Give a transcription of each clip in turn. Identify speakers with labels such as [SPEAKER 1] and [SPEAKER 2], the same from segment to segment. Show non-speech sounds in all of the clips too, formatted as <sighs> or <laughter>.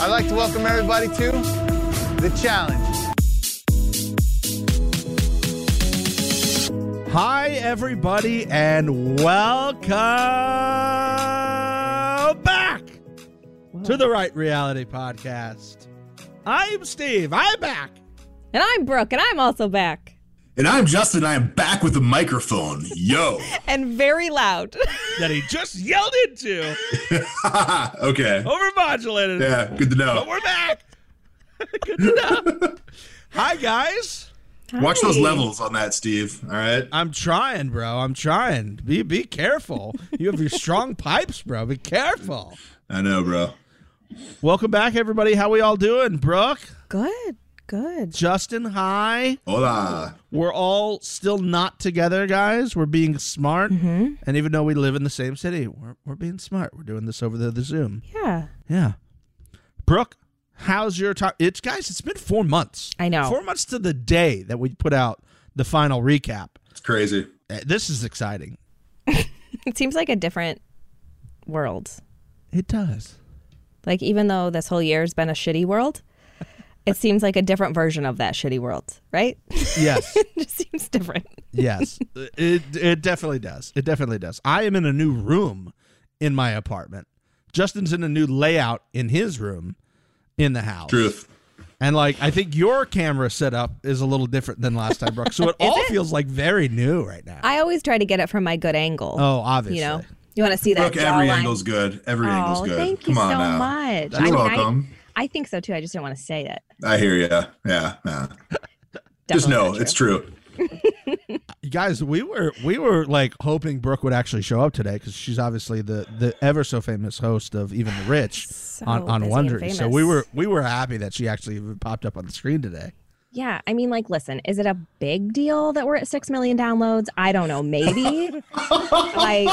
[SPEAKER 1] I'd like to welcome everybody to the challenge.
[SPEAKER 2] Hi, everybody, and welcome back to the Right Reality Podcast. I'm Steve. I'm back.
[SPEAKER 3] And I'm Brooke, and I'm also back.
[SPEAKER 4] And I'm Justin. I am back with the microphone. Yo. <laughs>
[SPEAKER 3] And very loud. <laughs>
[SPEAKER 2] That he just yelled into,
[SPEAKER 4] okay.
[SPEAKER 2] overmodulated.
[SPEAKER 4] Yeah. Good to
[SPEAKER 2] But
[SPEAKER 4] know.
[SPEAKER 2] we're back. <laughs> Good to know. Hi, guys.
[SPEAKER 4] Watch those
[SPEAKER 3] Hi.
[SPEAKER 4] levels on that, Steve. All right.
[SPEAKER 2] I'm trying, bro. I'm trying. Be be careful. You have your strong pipes, bro. Be careful.
[SPEAKER 4] I know, bro.
[SPEAKER 2] Welcome back, everybody. How we all doing, Brooke?
[SPEAKER 3] Good, good.
[SPEAKER 2] Justin, hi.
[SPEAKER 4] Hola.
[SPEAKER 2] We're all still not together, guys. We're being smart, and even though we live in the same city, we're we're being smart. We're doing this over the, the Zoom.
[SPEAKER 3] Yeah.
[SPEAKER 2] Yeah. Brooke, how's your time? It's guys. It's been four months.
[SPEAKER 3] I know.
[SPEAKER 2] Four months to the day that we put out the final recap.
[SPEAKER 4] It's crazy.
[SPEAKER 2] Uh, This is exciting.
[SPEAKER 3] It seems like a different world.
[SPEAKER 2] It does.
[SPEAKER 3] Like, even though this whole year has been a shitty world, it seems like a different version of that shitty world, right? <laughs> it
[SPEAKER 2] Yes.
[SPEAKER 3] just seems different.
[SPEAKER 2] Yes, it it definitely does. It definitely does. I am in a new room in my apartment. Justin's in a new layout in his room in the house.
[SPEAKER 4] Truth.
[SPEAKER 2] And like I think your camera setup is a little different than last time, Brooke.
[SPEAKER 3] <laughs>
[SPEAKER 2] So it all feels like very new right now.
[SPEAKER 3] I always try to get it from my good angle.
[SPEAKER 2] oh, obviously.
[SPEAKER 3] you know, you want to see that
[SPEAKER 4] Brooke, every
[SPEAKER 3] jawline.
[SPEAKER 4] angle's good. Every angle's
[SPEAKER 3] Oh,
[SPEAKER 4] good.
[SPEAKER 3] thank
[SPEAKER 4] Come
[SPEAKER 3] you
[SPEAKER 4] on
[SPEAKER 3] so
[SPEAKER 4] now.
[SPEAKER 3] much.
[SPEAKER 4] You're
[SPEAKER 3] I mean,
[SPEAKER 4] welcome.
[SPEAKER 3] I, I think so too. I just didn't want to say it.
[SPEAKER 4] I, hear you. Yeah. yeah. Just
[SPEAKER 3] Definitely
[SPEAKER 4] know
[SPEAKER 3] not
[SPEAKER 4] it's true.
[SPEAKER 2] You guys, we were we were like hoping Brooke would actually show up today because she's obviously the the ever so famous host of Even the Rich
[SPEAKER 3] <sighs> So
[SPEAKER 2] on on
[SPEAKER 3] busy
[SPEAKER 2] Wondery.
[SPEAKER 3] and
[SPEAKER 2] So we
[SPEAKER 3] famous.
[SPEAKER 2] were we were happy that she actually even popped up on the screen today.
[SPEAKER 3] Yeah, I mean, like, listen, is it a big deal that we're at six million downloads? I don't know, maybe.
[SPEAKER 4] <laughs>
[SPEAKER 3] like,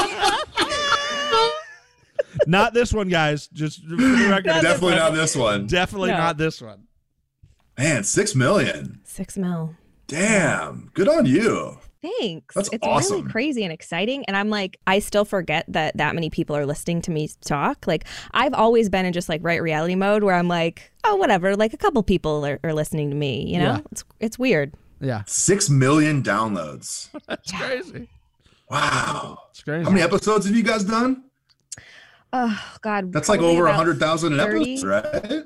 [SPEAKER 2] <laughs> not this one, guys. Just for the
[SPEAKER 3] <laughs>
[SPEAKER 2] record,
[SPEAKER 4] Definitely not this one.
[SPEAKER 2] Definitely
[SPEAKER 3] No.
[SPEAKER 2] not this one.
[SPEAKER 4] Man, six million.
[SPEAKER 3] six mil.
[SPEAKER 4] Damn. Good on you.
[SPEAKER 3] Thanks.
[SPEAKER 4] That's
[SPEAKER 3] it's
[SPEAKER 4] awesome.
[SPEAKER 3] really crazy and exciting. And I'm like, I still forget that that many people are listening to me talk. Like, I've always been in just like right reality mode where I'm like, oh, whatever. Like, a couple people are, are listening to me. You know,
[SPEAKER 2] Yeah.
[SPEAKER 3] it's it's weird.
[SPEAKER 2] Yeah,
[SPEAKER 4] Six million downloads.
[SPEAKER 2] it's crazy.
[SPEAKER 4] Wow.
[SPEAKER 2] It's crazy.
[SPEAKER 4] How many episodes have you guys done?
[SPEAKER 3] Oh God,
[SPEAKER 4] That's like
[SPEAKER 3] probably
[SPEAKER 4] over a
[SPEAKER 3] about
[SPEAKER 4] 100,000 an
[SPEAKER 3] 30.
[SPEAKER 4] episode, right?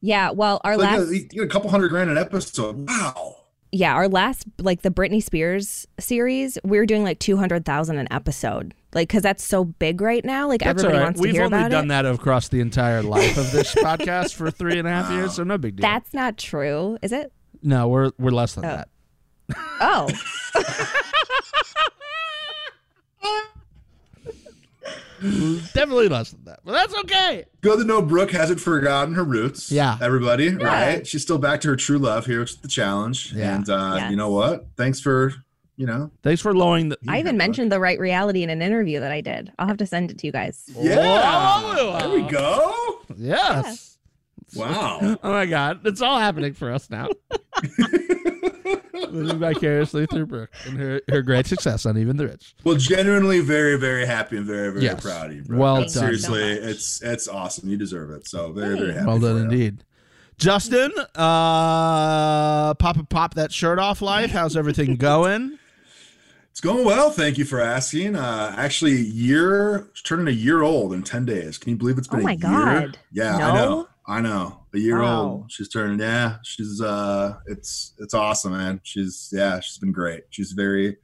[SPEAKER 3] Yeah. Well, our
[SPEAKER 4] Like,
[SPEAKER 3] last
[SPEAKER 4] uh, you get a couple hundred grand an episode. Wow.
[SPEAKER 3] yeah, our last like the Britney Spears series, we were doing like two hundred thousand an episode, like because that's so big right now. Like everybody wants
[SPEAKER 2] We've
[SPEAKER 3] to hear
[SPEAKER 2] only
[SPEAKER 3] about
[SPEAKER 2] done
[SPEAKER 3] it.
[SPEAKER 2] that across the entire life of
[SPEAKER 3] <laughs>
[SPEAKER 2] this podcast for three and a half years, so no big deal.
[SPEAKER 3] That's not true, is it?
[SPEAKER 2] no, we're we're less than that. <laughs>
[SPEAKER 3] Oh,
[SPEAKER 2] Definitely less than that. But that's okay.
[SPEAKER 4] Good to know Brooke hasn't forgotten her roots.
[SPEAKER 2] Yeah.
[SPEAKER 4] Everybody, right? She's still back to her true love here, which is the challenge.
[SPEAKER 2] Yeah.
[SPEAKER 4] And uh,
[SPEAKER 3] Yes.
[SPEAKER 4] you know what? Thanks for, you know.
[SPEAKER 2] Thanks for lowering the.
[SPEAKER 3] I even mentioned the right reality in an interview that I did. I'll have to send it to you guys.
[SPEAKER 2] Whoa.
[SPEAKER 4] Yeah. There we go.
[SPEAKER 2] Yes.
[SPEAKER 4] Wow.
[SPEAKER 2] Oh my God, it's all happening for us now. Living vicariously through Brooke and her, her great success on Even the Rich.
[SPEAKER 4] Well, genuinely very, very happy and very, very
[SPEAKER 2] Yes.
[SPEAKER 4] proud of you.
[SPEAKER 2] Well
[SPEAKER 4] That's
[SPEAKER 2] done.
[SPEAKER 4] Seriously,
[SPEAKER 3] Thank you so much.
[SPEAKER 4] it's it's awesome. You deserve it. So very, very happy.
[SPEAKER 2] Well done
[SPEAKER 4] for you.
[SPEAKER 2] indeed. Justin, uh, pop a pop that shirt off life. How's everything going?
[SPEAKER 4] It's going well. Thank you for asking. Uh, actually, year turning a year old in ten days. Can you believe it's been
[SPEAKER 3] Oh my
[SPEAKER 4] a year?
[SPEAKER 3] God.
[SPEAKER 4] Yeah,
[SPEAKER 3] No?
[SPEAKER 4] I know. I know. A year
[SPEAKER 3] Wow.
[SPEAKER 4] old. She's turning. Yeah, she's. uh It's it's awesome, man. She's yeah. She's been great. She's very,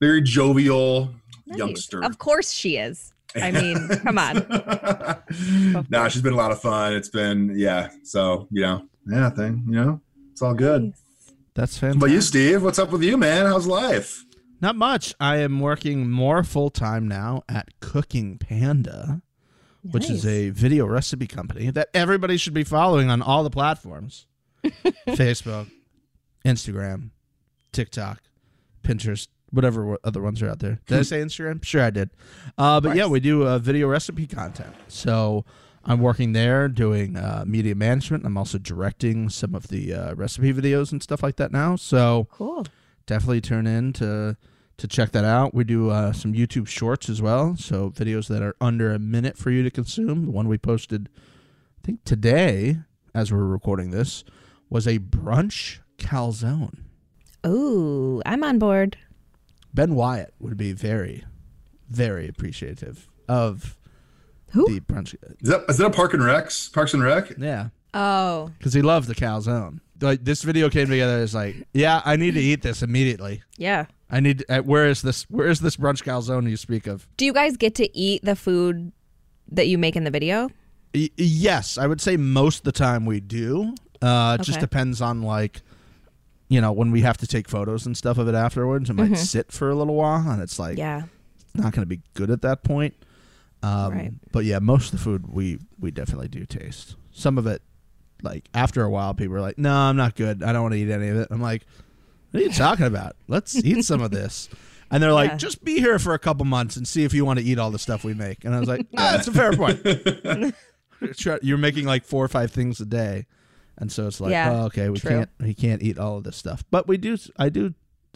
[SPEAKER 4] very jovial
[SPEAKER 3] Nice.
[SPEAKER 4] youngster.
[SPEAKER 3] Of course she is. I mean, come
[SPEAKER 4] <laughs>
[SPEAKER 3] on.
[SPEAKER 4] no, nah, she's been a lot of fun. It's been yeah. So you know, yeah, thing. You know, it's all good.
[SPEAKER 2] That's
[SPEAKER 4] What
[SPEAKER 2] fantastic.
[SPEAKER 4] about you, Steve? What's up with you, man? How's life?
[SPEAKER 2] Not much. I am working more full time now at Cooking Panda, which is
[SPEAKER 3] Nice.
[SPEAKER 2] a video recipe company that everybody should be following on all the platforms Facebook, Instagram, TikTok, Pinterest, whatever wa- other ones are out there. Did I say Instagram? Sure, I did. Uh, but yeah, we do uh, video recipe content. So I'm working there doing uh, media management. I'm also directing some of the uh, recipe videos and stuff like that now. So
[SPEAKER 3] cool.
[SPEAKER 2] definitely turn in to to check that out. We do uh, some YouTube Shorts as well, so videos that are under a minute for you to consume. The one we posted I think today, as we're recording this, was a brunch calzone.
[SPEAKER 3] Ooh, I'm on board.
[SPEAKER 2] Ben Wyatt would be very, very appreciative of
[SPEAKER 3] Who?
[SPEAKER 2] the brunch.
[SPEAKER 4] Is that is that a Park and Recs? Parks and Rec? <laughs>
[SPEAKER 2] Yeah,
[SPEAKER 3] Oh,
[SPEAKER 2] because he loved the calzone. Like this video came together as like, yeah, I need to eat this immediately.
[SPEAKER 3] yeah.
[SPEAKER 2] I need. Uh, where is this? Where is this brunch calzone you speak of?
[SPEAKER 3] Do you guys get to eat the food that you make in the video?
[SPEAKER 2] Y- yes, I would say most of the time we do. Uh, it Just
[SPEAKER 3] Okay.
[SPEAKER 2] depends on like, you know, when we have to take photos and stuff of it afterwards. It might sit for a little while, and it's like
[SPEAKER 3] Mm-hmm. Yeah.
[SPEAKER 2] it's not going to be good at that point. Um,
[SPEAKER 3] Right.
[SPEAKER 2] But yeah, most of the food we we definitely do taste. Some of it, like after a while, people are like, "No, I'm not good. I don't want to eat any of it." I'm like, "What are you talking about? Let's eat some of this." And they're like,
[SPEAKER 3] Yeah.
[SPEAKER 2] "Just be here for a couple months and see if you want to eat all the stuff we make." And I was
[SPEAKER 3] <laughs>
[SPEAKER 2] like, "Ah, "That's a fair point." Try- You're making like four or five things a day, and so it's like,
[SPEAKER 3] Yeah,
[SPEAKER 2] "Oh, okay, we
[SPEAKER 3] true.
[SPEAKER 2] can't we can't eat all of this stuff." But we do. I do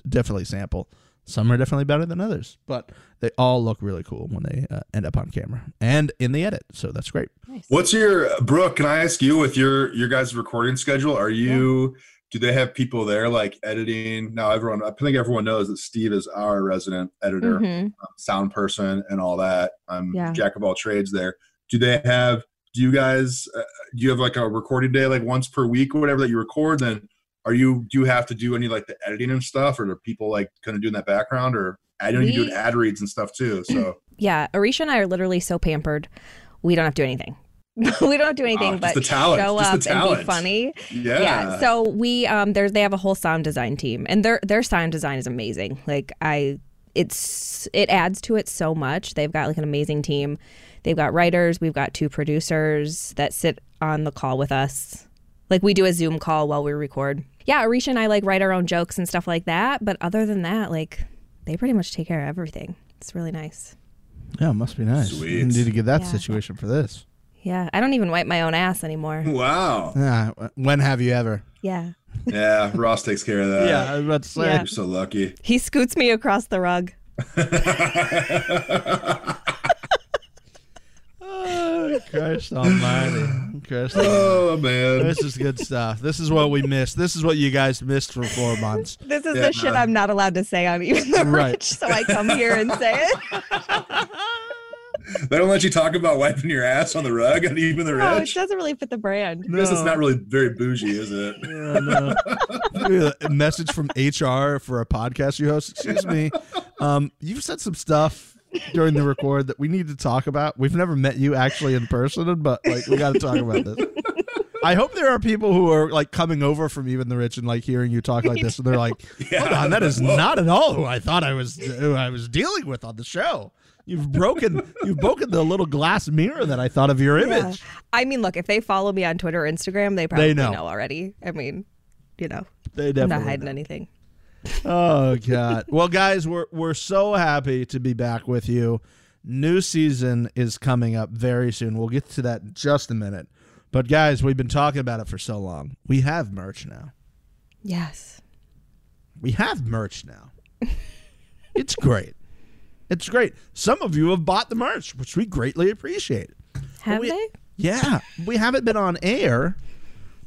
[SPEAKER 2] definitely sample. Some are definitely better than others, but they all look really cool when they uh, end up on camera and in the edit. So that's great.
[SPEAKER 4] What's your Brooke? Can I ask you with your your guys' recording schedule? Are you do they have people there like editing? Now everyone, I think everyone knows that Steve is our resident editor,
[SPEAKER 3] Mhm.
[SPEAKER 4] um, sound person, and all that. I'm
[SPEAKER 3] Yeah.
[SPEAKER 4] jack of all trades. There. Do they have? Do you guys? Uh, do you have like a recording day, like once per week or whatever that you record? Then are you? Do you have to do any like the editing and stuff, or do people like kind of doing that background? Or I know you
[SPEAKER 3] We-
[SPEAKER 4] do ad reads and stuff too.
[SPEAKER 3] <laughs>
[SPEAKER 4] So
[SPEAKER 3] Yeah. Arisha and I are literally so pampered. We don't have to do anything. <laughs> we don't have to do anything
[SPEAKER 4] just
[SPEAKER 3] but
[SPEAKER 4] the talent,
[SPEAKER 3] show
[SPEAKER 4] just the
[SPEAKER 3] up and be
[SPEAKER 4] talent.
[SPEAKER 3] funny.
[SPEAKER 4] yeah,
[SPEAKER 3] yeah so we um there's they have a whole sound design team and their their sound design is amazing like i it's it adds to it so much they've got like an amazing team they've got writers we've got two producers that sit on the call with us like we do a zoom call while we record yeah arisha and i like write our own jokes and stuff like that but other than that like they pretty much take care of everything it's really nice
[SPEAKER 2] Yeah, it must be nice.
[SPEAKER 4] Sweet.
[SPEAKER 2] Need to get that
[SPEAKER 3] Yeah.
[SPEAKER 2] situation for this.
[SPEAKER 3] yeah i don't even wipe my own ass anymore
[SPEAKER 2] Mm.
[SPEAKER 4] wow.
[SPEAKER 2] Yeah, w- Uh, when have you ever?
[SPEAKER 3] yeah
[SPEAKER 4] Yeah, Ross takes care of that.
[SPEAKER 2] I was about to say.
[SPEAKER 3] Yeah.
[SPEAKER 4] You're so lucky.
[SPEAKER 3] he scoots me across the rug
[SPEAKER 2] Oh, Christ <laughs> Almighty! Christ Almighty.
[SPEAKER 4] oh man.
[SPEAKER 2] This is good stuff. This is what we missed. This is what you guys missed for four months.
[SPEAKER 3] This is
[SPEAKER 4] Yeah.
[SPEAKER 3] the shit I'm not allowed to say on even the
[SPEAKER 2] <laughs> Right.
[SPEAKER 3] rich, so I come here and say it.
[SPEAKER 2] <laughs>
[SPEAKER 4] They don't let you talk about wiping your ass on the rug and even the
[SPEAKER 3] No, it
[SPEAKER 4] rich.
[SPEAKER 3] doesn't really fit the brand.
[SPEAKER 4] I guess it's not really very bougie,
[SPEAKER 3] <laughs>
[SPEAKER 4] is it?
[SPEAKER 2] Yeah, no. Maybe a message from HR for a podcast you host. Excuse me. Um, you've said some stuff during the record that we need to talk about. We've never met you actually in person, but like we got to talk about this. I hope there are people who are like coming over from even the rich and like hearing you talk like this, and they're like,
[SPEAKER 4] Yeah.
[SPEAKER 2] "Hold on, that is not at all who I thought I was who I was dealing with on the show." You've broken you've broken the little glass mirror that I thought of your
[SPEAKER 3] Yeah.
[SPEAKER 2] image.
[SPEAKER 3] I mean, look, if they follow me on Twitter or Instagram, they probably
[SPEAKER 2] know.
[SPEAKER 3] know. already. I mean, you know,
[SPEAKER 2] They
[SPEAKER 3] I'm
[SPEAKER 2] definitely
[SPEAKER 3] not
[SPEAKER 2] know.
[SPEAKER 3] hiding anything.
[SPEAKER 2] Oh god. well guys, we're we're so happy to be back with you. New season is coming up very soon. We'll get to that in just a minute. But guys, we've been talking about it for so long. We have merch now.
[SPEAKER 3] Yes.
[SPEAKER 2] We have merch now. it's great. It's great. Some of you have bought the merch, which we greatly appreciate.
[SPEAKER 3] Have
[SPEAKER 2] we-
[SPEAKER 3] they?
[SPEAKER 2] Yeah, we haven't been on air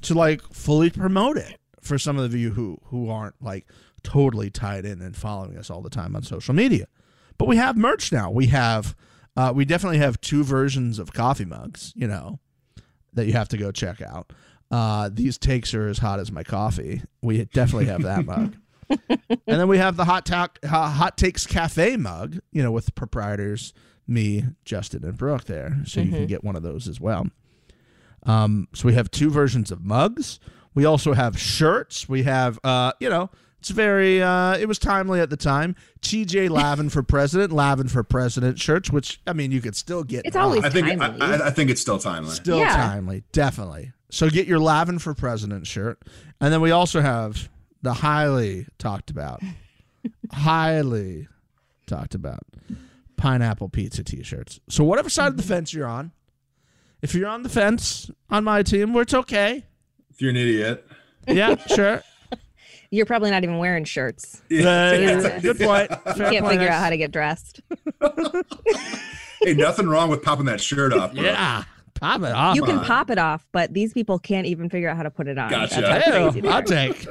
[SPEAKER 2] to like fully promote it for some of you who who aren't like totally tied in and following us all the time on social media. But we have merch now. We have uh, we definitely have two versions of coffee mugs, you know, that you have to go check out. Uh, these takes are as hot as my coffee. We definitely have that
[SPEAKER 3] <laughs>
[SPEAKER 2] mug. And then we have the hot, ta- ho- hot takes cafe mug, you know, with the proprietors, me, Justin, and Brooke there. So
[SPEAKER 3] Mm-hmm.
[SPEAKER 2] you can get one of those as well. Um, so we have two versions of mugs. We also have shirts. We have, uh, you know, it's very, uh, it was timely at the time. TJ Lavin for president, Lavin for president shirts, which, I mean, you could still get.
[SPEAKER 3] It's
[SPEAKER 2] now.
[SPEAKER 3] always
[SPEAKER 4] I think I,
[SPEAKER 3] timely.
[SPEAKER 4] I, I think it's still timely.
[SPEAKER 2] Still
[SPEAKER 3] Yeah.
[SPEAKER 2] timely, definitely. So get your Lavin for President shirt. And then we also have the highly talked
[SPEAKER 3] <laughs>
[SPEAKER 2] about, highly talked about pineapple pizza t shirts. So, whatever side of the fence you're on, if you're on the fence on my team, where it's okay.
[SPEAKER 4] if you're an idiot.
[SPEAKER 2] Yeah, sure.
[SPEAKER 3] You're probably not even wearing shirts.
[SPEAKER 2] Uh, Good point. Fair
[SPEAKER 3] Can't
[SPEAKER 2] point.
[SPEAKER 3] figure out how to get dressed.
[SPEAKER 4] Hey, nothing wrong with popping that shirt off. Bro.
[SPEAKER 2] Yeah. Pop it off.
[SPEAKER 3] you can
[SPEAKER 4] on.
[SPEAKER 3] pop it off, but these people can't even figure out how to put it on.
[SPEAKER 4] Gotcha.
[SPEAKER 3] That's how
[SPEAKER 2] Hell,
[SPEAKER 3] crazy they
[SPEAKER 2] I'll
[SPEAKER 3] are.
[SPEAKER 2] take.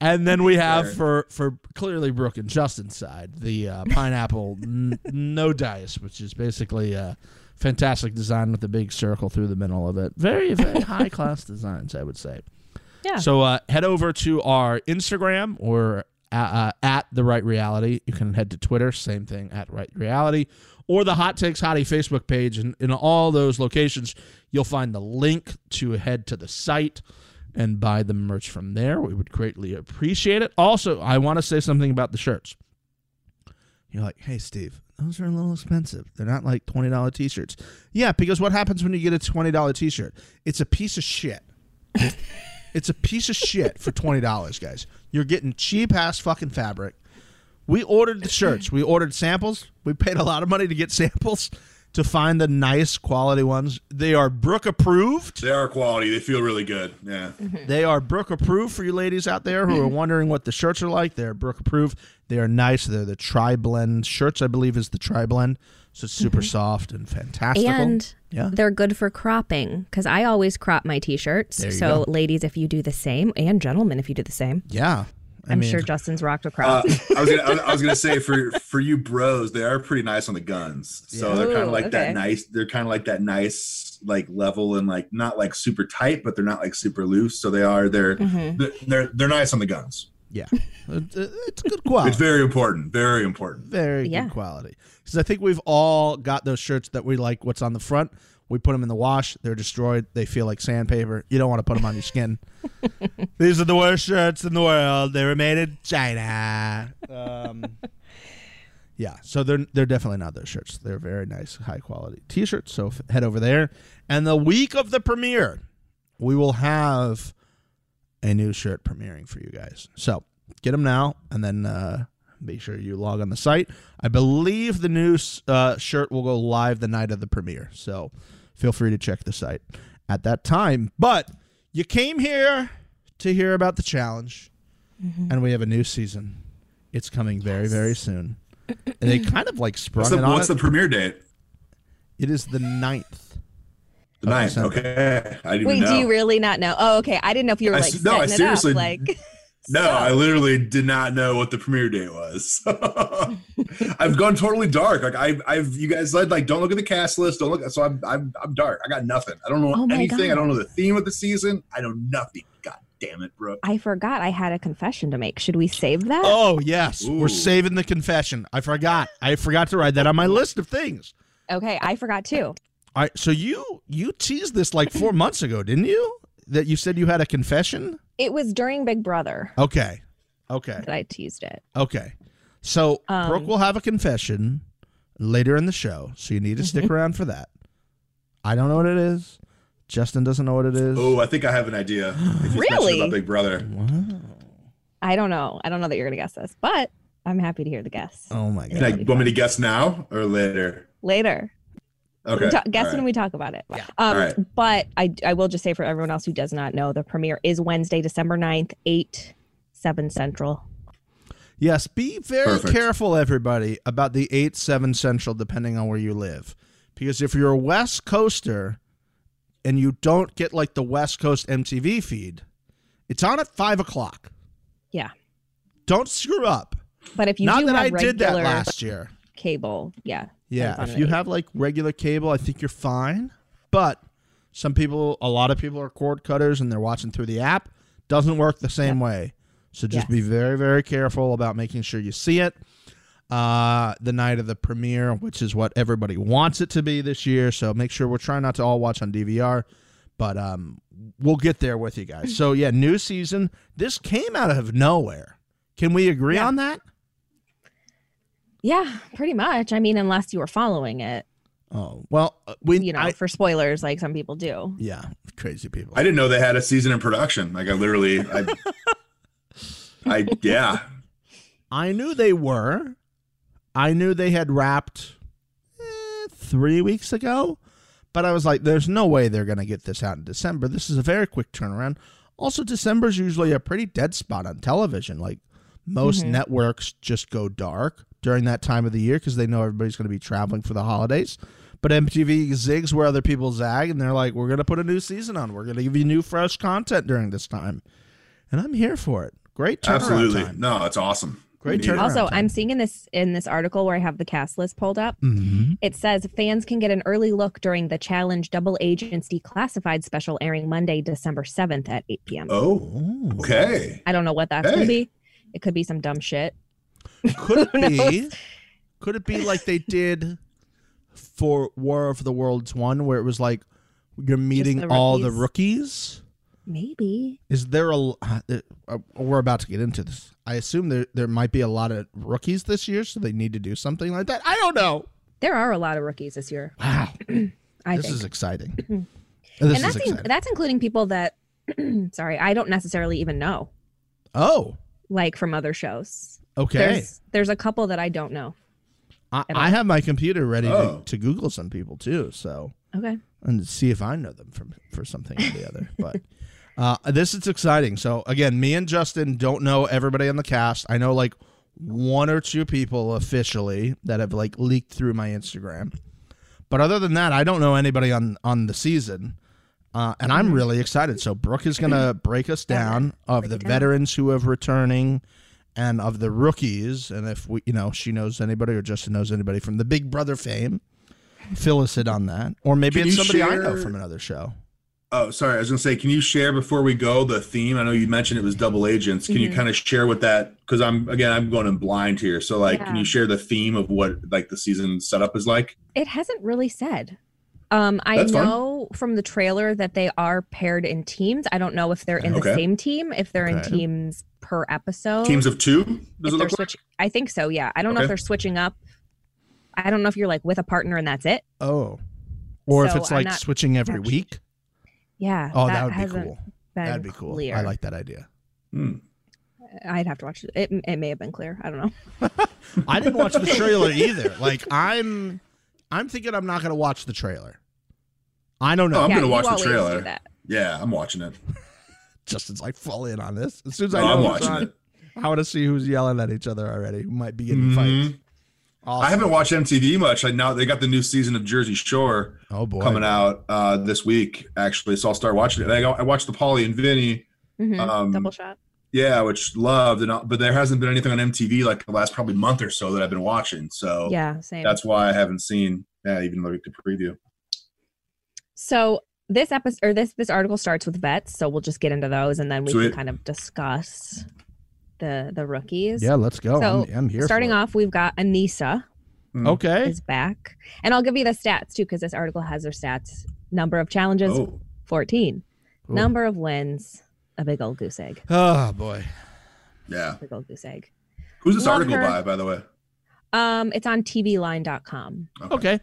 [SPEAKER 2] and then we have
[SPEAKER 4] Fair.
[SPEAKER 2] for for clearly Brooke and Justin's side the uh, pineapple n- no dice, which is basically a fantastic design with a big circle through the middle of it. Very
[SPEAKER 3] <laughs>
[SPEAKER 2] very high class designs, I would say.
[SPEAKER 3] Yeah.
[SPEAKER 2] So uh, head over to our Instagram or uh, uh, at the right reality. You can head to Twitter, same thing at right reality, or the Hot Takes Hottie Facebook page. And in all those locations, you'll find the link to head to the site and buy the merch from there. We would greatly appreciate it. Also, I want to say something about the shirts. You're like, hey, Steve, those are a little expensive. They're not like $20 t shirts. Yeah, because what happens when you get a $20 t shirt? It's a piece of shit. It's a piece of shit for twenty dollars, guys. You're getting cheap ass fucking fabric. We ordered the shirts. We ordered samples. We paid a lot of money to get samples to find the nice quality ones. They are Brook approved.
[SPEAKER 4] They are quality. They feel really good. Yeah.
[SPEAKER 3] Mm-hmm.
[SPEAKER 2] They are Brook approved for you ladies out there who are wondering what the shirts are like. They're Brook approved. They are nice. They're the tri blend shirts, I believe, is the tri blend. So it's super soft and fantastical.
[SPEAKER 3] Mm-hmm. And
[SPEAKER 2] yeah.
[SPEAKER 3] they're good for cropping because I always crop my t-shirts.
[SPEAKER 2] There you
[SPEAKER 3] So,
[SPEAKER 2] go.
[SPEAKER 3] ladies, if you do the same, and gentlemen, if you do the same,
[SPEAKER 2] Yeah. I
[SPEAKER 3] I'm
[SPEAKER 2] mean,
[SPEAKER 3] sure Justin's rocked a
[SPEAKER 4] Uh,
[SPEAKER 3] crop.
[SPEAKER 4] I was gonna, I was- I was gonna say for for you bros, they are pretty nice on the guns. So
[SPEAKER 2] Yeah.
[SPEAKER 4] they're kind
[SPEAKER 3] Ooh,
[SPEAKER 4] of like
[SPEAKER 3] okay.
[SPEAKER 4] that nice. They're kind of like that nice like level and like not like super tight, but they're not like super loose. So they are they're
[SPEAKER 3] Mhm.
[SPEAKER 4] they're- they're they're nice on the guns.
[SPEAKER 2] yeah. It- it- It's good quality.
[SPEAKER 3] Ah.
[SPEAKER 4] It's very important. Very important.
[SPEAKER 2] very
[SPEAKER 3] Yeah.
[SPEAKER 2] good quality. Because I think we've all got those shirts that we like. What's on the front? We put them in the wash. They're destroyed. They feel like sandpaper. You don't want to put them on your skin. These are the worst shirts in the world. They were made in China. Um, yeah, so they're they're definitely not those shirts. They're very nice, high quality t-shirts. So f- head over there. And the week of the premiere, we will have a new shirt premiering for you guys. So get them now, and then uh, make sure you log on the site. I believe the new uh, shirt will go live the night of the premiere. So feel free to check the site at that time. But you came here to hear about the challenge, and we have a new season. It's coming very, very soon. And they kind of like sprung
[SPEAKER 4] What's the,
[SPEAKER 2] it on.
[SPEAKER 4] what's
[SPEAKER 2] it.
[SPEAKER 4] the premiere date?
[SPEAKER 2] it is the 9th.
[SPEAKER 4] The ninth.
[SPEAKER 2] December.
[SPEAKER 4] Okay. I didn't
[SPEAKER 3] Wait,
[SPEAKER 4] even know.
[SPEAKER 3] do you really not know? Oh, okay. I didn't know if you were
[SPEAKER 4] I
[SPEAKER 3] like
[SPEAKER 4] s- no, I
[SPEAKER 3] setting
[SPEAKER 4] seriously-
[SPEAKER 3] it up.
[SPEAKER 4] <laughs>
[SPEAKER 3] Like,
[SPEAKER 4] No, I literally did not know what the premiere date was. <laughs> I've gone totally dark. Like I've, I've, you guys said like don't look at the cast list. Don't look. So I'm, I'm, I'm dark. I got nothing. I don't know
[SPEAKER 3] Oh my
[SPEAKER 4] anything. I
[SPEAKER 3] God.
[SPEAKER 4] don't know the theme of the season. I know nothing. God damn it, bro.
[SPEAKER 3] I forgot I had a confession to make. Should we save that?
[SPEAKER 2] Oh, yes. We're
[SPEAKER 4] Ooh.
[SPEAKER 2] saving the confession. I forgot. I forgot to write that on my list of things.
[SPEAKER 3] Okay, I forgot too.
[SPEAKER 2] All right, so you you teased this like four months ago, didn't you? That you said you had a confession.
[SPEAKER 3] It was during Big Brother
[SPEAKER 2] Okay, okay,
[SPEAKER 3] that I teased it.
[SPEAKER 2] okay. So Brooke
[SPEAKER 3] Um,
[SPEAKER 2] will have a confession later in the show, so you need to stick around for that. I don't know what it is. Justin doesn't know what it is.
[SPEAKER 4] Oh, I think I have an idea. If you
[SPEAKER 3] Really?
[SPEAKER 4] About Big Brother.
[SPEAKER 2] Wow.
[SPEAKER 3] I don't know. I don't know that you're gonna guess this, but I'm happy to hear the guess
[SPEAKER 2] Oh my
[SPEAKER 4] Can I,
[SPEAKER 2] god!
[SPEAKER 4] want me to guess now or later?
[SPEAKER 3] later.
[SPEAKER 4] Okay.
[SPEAKER 3] Ta- guess
[SPEAKER 4] all right.
[SPEAKER 3] when we talk about it.
[SPEAKER 2] Yeah.
[SPEAKER 3] Um,
[SPEAKER 4] All right.
[SPEAKER 3] But I, I will just say for everyone else who does not know, the premiere is Wednesday, December 9th, 8, 7 Central.
[SPEAKER 2] Yes, be very
[SPEAKER 4] Perfect.
[SPEAKER 2] careful, everybody, about the eight seven central, depending on where you live, because if you're a West Coaster and you don't get like the West Coast MTV feed, it's on at five o'clock.
[SPEAKER 3] Yeah.
[SPEAKER 2] Don't screw up.
[SPEAKER 3] But if you
[SPEAKER 2] Not
[SPEAKER 3] do
[SPEAKER 2] that
[SPEAKER 3] have
[SPEAKER 2] I
[SPEAKER 3] regular
[SPEAKER 2] did that last year.
[SPEAKER 3] cable, yeah.
[SPEAKER 2] Yeah,
[SPEAKER 3] that's
[SPEAKER 2] if
[SPEAKER 3] on
[SPEAKER 2] you
[SPEAKER 3] it.
[SPEAKER 2] have like regular cable, I think you're fine. But some people, a lot of people are cord cutters and they're watching through the app. Doesn't work the same way. So just
[SPEAKER 3] Yes.
[SPEAKER 2] be very, very careful about making sure you see it. Uh, the night of the premiere, which is what everybody wants it to be this year. So make sure we're trying not to all watch on DVR, but um, we'll get there with you guys. So yeah, new season. This came out of nowhere. Can we agree on that?
[SPEAKER 3] Yeah, pretty much. I mean, unless you were following it,
[SPEAKER 2] Oh well, uh, we
[SPEAKER 3] you know,
[SPEAKER 2] I-
[SPEAKER 3] for spoilers, like some people do.
[SPEAKER 2] yeah, crazy people.
[SPEAKER 4] I didn't know they had a season in production. Like I literally, I,
[SPEAKER 3] <laughs>
[SPEAKER 4] I yeah.
[SPEAKER 2] I knew they were. I knew they had wrapped eh, three weeks ago, but I was like, there's no way they're going to get this out in December. This is a very quick turnaround. Also, December's usually a pretty dead spot on television. Like most
[SPEAKER 3] Mhm.
[SPEAKER 2] networks just go dark during that time of the year because they know everybody's going to be traveling for the holidays. But MTV zigs where other people zag, and they're like, "We're gonna put a new season on. We're gonna give you new, fresh content during this time," and I'm here for it. Great turnaround
[SPEAKER 4] Absolutely.
[SPEAKER 2] time.
[SPEAKER 4] No, it's awesome.
[SPEAKER 2] Great
[SPEAKER 4] We need it.
[SPEAKER 2] turnaround.
[SPEAKER 3] Also,
[SPEAKER 2] time.
[SPEAKER 3] I'm seeing in this in this article where I have the cast list pulled up.
[SPEAKER 2] Mhm.
[SPEAKER 3] It says fans can get an early look during the Challenge Double Agency Classified special airing Monday, December 7th at 8 p.m.
[SPEAKER 4] Oh,
[SPEAKER 2] Ooh.
[SPEAKER 4] okay.
[SPEAKER 3] I don't know what that's
[SPEAKER 4] Hey.
[SPEAKER 3] gonna be. It could be some dumb shit.
[SPEAKER 2] Could
[SPEAKER 3] <laughs> Who
[SPEAKER 2] it be? Could it be like they did for War of the Worlds one, where it was like you're meeting
[SPEAKER 3] the
[SPEAKER 2] all the rookies?
[SPEAKER 3] Maybe.
[SPEAKER 2] Is there a? l- uh, uh, we're about to get into this. I assume there there might be a lot of rookies this year, so they need to do something like that. I don't know.
[SPEAKER 3] There are a lot of rookies this year.
[SPEAKER 2] Wow,
[SPEAKER 3] I
[SPEAKER 2] this
[SPEAKER 3] think.
[SPEAKER 2] is exciting. this
[SPEAKER 3] <laughs> and
[SPEAKER 2] is
[SPEAKER 3] that's in,
[SPEAKER 2] exciting.
[SPEAKER 3] that's including people that <clears throat> sorry, I don't necessarily even know,
[SPEAKER 2] oh,
[SPEAKER 3] like from other shows.
[SPEAKER 2] okay.
[SPEAKER 3] There's there's a couple that I don't know.
[SPEAKER 2] I, I have my computer ready
[SPEAKER 4] Oh.
[SPEAKER 2] to, to Google some people too. So
[SPEAKER 3] Okay.
[SPEAKER 2] and see if I know them from for something or the other. But <laughs> uh, this is exciting. So again, me and Justin don't know everybody on the cast. I know like one or two people officially that have like leaked through my Instagram, but other than that, I don't know anybody on on the season. Uh, and I'm really excited. So Brooke is gonna break us down of the
[SPEAKER 3] down.
[SPEAKER 2] veterans who have returning. And of the rookies, and if we, you know, she knows anybody or Justin knows anybody from the Big Brother fame, fill us in on that. Or maybe
[SPEAKER 4] Can
[SPEAKER 2] it's
[SPEAKER 4] you
[SPEAKER 2] somebody I
[SPEAKER 4] share-
[SPEAKER 2] know from another show.
[SPEAKER 4] Oh, sorry. I was going to say, can you share before we go the theme? I know you mentioned it was double agents. Can you
[SPEAKER 3] Mm-hmm.
[SPEAKER 4] kind of share what that? Because I'm again, I'm going in blind here. So, like, can
[SPEAKER 3] Yeah.
[SPEAKER 4] you share the theme of what like the season setup is like?
[SPEAKER 3] It hasn't really said. Um, I
[SPEAKER 4] That's fine.
[SPEAKER 3] know from the trailer that they are paired in teams. I don't know if they're in
[SPEAKER 4] Okay.
[SPEAKER 3] the same team, if they're
[SPEAKER 2] Okay.
[SPEAKER 3] in teams per episode.
[SPEAKER 4] Teams of two? Does
[SPEAKER 3] Oh. if
[SPEAKER 4] it
[SPEAKER 3] they're
[SPEAKER 4] look like?
[SPEAKER 3] switch- I think so, yeah. I don't know
[SPEAKER 4] Okay.
[SPEAKER 3] if they're switching up. I don't know if you're like with a partner and that's it.
[SPEAKER 2] Oh. Or if
[SPEAKER 3] So
[SPEAKER 2] it's
[SPEAKER 3] I'm
[SPEAKER 2] like
[SPEAKER 3] not
[SPEAKER 2] switching every
[SPEAKER 3] actually-
[SPEAKER 2] week.
[SPEAKER 3] Yeah.
[SPEAKER 2] Oh, that, would be
[SPEAKER 3] hasn't
[SPEAKER 2] cool.
[SPEAKER 3] been
[SPEAKER 2] That'd be cool.
[SPEAKER 3] clear.
[SPEAKER 2] I like that idea.
[SPEAKER 4] Hmm.
[SPEAKER 3] I'd have to watch it. it. It may have been clear. I don't know.
[SPEAKER 2] I didn't watch the trailer either. Like I'm I'm thinking I'm not gonna watch the trailer. I don't know.
[SPEAKER 4] I'm
[SPEAKER 3] yeah,
[SPEAKER 4] gonna
[SPEAKER 3] you
[SPEAKER 4] watch the
[SPEAKER 3] always do
[SPEAKER 4] trailer.
[SPEAKER 3] that.
[SPEAKER 4] Yeah, I'm watching it.
[SPEAKER 2] Justin's like full in on this. As soon as I
[SPEAKER 4] No,
[SPEAKER 2] know
[SPEAKER 4] I'm
[SPEAKER 2] who's
[SPEAKER 4] watching
[SPEAKER 2] on,
[SPEAKER 4] it.
[SPEAKER 2] I want to see who's yelling at each other already. Who might be getting
[SPEAKER 4] Mhm.
[SPEAKER 2] fights. Awesome.
[SPEAKER 4] I haven't watched MTV much. Like now they got the new season of Jersey Shore
[SPEAKER 2] oh boy.
[SPEAKER 4] coming out uh, this week, actually. So I'll start watching it. Like, I I watched the Polly and Vinny,
[SPEAKER 3] Mhm.
[SPEAKER 4] Um,
[SPEAKER 3] Double shot.
[SPEAKER 4] yeah, which loved, and all- but there hasn't been anything on MTV like the last probably month or so that I've been watching. So
[SPEAKER 3] Yeah, same.
[SPEAKER 4] oh, that's why I haven't seen yeah even like the preview.
[SPEAKER 3] So this episode or this this article starts with vets, so we'll just get into those and then we
[SPEAKER 4] Sweet.
[SPEAKER 3] can kind of discuss the the rookies.
[SPEAKER 2] Yeah, let's go.
[SPEAKER 3] So,
[SPEAKER 2] I'm, I'm here.
[SPEAKER 3] Starting
[SPEAKER 2] for it.
[SPEAKER 3] off, we've got Anissa
[SPEAKER 2] Okay.
[SPEAKER 3] is back, and I'll give you the stats too because this article has their stats: number of challenges,
[SPEAKER 4] Oh,
[SPEAKER 3] fourteen;
[SPEAKER 2] Cool.
[SPEAKER 3] number of wins, a big old goose egg,
[SPEAKER 2] Oh boy.
[SPEAKER 4] yeah.
[SPEAKER 3] big old goose egg.
[SPEAKER 4] Who's this
[SPEAKER 3] Love
[SPEAKER 4] article
[SPEAKER 3] her.
[SPEAKER 4] by, by the way?
[SPEAKER 3] Um, it's on TVLine.com.
[SPEAKER 2] Okay.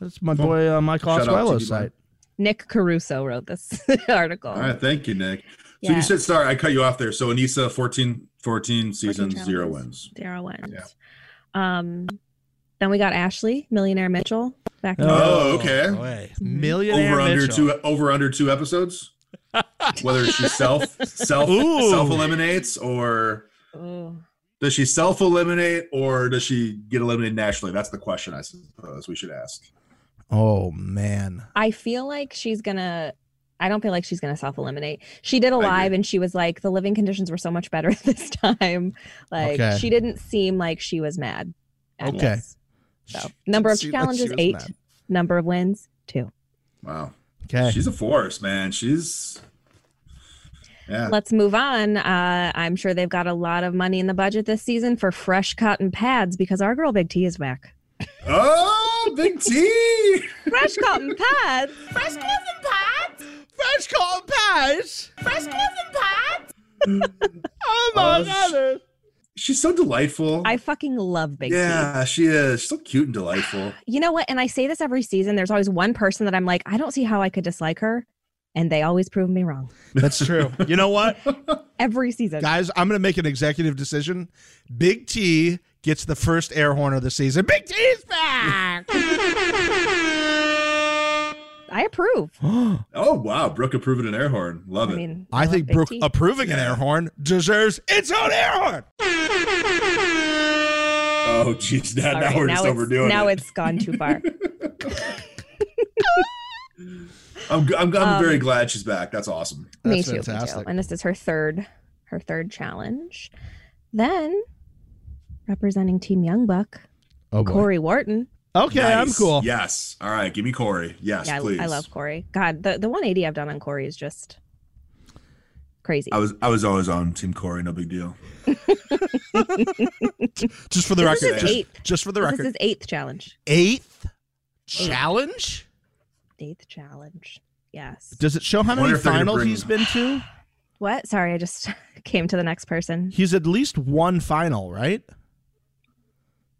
[SPEAKER 2] That's my
[SPEAKER 4] Cool.
[SPEAKER 2] boy uh, Mike
[SPEAKER 4] Shout out to
[SPEAKER 2] Oswello's
[SPEAKER 4] D-Line.
[SPEAKER 2] site.
[SPEAKER 3] Nick Caruso wrote this <laughs> article.
[SPEAKER 4] All right, thank you, Nick. So
[SPEAKER 3] Oh. Yeah.
[SPEAKER 4] you said sorry, I cut you off there. So Anissa, 14, 14 seasons, zero
[SPEAKER 3] challenges.
[SPEAKER 4] wins.
[SPEAKER 3] Zero wins. Um, then we got Ashley, millionaire Mitchell, back in the
[SPEAKER 4] Oh, okay.
[SPEAKER 2] boy.
[SPEAKER 3] Mhm.
[SPEAKER 2] Millionaire
[SPEAKER 4] Over under
[SPEAKER 2] Mitchell.
[SPEAKER 4] two over under two
[SPEAKER 2] <laughs>
[SPEAKER 4] episodes. Whether she self self
[SPEAKER 2] Ooh.
[SPEAKER 4] self eliminates or
[SPEAKER 3] Oh,
[SPEAKER 4] does she self eliminate or does she get eliminated nationally? That's the question I suppose we should ask.
[SPEAKER 2] Oh man.
[SPEAKER 3] I feel like she's gonna. I don't feel like she's gonna self eliminate. She did a
[SPEAKER 4] agree.
[SPEAKER 3] live and she was like, the living conditions were so much better <laughs> this time. Like
[SPEAKER 2] Okay.
[SPEAKER 3] she didn't seem like she was mad. at
[SPEAKER 2] Okay.
[SPEAKER 3] this. So, number of
[SPEAKER 2] She didn't
[SPEAKER 3] challenges,
[SPEAKER 2] seem like she
[SPEAKER 3] eight.
[SPEAKER 2] was mad.
[SPEAKER 3] Number of wins, two.
[SPEAKER 4] Wow.
[SPEAKER 2] Okay.
[SPEAKER 4] She's a force, man. She's yeah.
[SPEAKER 3] Let's move on. Uh, I'm sure they've got a lot of money in the budget this season for fresh cotton pads because our girl Big T is back.
[SPEAKER 4] Oh, Big
[SPEAKER 3] <laughs>
[SPEAKER 4] T.
[SPEAKER 3] Fresh
[SPEAKER 4] <laughs>
[SPEAKER 3] cotton pads.
[SPEAKER 5] Fresh cloven pots!
[SPEAKER 2] Fresh cotton pies.
[SPEAKER 5] Fresh cloven pots!
[SPEAKER 2] <laughs> Oh
[SPEAKER 4] my God. She's so delightful.
[SPEAKER 3] I fucking love Big T.
[SPEAKER 4] yeah, she is. She's so cute and delightful.
[SPEAKER 3] you know what? And I say this every season. There's always one person that I'm like, I don't see how I could dislike her, and they always prove me wrong
[SPEAKER 2] That's true. You know what, <laughs>
[SPEAKER 3] every season.
[SPEAKER 2] guys? I'm gonna make an executive decision. Big T gets the first air horn of the season. Big T's back. <gasps>
[SPEAKER 3] I approve.
[SPEAKER 4] Oh wow, Brooke approved an air horn. Love
[SPEAKER 3] I
[SPEAKER 4] it.
[SPEAKER 3] mean,
[SPEAKER 2] I
[SPEAKER 3] love
[SPEAKER 2] think
[SPEAKER 3] Big
[SPEAKER 2] Brooke
[SPEAKER 3] T.
[SPEAKER 2] approving an air horn deserves its own air
[SPEAKER 3] <laughs>
[SPEAKER 2] horn.
[SPEAKER 4] oh jeez, now,
[SPEAKER 3] All
[SPEAKER 4] now
[SPEAKER 3] right,
[SPEAKER 4] we're just
[SPEAKER 3] it's-
[SPEAKER 4] overdoing
[SPEAKER 3] now
[SPEAKER 4] it.
[SPEAKER 3] <laughs> it's gone too far.
[SPEAKER 4] I'm, g- I'm, g- I'm
[SPEAKER 3] um,
[SPEAKER 4] very glad she's back. That's awesome.
[SPEAKER 3] me
[SPEAKER 2] That's
[SPEAKER 3] too, me too.
[SPEAKER 2] fantastic.
[SPEAKER 3] And this is her third, her third challenge. Then, representing Team Young Buck,
[SPEAKER 2] Oh boy.
[SPEAKER 3] Corey Wharton.
[SPEAKER 2] Okay, I'm
[SPEAKER 4] Nice.
[SPEAKER 2] cool.
[SPEAKER 4] Yes. All right. Give me Corey. Yes,
[SPEAKER 3] yeah,
[SPEAKER 4] please.
[SPEAKER 3] I, I love Corey. God, the, the 180 I've done on Corey is just crazy.
[SPEAKER 4] I was I was always on Team Corey. No big deal.
[SPEAKER 2] Just for the record,
[SPEAKER 3] This is his
[SPEAKER 2] just,
[SPEAKER 3] eighth-
[SPEAKER 2] just for the
[SPEAKER 3] this is
[SPEAKER 2] record,
[SPEAKER 3] his eighth challenge.
[SPEAKER 2] eighth challenge.
[SPEAKER 3] Eighth challenge. Yes.
[SPEAKER 2] Does it show how
[SPEAKER 4] Wonder
[SPEAKER 2] many
[SPEAKER 4] if they're gonna
[SPEAKER 2] finals
[SPEAKER 4] bring-
[SPEAKER 2] he's been to?
[SPEAKER 3] What? Sorry, I just <laughs> came to the next person.
[SPEAKER 2] He's at least one final, right?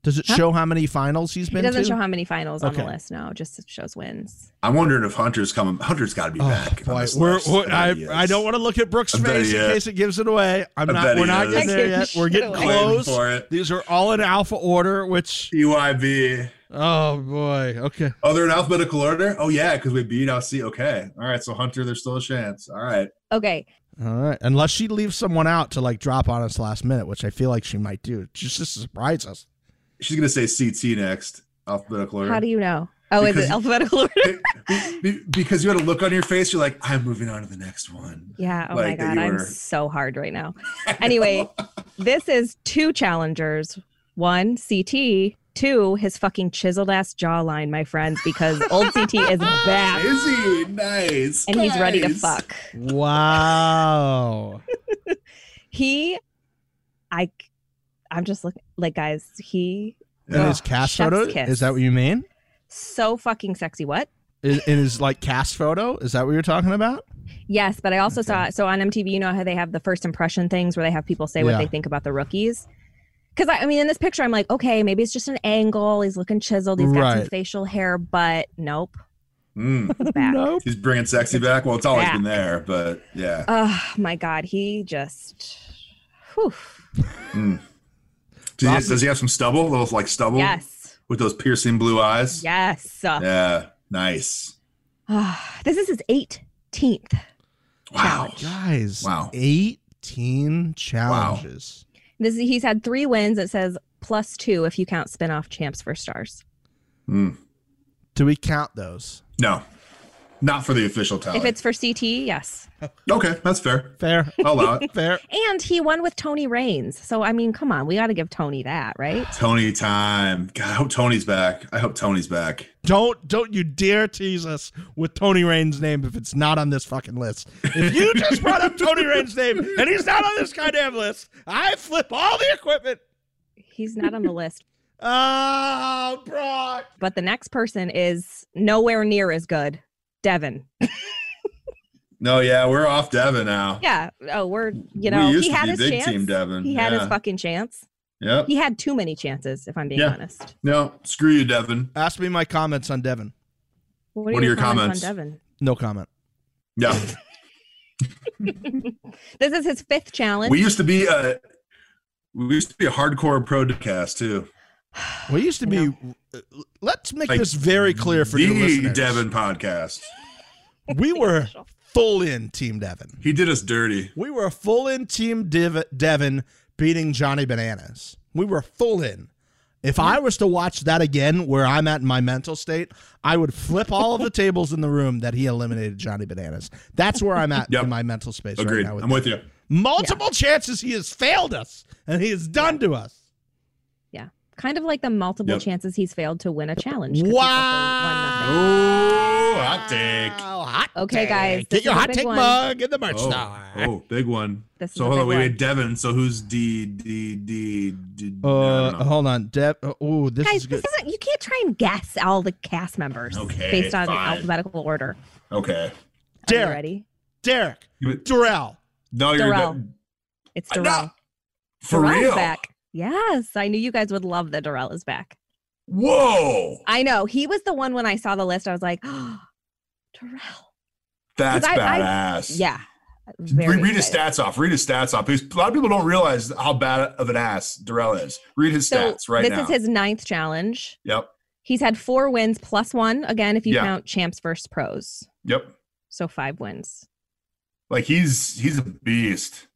[SPEAKER 2] Does it
[SPEAKER 3] Huh?
[SPEAKER 2] show how many finals he's
[SPEAKER 3] It
[SPEAKER 2] been
[SPEAKER 3] doesn't
[SPEAKER 2] to?
[SPEAKER 3] show how many finals on
[SPEAKER 2] Okay.
[SPEAKER 3] the list. No, just it shows wins.
[SPEAKER 4] I'm wondering if Hunter's coming. Hunter's got to be
[SPEAKER 2] Oh,
[SPEAKER 4] back. on
[SPEAKER 2] boy.
[SPEAKER 4] this
[SPEAKER 2] We're,
[SPEAKER 4] list.
[SPEAKER 2] we're-
[SPEAKER 4] bet he is.
[SPEAKER 2] I, I don't want to look at Brooks'
[SPEAKER 4] I bet
[SPEAKER 2] face
[SPEAKER 4] he
[SPEAKER 2] in
[SPEAKER 4] is.
[SPEAKER 2] case it gives it away. I'm
[SPEAKER 4] I
[SPEAKER 2] not.
[SPEAKER 4] bet
[SPEAKER 2] We're
[SPEAKER 4] he
[SPEAKER 2] not
[SPEAKER 4] is.
[SPEAKER 2] getting there
[SPEAKER 3] Getting
[SPEAKER 2] yet. We're
[SPEAKER 3] shit
[SPEAKER 2] getting
[SPEAKER 3] away.
[SPEAKER 4] Claim
[SPEAKER 2] close.
[SPEAKER 4] for it.
[SPEAKER 2] These are all in alpha order, which
[SPEAKER 4] EYB.
[SPEAKER 2] oh boy, okay.
[SPEAKER 4] Oh, they're in alphabetical order. Oh yeah, because we beat LC. Okay. All right. So Hunter, there's still a chance. All right.
[SPEAKER 3] Okay.
[SPEAKER 2] All right, unless she leaves someone out to like drop on us last minute, which I feel like she might do, just to surprise us.
[SPEAKER 4] She's gonna say CT next. Alphabetical order.
[SPEAKER 3] How do you know? Oh, is
[SPEAKER 4] Because-
[SPEAKER 3] it alphabetical order?
[SPEAKER 4] <laughs> Be- be- because you had a look on your face. You're like, I'm moving on to the next one.
[SPEAKER 3] Yeah. Oh
[SPEAKER 4] Like,
[SPEAKER 3] my
[SPEAKER 4] that
[SPEAKER 3] God.
[SPEAKER 4] you
[SPEAKER 3] I'm
[SPEAKER 4] were-
[SPEAKER 3] so hard right now. <laughs> Anyway, this is two challengers one, CT, two, his fucking chiseled ass jawline, my friends, because old CT is
[SPEAKER 4] <laughs>
[SPEAKER 3] back
[SPEAKER 4] Is he nice?
[SPEAKER 3] and he's ready to
[SPEAKER 4] Nice.
[SPEAKER 3] fuck.
[SPEAKER 2] Wow.
[SPEAKER 3] He, I, I'm just looking, like, guys, he,
[SPEAKER 2] In
[SPEAKER 4] Yeah.
[SPEAKER 2] his cast
[SPEAKER 3] chef's
[SPEAKER 2] photo,
[SPEAKER 3] kiss.
[SPEAKER 2] is that what you mean?
[SPEAKER 3] so fucking sexy. What?
[SPEAKER 2] In, in his like cast photo, is that what you're talking about?
[SPEAKER 3] Yes, but I also saw so on MTV. You know how they have the first impression things where they have people say what
[SPEAKER 2] Yeah.
[SPEAKER 3] they think about the rookies. Because I, I mean, in this picture, I'm like, okay, maybe it's just an angle. He's looking chiseled. He's got some
[SPEAKER 2] Right.
[SPEAKER 3] facial hair, but nope.
[SPEAKER 4] Mm.
[SPEAKER 3] he's
[SPEAKER 2] <laughs>
[SPEAKER 3] back.
[SPEAKER 2] Nope.
[SPEAKER 4] He's bringing sexy back. Well, it's always
[SPEAKER 3] Back.
[SPEAKER 4] been there, but yeah.
[SPEAKER 3] Oh my god, he just. Whew.
[SPEAKER 4] Does
[SPEAKER 2] Ross-
[SPEAKER 4] he, does he have some stubble? Little like stubble
[SPEAKER 3] Yes,
[SPEAKER 4] with those piercing blue eyes.
[SPEAKER 3] yes.
[SPEAKER 4] Yeah. Nice.
[SPEAKER 3] Ah, this is his 18th.
[SPEAKER 4] Wow.
[SPEAKER 2] Guys,
[SPEAKER 4] Wow.
[SPEAKER 2] 18 challenges.
[SPEAKER 3] This is, he's had three wins. It says plus two if you count spin-off champs for stars.
[SPEAKER 4] Mm.
[SPEAKER 2] Do we count those?
[SPEAKER 4] No, not for the official tally.
[SPEAKER 3] If it's for CT, yes.
[SPEAKER 4] okay, that's fair.
[SPEAKER 2] Fair.
[SPEAKER 4] I'll allow it.
[SPEAKER 2] Fair.
[SPEAKER 3] And he won with Tony Reigns. So I mean, come on, we got to give Tony that, right?
[SPEAKER 4] Tony time. God, I hope Tony's back. I hope Tony's back.
[SPEAKER 2] Don't don't you dare tease us with Tony Rain's name if it's not on this fucking list. If you just brought up Tony Rain's name and he's not on this goddamn list, I flip all the equipment.
[SPEAKER 3] <gasps> He's not on the list.
[SPEAKER 2] Oh, Brock.
[SPEAKER 3] But the next person is nowhere near as good. Devin.
[SPEAKER 4] No, yeah, we're off Devin now.
[SPEAKER 3] Yeah. Oh, we're you know
[SPEAKER 4] we used
[SPEAKER 3] he
[SPEAKER 4] to
[SPEAKER 3] had
[SPEAKER 4] be
[SPEAKER 3] his
[SPEAKER 4] big
[SPEAKER 3] chance.
[SPEAKER 4] team Devin.
[SPEAKER 3] he had
[SPEAKER 4] yeah.
[SPEAKER 3] his fucking chance.
[SPEAKER 4] Yep.
[SPEAKER 3] He had too many chances, if I'm being
[SPEAKER 4] Yeah.
[SPEAKER 3] honest.
[SPEAKER 4] No, screw you, Devin.
[SPEAKER 2] Ask me my comments on Devin.
[SPEAKER 3] What
[SPEAKER 4] What are your comments?
[SPEAKER 3] on Devin?
[SPEAKER 2] No comment.
[SPEAKER 4] Yeah.
[SPEAKER 3] This is his fifth challenge.
[SPEAKER 4] we used to be a we used to be a hardcore podcast too.
[SPEAKER 2] We used to
[SPEAKER 3] I
[SPEAKER 2] be. uh, Let's make
[SPEAKER 4] Like,
[SPEAKER 2] this very clear for new
[SPEAKER 4] the
[SPEAKER 2] listeners.
[SPEAKER 4] Devin podcast.
[SPEAKER 2] we were full in Team Devin.
[SPEAKER 4] He did us dirty.
[SPEAKER 2] We were full in Team Div- Devin beating Johnny Bananas. We were full in. If I was to watch that again, where I'm at in my mental state, I would flip all of the tables in the room that he eliminated Johnny Bananas. That's where I'm at
[SPEAKER 4] Yep.
[SPEAKER 2] in my mental space right
[SPEAKER 4] Agreed.
[SPEAKER 2] now.
[SPEAKER 4] I'm with you.
[SPEAKER 2] Multiple chances he has failed us, and he has done to us.
[SPEAKER 3] yeah. Kind of like the multiple
[SPEAKER 4] Yep.
[SPEAKER 3] chances he's failed to win a challenge. 'cause he's also won nothing.
[SPEAKER 4] Oh, hot take.
[SPEAKER 2] Wow, hot
[SPEAKER 3] Okay,
[SPEAKER 2] take.
[SPEAKER 3] guys, this
[SPEAKER 2] Get your
[SPEAKER 3] is a
[SPEAKER 2] hot
[SPEAKER 3] big
[SPEAKER 2] take
[SPEAKER 3] one.
[SPEAKER 2] mug in the merch
[SPEAKER 4] Oh,
[SPEAKER 2] store.
[SPEAKER 4] oh, big one.
[SPEAKER 3] This is
[SPEAKER 4] so
[SPEAKER 3] a
[SPEAKER 4] hold on,
[SPEAKER 3] big
[SPEAKER 4] wait,
[SPEAKER 3] one.
[SPEAKER 4] wait, Devin. So who's D D D D? I don't
[SPEAKER 2] Uh,
[SPEAKER 4] know.
[SPEAKER 2] hold on, Deb. Oh, this
[SPEAKER 3] Guys,
[SPEAKER 2] is
[SPEAKER 3] this
[SPEAKER 2] good.
[SPEAKER 3] isn't, you can't try and guess all the cast members
[SPEAKER 4] Okay,
[SPEAKER 3] based on
[SPEAKER 4] fine.
[SPEAKER 3] alphabetical order. Are
[SPEAKER 4] Okay.
[SPEAKER 3] you
[SPEAKER 2] Derek.
[SPEAKER 3] ready?
[SPEAKER 2] Derek
[SPEAKER 4] You-
[SPEAKER 2] Durrell.
[SPEAKER 4] No, you're
[SPEAKER 3] Darrell.
[SPEAKER 4] not-
[SPEAKER 3] It's
[SPEAKER 4] No,
[SPEAKER 3] Darrell.
[SPEAKER 4] for
[SPEAKER 3] Darrell's
[SPEAKER 4] real.
[SPEAKER 3] back. Yes, I knew you guys would love that Darrell is back.
[SPEAKER 4] Whoa,
[SPEAKER 3] I know he was the one when I saw the list. I was like, <gasps> oh, Darrell.
[SPEAKER 4] that's
[SPEAKER 3] I- I-
[SPEAKER 4] badass.
[SPEAKER 3] Yeah.
[SPEAKER 4] Re-
[SPEAKER 3] Very
[SPEAKER 4] read his
[SPEAKER 3] excited.
[SPEAKER 4] stats off. Read his stats off. Because a lot of people don't realize how bad of an ass Darrell is. Read his stats
[SPEAKER 3] so
[SPEAKER 4] right
[SPEAKER 3] this
[SPEAKER 4] now.
[SPEAKER 3] is his ninth challenge.
[SPEAKER 4] yep.
[SPEAKER 3] He's had four wins plus one again if you
[SPEAKER 4] Yeah.
[SPEAKER 3] count champs versus pros.
[SPEAKER 4] Yep.
[SPEAKER 3] So five wins.
[SPEAKER 4] Like he's he's a beast.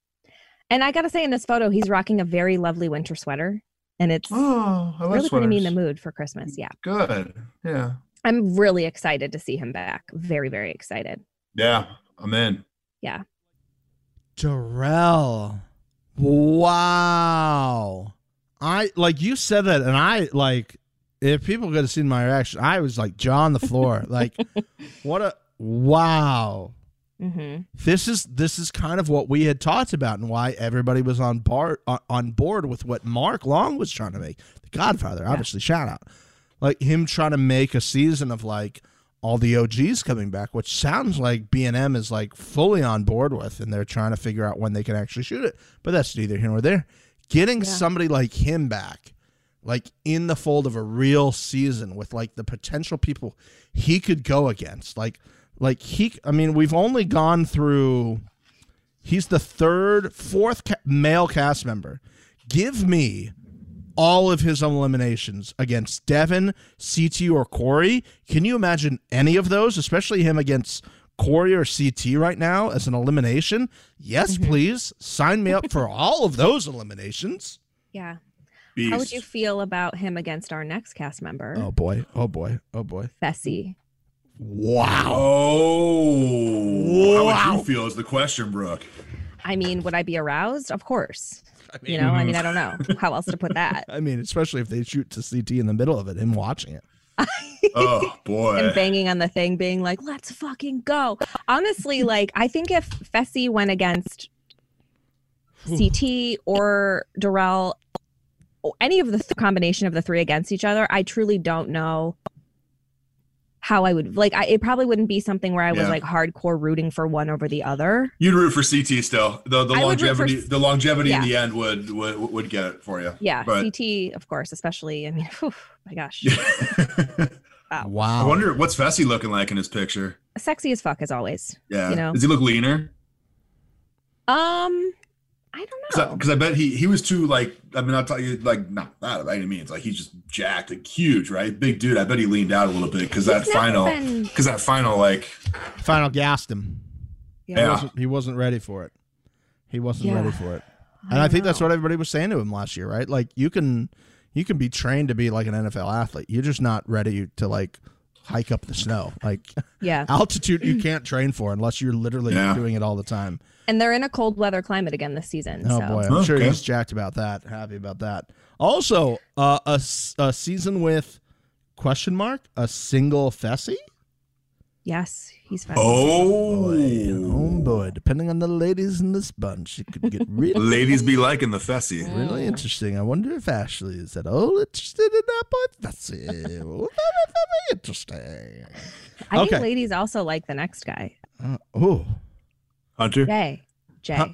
[SPEAKER 3] And I gotta say, in this photo, he's rocking a very lovely winter sweater, and it's
[SPEAKER 4] Oh, I
[SPEAKER 3] really putting me in the mood for Christmas. Yeah.
[SPEAKER 4] Good. Yeah.
[SPEAKER 3] I'm really excited to see him back. Very, very excited.
[SPEAKER 4] Yeah, I'm in.
[SPEAKER 2] Darrell. Wow. I like you said that and I like if people could have seen my reaction, I was like jaw on the floor.
[SPEAKER 3] <laughs>
[SPEAKER 2] like what a wow.
[SPEAKER 3] hmm
[SPEAKER 2] This is this is kind of what we had talked about and why everybody was on bar on- on board with what Mark Long was trying to make. The Godfather, obviously, shout out. Like him trying to make a season of like all the OGs coming back, which sounds like B and M is like fully on board with, and they're trying to figure out when they can actually shoot it. But that's neither here nor there. Getting
[SPEAKER 3] Yeah.
[SPEAKER 2] somebody like him back, like in the fold of a real season with like the potential people he could go against, like like he. I mean, we've only gone through. He's the third, fourth ca- male cast member. Give me all of his eliminations against Devin, CT, or Corey. Can you imagine any of those, especially him against Corey or CT right now as an elimination? Yes, please. Sign me up for all of those eliminations.
[SPEAKER 3] Yeah.
[SPEAKER 4] Beast.
[SPEAKER 3] How would you feel about him against our next cast member,
[SPEAKER 2] Oh, boy. Oh, boy. Oh, boy.
[SPEAKER 3] Fessy?
[SPEAKER 2] Wow.
[SPEAKER 4] Oh, how
[SPEAKER 2] Wow.
[SPEAKER 4] would you feel is the
[SPEAKER 3] <laughs>
[SPEAKER 4] question, Brooke.
[SPEAKER 3] I mean, would I be aroused? Of course. you know, I mean, mm. I don't know how else to put that.
[SPEAKER 2] I mean, especially if they shoot to CT in the middle of it, him watching it.
[SPEAKER 4] Oh boy,
[SPEAKER 3] and banging on the thing, being like, let's fucking go. Honestly, like, I think if Fessy went against CT or Darrell, or any of the th- combination of the three against each other, I truly don't know how I would like. I, it probably wouldn't be something where I was
[SPEAKER 4] Yeah.
[SPEAKER 3] like hardcore rooting for one over the other.
[SPEAKER 4] you'd root for CT still. The the
[SPEAKER 3] I would root for
[SPEAKER 4] longevity,
[SPEAKER 3] C-
[SPEAKER 4] the longevity in the end would would would get it for you. <laughs>
[SPEAKER 3] Yeah,
[SPEAKER 4] Right.
[SPEAKER 3] CT, of course, especially. I mean, <laughs> whew, my gosh, Wow.
[SPEAKER 4] I
[SPEAKER 2] Wow.
[SPEAKER 4] wonder what's Fessy looking like in his picture.
[SPEAKER 3] sexy as fuck as always.
[SPEAKER 4] Yeah,
[SPEAKER 3] You know.
[SPEAKER 4] does he look leaner?
[SPEAKER 3] Um, I don't know.
[SPEAKER 4] Because I, bet he he was too like I mean I'll tell you like not not by any means like he's just jacked like huge right big dude I bet he leaned out a little bit because that
[SPEAKER 3] He's never
[SPEAKER 4] final
[SPEAKER 3] been-
[SPEAKER 4] because that final like
[SPEAKER 2] Final gassed him.
[SPEAKER 3] Yeah.
[SPEAKER 2] He,
[SPEAKER 4] Yeah.
[SPEAKER 2] wasn't, he wasn't ready for it. He wasn't
[SPEAKER 3] Yeah.
[SPEAKER 2] ready for it. and I
[SPEAKER 3] don't
[SPEAKER 2] think that's
[SPEAKER 3] know.
[SPEAKER 2] what everybody was saying to him last year, right? Like you can you can be trained to be like an NFL athlete. You're just not ready to like hike up the snow. Like
[SPEAKER 3] Yeah.
[SPEAKER 2] altitude you can't train for unless you're literally
[SPEAKER 4] Yeah.
[SPEAKER 2] doing it all the time.
[SPEAKER 3] And they're in a cold weather climate again this season.
[SPEAKER 2] Oh
[SPEAKER 3] so.
[SPEAKER 2] boy, I'm sure
[SPEAKER 4] Okay.
[SPEAKER 2] he's jacked about that. Happy about that. Also, uh, a, s- a season with question mark, a single Fessy?
[SPEAKER 3] Yes, he's fine.
[SPEAKER 4] oh
[SPEAKER 2] Boy, oh boy, depending on the ladies in this bunch, it
[SPEAKER 3] <laughs>
[SPEAKER 2] could get really
[SPEAKER 4] ladies be liking the Fessy
[SPEAKER 2] Really interesting. I wonder if Ashley is at all interested in that boy. That's it. Very, very interesting.
[SPEAKER 3] I
[SPEAKER 2] okay.
[SPEAKER 3] think ladies also like the next guy.
[SPEAKER 2] Uh, oh,
[SPEAKER 4] Hunter
[SPEAKER 3] Jay. Jay.
[SPEAKER 2] Huh?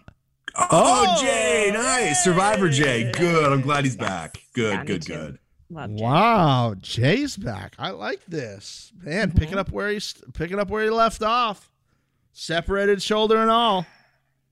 [SPEAKER 4] oh, Jay nice Survivor Jay good I'm glad he's back good
[SPEAKER 3] Yeah, me
[SPEAKER 4] good
[SPEAKER 3] too.
[SPEAKER 4] good
[SPEAKER 3] Love Jay.
[SPEAKER 2] wow, Jay's back. I like this man. Picking
[SPEAKER 3] Mhm.
[SPEAKER 2] up where he's picking up where he left off, separated shoulder and all,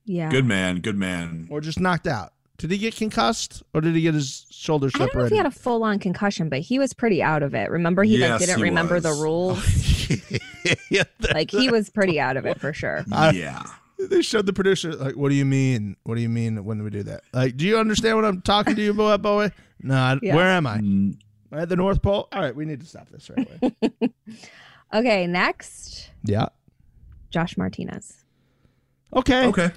[SPEAKER 3] Yeah.
[SPEAKER 4] good man good man
[SPEAKER 2] or just knocked out. Did he get concussed, or did he get his shoulder
[SPEAKER 3] I don't know if
[SPEAKER 2] separated?
[SPEAKER 3] he had a full on concussion, but he was pretty out of it. Remember, he
[SPEAKER 4] Yes,
[SPEAKER 3] like didn't
[SPEAKER 4] he
[SPEAKER 3] remember the
[SPEAKER 4] was. Oh.
[SPEAKER 3] rules.
[SPEAKER 2] <laughs> yeah,
[SPEAKER 4] <laughs>
[SPEAKER 2] the-
[SPEAKER 3] like he was pretty out of it for sure.
[SPEAKER 2] I-
[SPEAKER 4] yeah
[SPEAKER 2] they showed the producer like, "What do you mean? What do you mean when we do that? Like, do you understand what I'm talking to you about, boy? No, I,
[SPEAKER 3] Yeah.
[SPEAKER 2] where am I?
[SPEAKER 4] Mm,
[SPEAKER 2] Am I At the North Pole. All right, we need to stop this right
[SPEAKER 3] <laughs>
[SPEAKER 2] away.
[SPEAKER 3] Okay, next,
[SPEAKER 2] yeah.
[SPEAKER 3] Josh Martinez.
[SPEAKER 2] Okay.
[SPEAKER 4] okay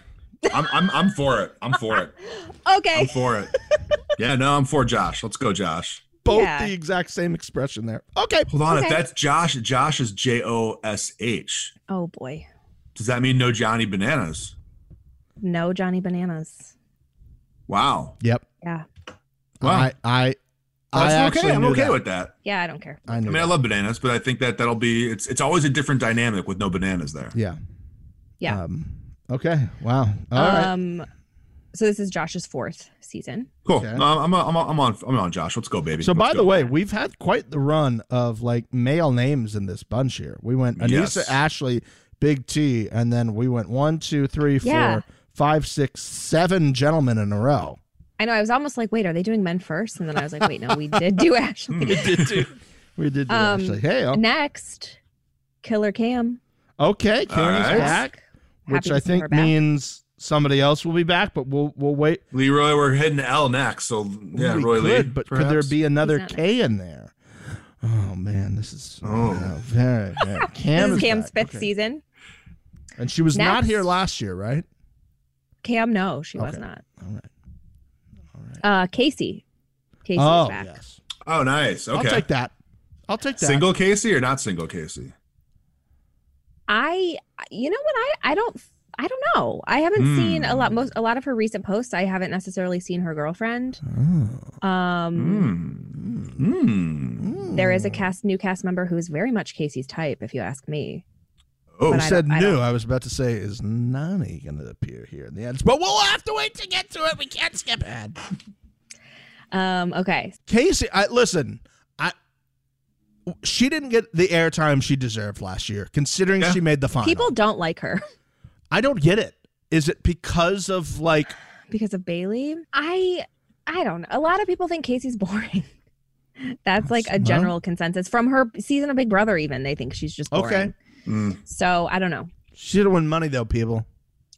[SPEAKER 4] I'm I'm I'm for it I'm for it I'm
[SPEAKER 3] Okay.
[SPEAKER 2] Oh.
[SPEAKER 3] <laughs>
[SPEAKER 4] for it yeah no I'm for Josh let's go Josh.
[SPEAKER 2] Both
[SPEAKER 3] Yeah.
[SPEAKER 2] the exact same expression there. Okay.
[SPEAKER 4] Hold on, if
[SPEAKER 3] Okay.
[SPEAKER 4] that's Josh, Josh is J O S H.
[SPEAKER 3] Oh boy.
[SPEAKER 4] Does that mean no Johnny Bananas?
[SPEAKER 3] No Johnny Bananas.
[SPEAKER 4] Wow.
[SPEAKER 2] Yep.
[SPEAKER 3] Yeah.
[SPEAKER 4] Wow.
[SPEAKER 2] I I I
[SPEAKER 4] That's
[SPEAKER 2] actually
[SPEAKER 4] okay. I'm
[SPEAKER 2] knew
[SPEAKER 4] okay
[SPEAKER 2] that.
[SPEAKER 4] with that.
[SPEAKER 3] Yeah, I don't care.
[SPEAKER 2] I
[SPEAKER 4] I
[SPEAKER 2] knew.
[SPEAKER 4] mean, I
[SPEAKER 2] that.
[SPEAKER 4] love bananas, but I think that that'll be it's it's always a different dynamic with no bananas there.
[SPEAKER 2] Yeah.
[SPEAKER 3] Yeah.
[SPEAKER 2] Um, okay. Wow. All right.
[SPEAKER 3] um so this is Josh's fourth season.
[SPEAKER 4] Cool.
[SPEAKER 2] Okay.
[SPEAKER 4] No, I'm, I'm, I'm on I'm on Josh. Let's go, baby.
[SPEAKER 2] So
[SPEAKER 4] Let's
[SPEAKER 2] by the
[SPEAKER 4] go.
[SPEAKER 2] way, we've had quite the run of like male names in this bunch here. We went Anissa
[SPEAKER 4] Yes.
[SPEAKER 2] Ashley, Big T, and then we went one, two, three,
[SPEAKER 3] Yeah.
[SPEAKER 2] four, five, six, seven gentlemen in a row.
[SPEAKER 3] I know. I was almost like, wait, are they doing men first? And then I was like, wait, no, we did
[SPEAKER 4] <laughs>
[SPEAKER 3] do Ashley.
[SPEAKER 2] We did do
[SPEAKER 3] Um,
[SPEAKER 2] Ashley. Hey, oh,
[SPEAKER 3] Next, Killer Cam.
[SPEAKER 2] okay, Karen
[SPEAKER 4] right.
[SPEAKER 2] is back, which
[SPEAKER 3] Happy to
[SPEAKER 2] I
[SPEAKER 3] see her
[SPEAKER 2] think
[SPEAKER 3] back.
[SPEAKER 2] means somebody else will be back, but we'll we'll wait.
[SPEAKER 4] Leroy, we're hitting L next, so yeah,
[SPEAKER 2] we
[SPEAKER 4] Roy
[SPEAKER 2] could,
[SPEAKER 4] Lee.
[SPEAKER 2] but could there
[SPEAKER 4] perhaps?
[SPEAKER 2] be another
[SPEAKER 3] He's not
[SPEAKER 2] K in there? Oh man, this is
[SPEAKER 4] Oh.
[SPEAKER 2] yeah, very very. Cam
[SPEAKER 3] <laughs> this is
[SPEAKER 2] is
[SPEAKER 3] Cam's
[SPEAKER 2] back.
[SPEAKER 3] fifth
[SPEAKER 2] Okay.
[SPEAKER 3] season.
[SPEAKER 2] and she was not
[SPEAKER 3] Next.
[SPEAKER 2] here last year, right?
[SPEAKER 3] Cam, no, she was
[SPEAKER 2] Okay.
[SPEAKER 3] not.
[SPEAKER 2] All right, all right.
[SPEAKER 3] Uh, Casey. Casey's
[SPEAKER 2] oh
[SPEAKER 3] back.
[SPEAKER 2] yes,
[SPEAKER 4] Oh, nice.
[SPEAKER 2] I'll
[SPEAKER 4] Okay.
[SPEAKER 2] take that. I'll take that.
[SPEAKER 4] Single Casey or not single Casey?
[SPEAKER 3] I, you know what? I, I don't, I don't know. I haven't
[SPEAKER 4] Hmm.
[SPEAKER 3] seen a lot, most, a lot of her recent posts. I haven't necessarily seen her girlfriend.
[SPEAKER 2] Oh.
[SPEAKER 3] Um,
[SPEAKER 4] Mm. Mm.
[SPEAKER 2] Hmm.
[SPEAKER 3] there is a cast, new cast member who is very much Casey's type, if you ask me.
[SPEAKER 4] Oh,
[SPEAKER 2] You
[SPEAKER 3] I
[SPEAKER 2] said
[SPEAKER 3] don't- I
[SPEAKER 2] new.
[SPEAKER 3] don't-
[SPEAKER 2] I was about to say, is Nani going to appear here in the end? But we'll have to wait to get to it. We can't skip ahead.
[SPEAKER 3] Um, okay.
[SPEAKER 2] Casey, I listen. I she didn't get the airtime she deserved last year, considering
[SPEAKER 4] Yeah.
[SPEAKER 2] she made the final.
[SPEAKER 3] People don't like her
[SPEAKER 2] I don't get it. Is it because of like?
[SPEAKER 3] because of Bailey. I, I don't know. A lot of people think Casey's boring. <laughs> That's like a
[SPEAKER 2] Well-
[SPEAKER 3] general consensus from her season of Big Brother. Even they think she's just boring.
[SPEAKER 2] Okay.
[SPEAKER 4] Mm.
[SPEAKER 3] So I don't know.
[SPEAKER 2] She did win money though, people.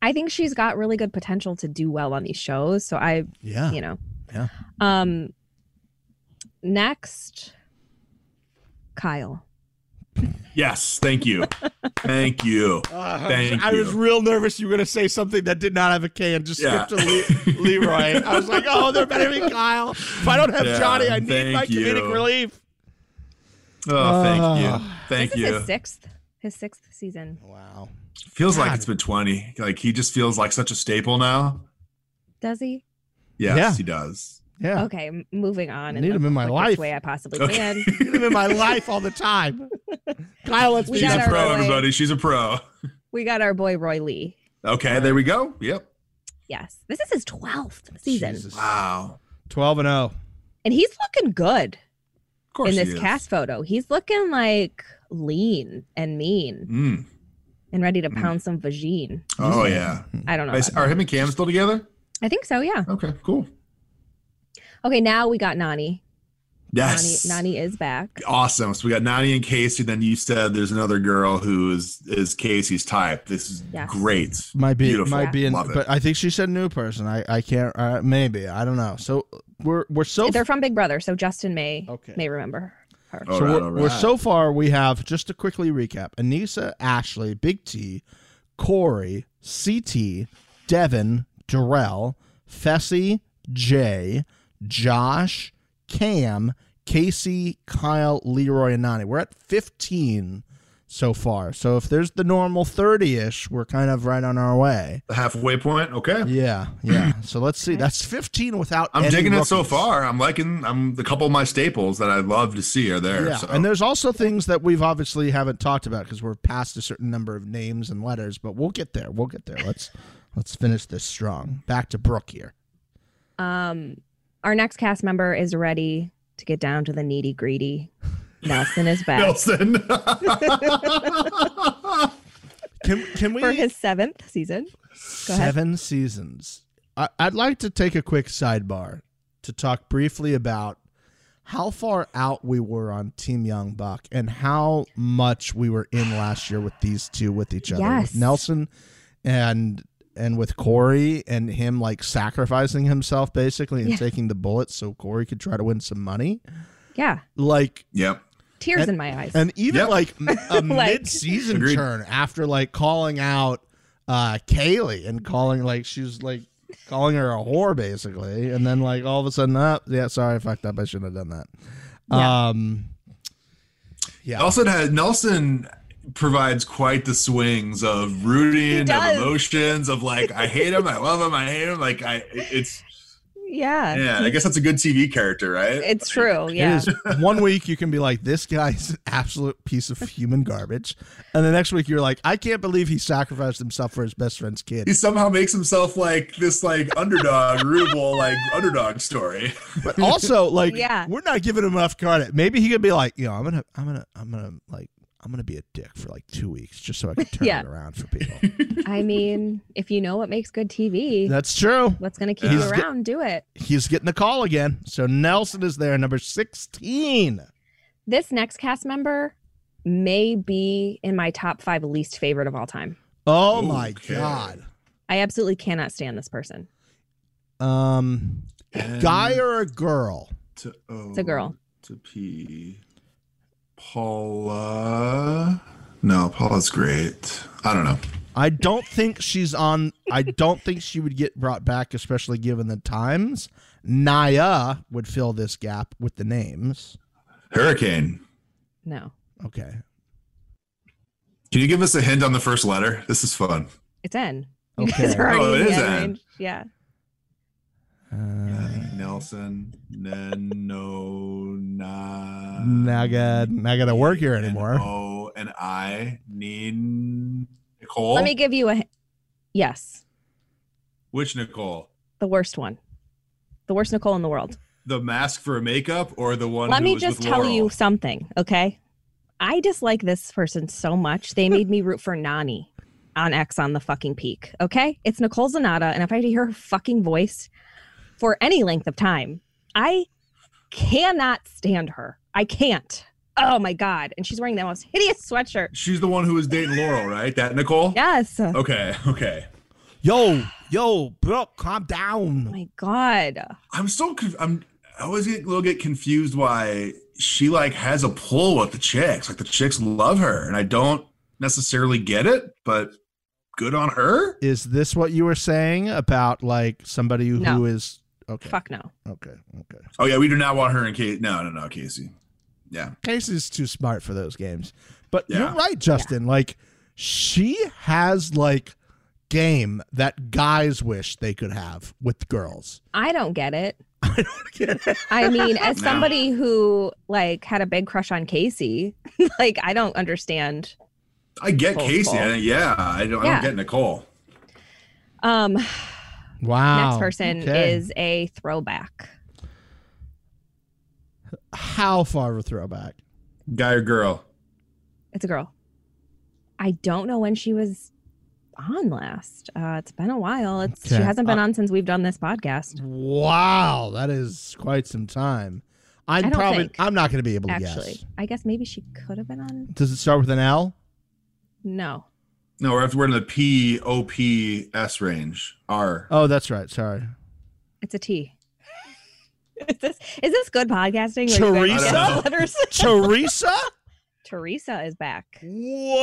[SPEAKER 3] I think she's got really good potential to do well on these shows. So I,
[SPEAKER 2] Yeah.
[SPEAKER 3] you know.
[SPEAKER 2] Yeah.
[SPEAKER 3] Um next Kyle.
[SPEAKER 4] Yes. Thank
[SPEAKER 2] <laughs>
[SPEAKER 4] you. thank you. Thank
[SPEAKER 2] Uh, I was
[SPEAKER 4] you.
[SPEAKER 2] real nervous you were going to say something that did not have a K and just
[SPEAKER 4] Yeah.
[SPEAKER 2] skipped to Le- Leroy. I was like, oh, there better be Kyle. If I don't have
[SPEAKER 4] Yeah,
[SPEAKER 2] Johnny, I need
[SPEAKER 4] thank
[SPEAKER 2] my comedic
[SPEAKER 4] you.
[SPEAKER 2] relief.
[SPEAKER 4] Oh, thank you.
[SPEAKER 2] Ah.
[SPEAKER 4] Thank
[SPEAKER 3] this is
[SPEAKER 4] you.
[SPEAKER 3] his sixth his sixth season.
[SPEAKER 2] Wow.
[SPEAKER 4] Feels like
[SPEAKER 2] God.
[SPEAKER 4] it's been 20. Like he just feels like such a staple now.
[SPEAKER 3] Does he?
[SPEAKER 4] Yes,
[SPEAKER 2] Yeah.
[SPEAKER 4] he does.
[SPEAKER 2] Yeah.
[SPEAKER 3] Okay, m- moving on.
[SPEAKER 2] I need
[SPEAKER 3] the
[SPEAKER 2] him in my
[SPEAKER 3] quickest
[SPEAKER 2] life.
[SPEAKER 3] way I possibly
[SPEAKER 4] Okay.
[SPEAKER 3] can.
[SPEAKER 4] <laughs>
[SPEAKER 2] Put him in my life all the time. Kyle, let's
[SPEAKER 3] We
[SPEAKER 2] be
[SPEAKER 4] She's
[SPEAKER 3] got
[SPEAKER 4] a
[SPEAKER 3] our
[SPEAKER 4] pro,
[SPEAKER 3] boy.
[SPEAKER 4] everybody. She's a pro.
[SPEAKER 3] We got our boy Roy Lee.
[SPEAKER 4] Okay, there we go. Yep.
[SPEAKER 3] Yes. This is his 12th season.
[SPEAKER 2] Jesus.
[SPEAKER 4] Wow.
[SPEAKER 2] 12 and oh. 0.
[SPEAKER 3] And he's looking good
[SPEAKER 4] Of course.
[SPEAKER 3] in
[SPEAKER 4] he
[SPEAKER 3] this
[SPEAKER 4] is.
[SPEAKER 3] cast photo. He's looking like lean and mean
[SPEAKER 4] Mm.
[SPEAKER 3] and ready to pound some vagine.
[SPEAKER 4] Oh yeah.
[SPEAKER 3] I don't know. about
[SPEAKER 4] Are him and Cam still together?
[SPEAKER 3] I think so, yeah.
[SPEAKER 4] Okay. Cool.
[SPEAKER 3] Okay, now we got Nani.
[SPEAKER 4] Yes.
[SPEAKER 3] Nani, Nani is back.
[SPEAKER 4] Awesome. So we got Nani and Casey. Then you said there's another girl who is is Casey's type. This is
[SPEAKER 3] Yes.
[SPEAKER 4] great.
[SPEAKER 2] Might be,
[SPEAKER 4] Beautiful.
[SPEAKER 2] might be, in,
[SPEAKER 4] Love it.
[SPEAKER 2] but I think she said new person. I, I can't, uh, maybe, I don't know. So we're we're so
[SPEAKER 3] They're from Big Brother, so Justin may
[SPEAKER 2] Okay.
[SPEAKER 3] may remember her.
[SPEAKER 4] All
[SPEAKER 2] so
[SPEAKER 4] Oh, right,
[SPEAKER 2] we're,
[SPEAKER 4] all
[SPEAKER 2] we're
[SPEAKER 4] right.
[SPEAKER 2] so far we have just to quickly recap anisa ashley big t corey ct devin Darrell, fessy jay josh cam casey kyle leroy and nani we're at 15 so far so if there's the normal 30ish we're kind of right on our way
[SPEAKER 4] The halfway point. Okay.
[SPEAKER 2] yeah yeah so let's see that's 15 without
[SPEAKER 4] I'm
[SPEAKER 2] any
[SPEAKER 4] digging it so
[SPEAKER 2] rookies.
[SPEAKER 4] far. I'm liking. I'm the couple of my staples that I love to see are there.
[SPEAKER 2] Yeah,
[SPEAKER 4] so.
[SPEAKER 2] and there's also things that we've obviously haven't talked about because we're past a certain number of names and letters, but we'll get there. We'll get there. Let's let's finish this strong. Back to Brooke here.
[SPEAKER 3] Um, our next cast member is ready to get down to the needy greedy.
[SPEAKER 4] <laughs>
[SPEAKER 3] Nelson is
[SPEAKER 2] <laughs>
[SPEAKER 3] back
[SPEAKER 4] <laughs> Nelson.
[SPEAKER 2] Can can we
[SPEAKER 3] for his seventh season. go ahead.
[SPEAKER 2] seven seasons? I, I'd like to take a quick sidebar to talk briefly about how far out we were on Team Young Buck and how much we were in last year with these two with each other,
[SPEAKER 3] Yes.
[SPEAKER 2] with Nelson and and with Corey and him like sacrificing himself basically and
[SPEAKER 3] Yeah.
[SPEAKER 2] taking the bullets so Corey could try to win some money.
[SPEAKER 3] Yeah,
[SPEAKER 2] Like
[SPEAKER 4] yep.
[SPEAKER 3] tears
[SPEAKER 2] And-
[SPEAKER 3] in my eyes.
[SPEAKER 2] and even
[SPEAKER 4] Yep.
[SPEAKER 2] like m- a
[SPEAKER 3] <laughs> Like-
[SPEAKER 2] mid-season
[SPEAKER 4] Agreed.
[SPEAKER 2] turn after like calling out uh Kaylee and calling like she was like calling her a whore basically, and then like all of a sudden, up, yeah, sorry, I fucked up. I shouldn't have done that.
[SPEAKER 3] Yeah.
[SPEAKER 2] Um, yeah,
[SPEAKER 4] Nelson has Nelson provides quite the swings of rooting, of
[SPEAKER 3] does.
[SPEAKER 4] emotions, of like I hate him, I love him, I hate him. Like I, it's
[SPEAKER 3] yeah,
[SPEAKER 4] yeah. I guess that's a good TV character, right?
[SPEAKER 3] it's true. Yeah,
[SPEAKER 4] <laughs>
[SPEAKER 2] It is one week you can be like, this guy's an absolute piece of human garbage, and the next week you're like, I can't believe he sacrificed himself for his best friend's kid.
[SPEAKER 4] he somehow makes himself like this like underdog, rootable like underdog story.
[SPEAKER 2] But
[SPEAKER 3] <laughs>
[SPEAKER 2] also, like,
[SPEAKER 3] Yeah.
[SPEAKER 2] we're not giving him enough credit. Maybe he could be like, you know, I'm gonna, I'm gonna, I'm gonna, like, I'm gonna be a dick for like two weeks just so I can turn
[SPEAKER 3] <laughs> Yeah.
[SPEAKER 2] it around for people. <laughs>
[SPEAKER 3] I mean, if you know what makes good TV,
[SPEAKER 2] That's true.
[SPEAKER 3] what's going to keep
[SPEAKER 2] He's
[SPEAKER 3] you
[SPEAKER 2] get-
[SPEAKER 3] around? Do it.
[SPEAKER 2] He's getting a call again. So Nelson is there, number sixteen.
[SPEAKER 3] This next cast member may be in my top five least favorite of all time.
[SPEAKER 2] Oh my
[SPEAKER 4] Okay.
[SPEAKER 2] god.
[SPEAKER 3] I absolutely cannot stand this person.
[SPEAKER 2] Um, guy or a girl?
[SPEAKER 4] to,
[SPEAKER 3] It's a girl.
[SPEAKER 4] to pee. Paula. No, Paula's great. I don't know.
[SPEAKER 2] I don't think she's on. I don't think she would get brought back, especially given the times. Naya would fill this gap with the names.
[SPEAKER 4] Hurricane.
[SPEAKER 3] No,
[SPEAKER 2] Okay.
[SPEAKER 4] Can you give us a hint on the first letter? This is fun.
[SPEAKER 3] it's N. <laughs> You guys
[SPEAKER 2] Okay.
[SPEAKER 3] are already
[SPEAKER 4] Oh, it
[SPEAKER 3] in the
[SPEAKER 4] is
[SPEAKER 3] N
[SPEAKER 4] N.
[SPEAKER 3] range. Yeah.
[SPEAKER 2] Uh,
[SPEAKER 4] Nelson. Neno. Na.
[SPEAKER 2] not gonna not gonna work here anymore.
[SPEAKER 4] Oh, and I need Nicole.
[SPEAKER 3] Let me give you a. h- Yes,
[SPEAKER 4] Which Nicole?
[SPEAKER 3] the worst one, the worst Nicole in the world.
[SPEAKER 4] The mask for makeup or the one?
[SPEAKER 3] Let
[SPEAKER 4] who
[SPEAKER 3] me
[SPEAKER 4] was
[SPEAKER 3] just
[SPEAKER 4] with
[SPEAKER 3] tell
[SPEAKER 4] Laurel?
[SPEAKER 3] you something, okay? I dislike this person so much. They made me root for Nani on X on the fucking peak, okay? It's Nicole Zanata, and if I had to hear her fucking voice for any length of time, I cannot stand her. I can't. Oh my God. And she's wearing the most hideous sweatshirt.
[SPEAKER 4] She's the one who was dating Laurel, right? That Nicole.
[SPEAKER 3] Yes. Oh
[SPEAKER 4] Okay. Okay.
[SPEAKER 2] Yo, yo, bro, calm down.
[SPEAKER 3] my God.
[SPEAKER 4] I'm still. Conf- I'm. I always get a little get confused why she like has a pull with the chicks. Like the chicks love her, and I don't necessarily get it, but good on her.
[SPEAKER 2] Is this what you were saying about like somebody
[SPEAKER 3] No.
[SPEAKER 2] who is okay?
[SPEAKER 3] Fuck no.
[SPEAKER 2] Okay, okay.
[SPEAKER 4] Oh yeah, we do not want her in Casey. No, no, no, Casey. Yeah.
[SPEAKER 2] Casey's too smart for those games. But you're
[SPEAKER 4] Yeah.
[SPEAKER 2] right, Justin. Like she has like game that guys wish they could have with girls.
[SPEAKER 3] I don't get
[SPEAKER 4] <laughs>
[SPEAKER 3] it. I mean, as
[SPEAKER 4] No.
[SPEAKER 3] somebody who like had a big crush on Casey, <laughs> like I don't understand.
[SPEAKER 4] I get
[SPEAKER 3] Nicole's
[SPEAKER 4] Casey. I,
[SPEAKER 3] fault.
[SPEAKER 4] yeah, I don't. I
[SPEAKER 3] Yeah.
[SPEAKER 4] don't get Nicole.
[SPEAKER 3] Um,
[SPEAKER 2] Wow.
[SPEAKER 3] next person
[SPEAKER 2] Okay.
[SPEAKER 3] is a throwback.
[SPEAKER 2] how far of a throwback?
[SPEAKER 4] Guy or girl?
[SPEAKER 3] It's a girl. I don't know when she was on last. Uh, it's been a while. It's she
[SPEAKER 2] Okay. Uh,
[SPEAKER 3] hasn't been on since we've done this podcast.
[SPEAKER 2] Wow, that is quite some time. I'm
[SPEAKER 3] I don't
[SPEAKER 2] probably
[SPEAKER 3] think,
[SPEAKER 2] I'm not going to be able to
[SPEAKER 3] Actually,
[SPEAKER 2] guess.
[SPEAKER 3] I guess maybe she could have been on.
[SPEAKER 2] Does it start with an L?
[SPEAKER 3] No,
[SPEAKER 4] No, we're we're in the P O P S range. R.
[SPEAKER 2] Oh, that's right. Sorry.
[SPEAKER 3] it's a T. <laughs> is this is this good podcasting? where you guys
[SPEAKER 4] Teresa?
[SPEAKER 3] get all the letters? <laughs>
[SPEAKER 2] Teresa?
[SPEAKER 3] Teresa is back.
[SPEAKER 2] Whoa,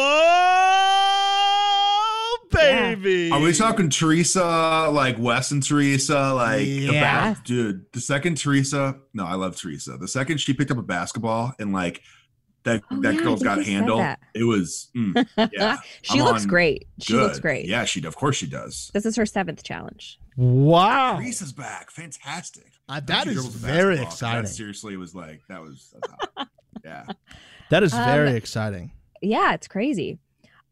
[SPEAKER 3] Yeah.
[SPEAKER 2] baby.
[SPEAKER 4] Are we talking Teresa, like Wes and Teresa, like the
[SPEAKER 2] Yeah.
[SPEAKER 4] ba- dude? The second Teresa, no, I love Teresa. The second she picked up a basketball and like that
[SPEAKER 3] Oh,
[SPEAKER 4] that
[SPEAKER 3] yeah, I
[SPEAKER 4] girl's
[SPEAKER 3] think
[SPEAKER 4] got
[SPEAKER 3] you said
[SPEAKER 4] handle.
[SPEAKER 3] that.
[SPEAKER 4] It was mm, yeah,
[SPEAKER 3] she
[SPEAKER 4] I'm
[SPEAKER 3] looks
[SPEAKER 4] on
[SPEAKER 3] great. <laughs> She looks
[SPEAKER 4] good.
[SPEAKER 3] great.
[SPEAKER 4] Yeah, she of course she does.
[SPEAKER 3] This is her seventh challenge. Oh.
[SPEAKER 2] Wow.
[SPEAKER 4] Teresa's back, fantastic.
[SPEAKER 2] Uh, that
[SPEAKER 4] She
[SPEAKER 2] is
[SPEAKER 4] dribbles the
[SPEAKER 2] very
[SPEAKER 4] basketball.
[SPEAKER 2] exciting.
[SPEAKER 4] That seriously was like that was, that was
[SPEAKER 3] <laughs>
[SPEAKER 4] hot. yeah.
[SPEAKER 2] That is
[SPEAKER 3] Um,
[SPEAKER 2] very exciting.
[SPEAKER 3] Yeah, it's crazy.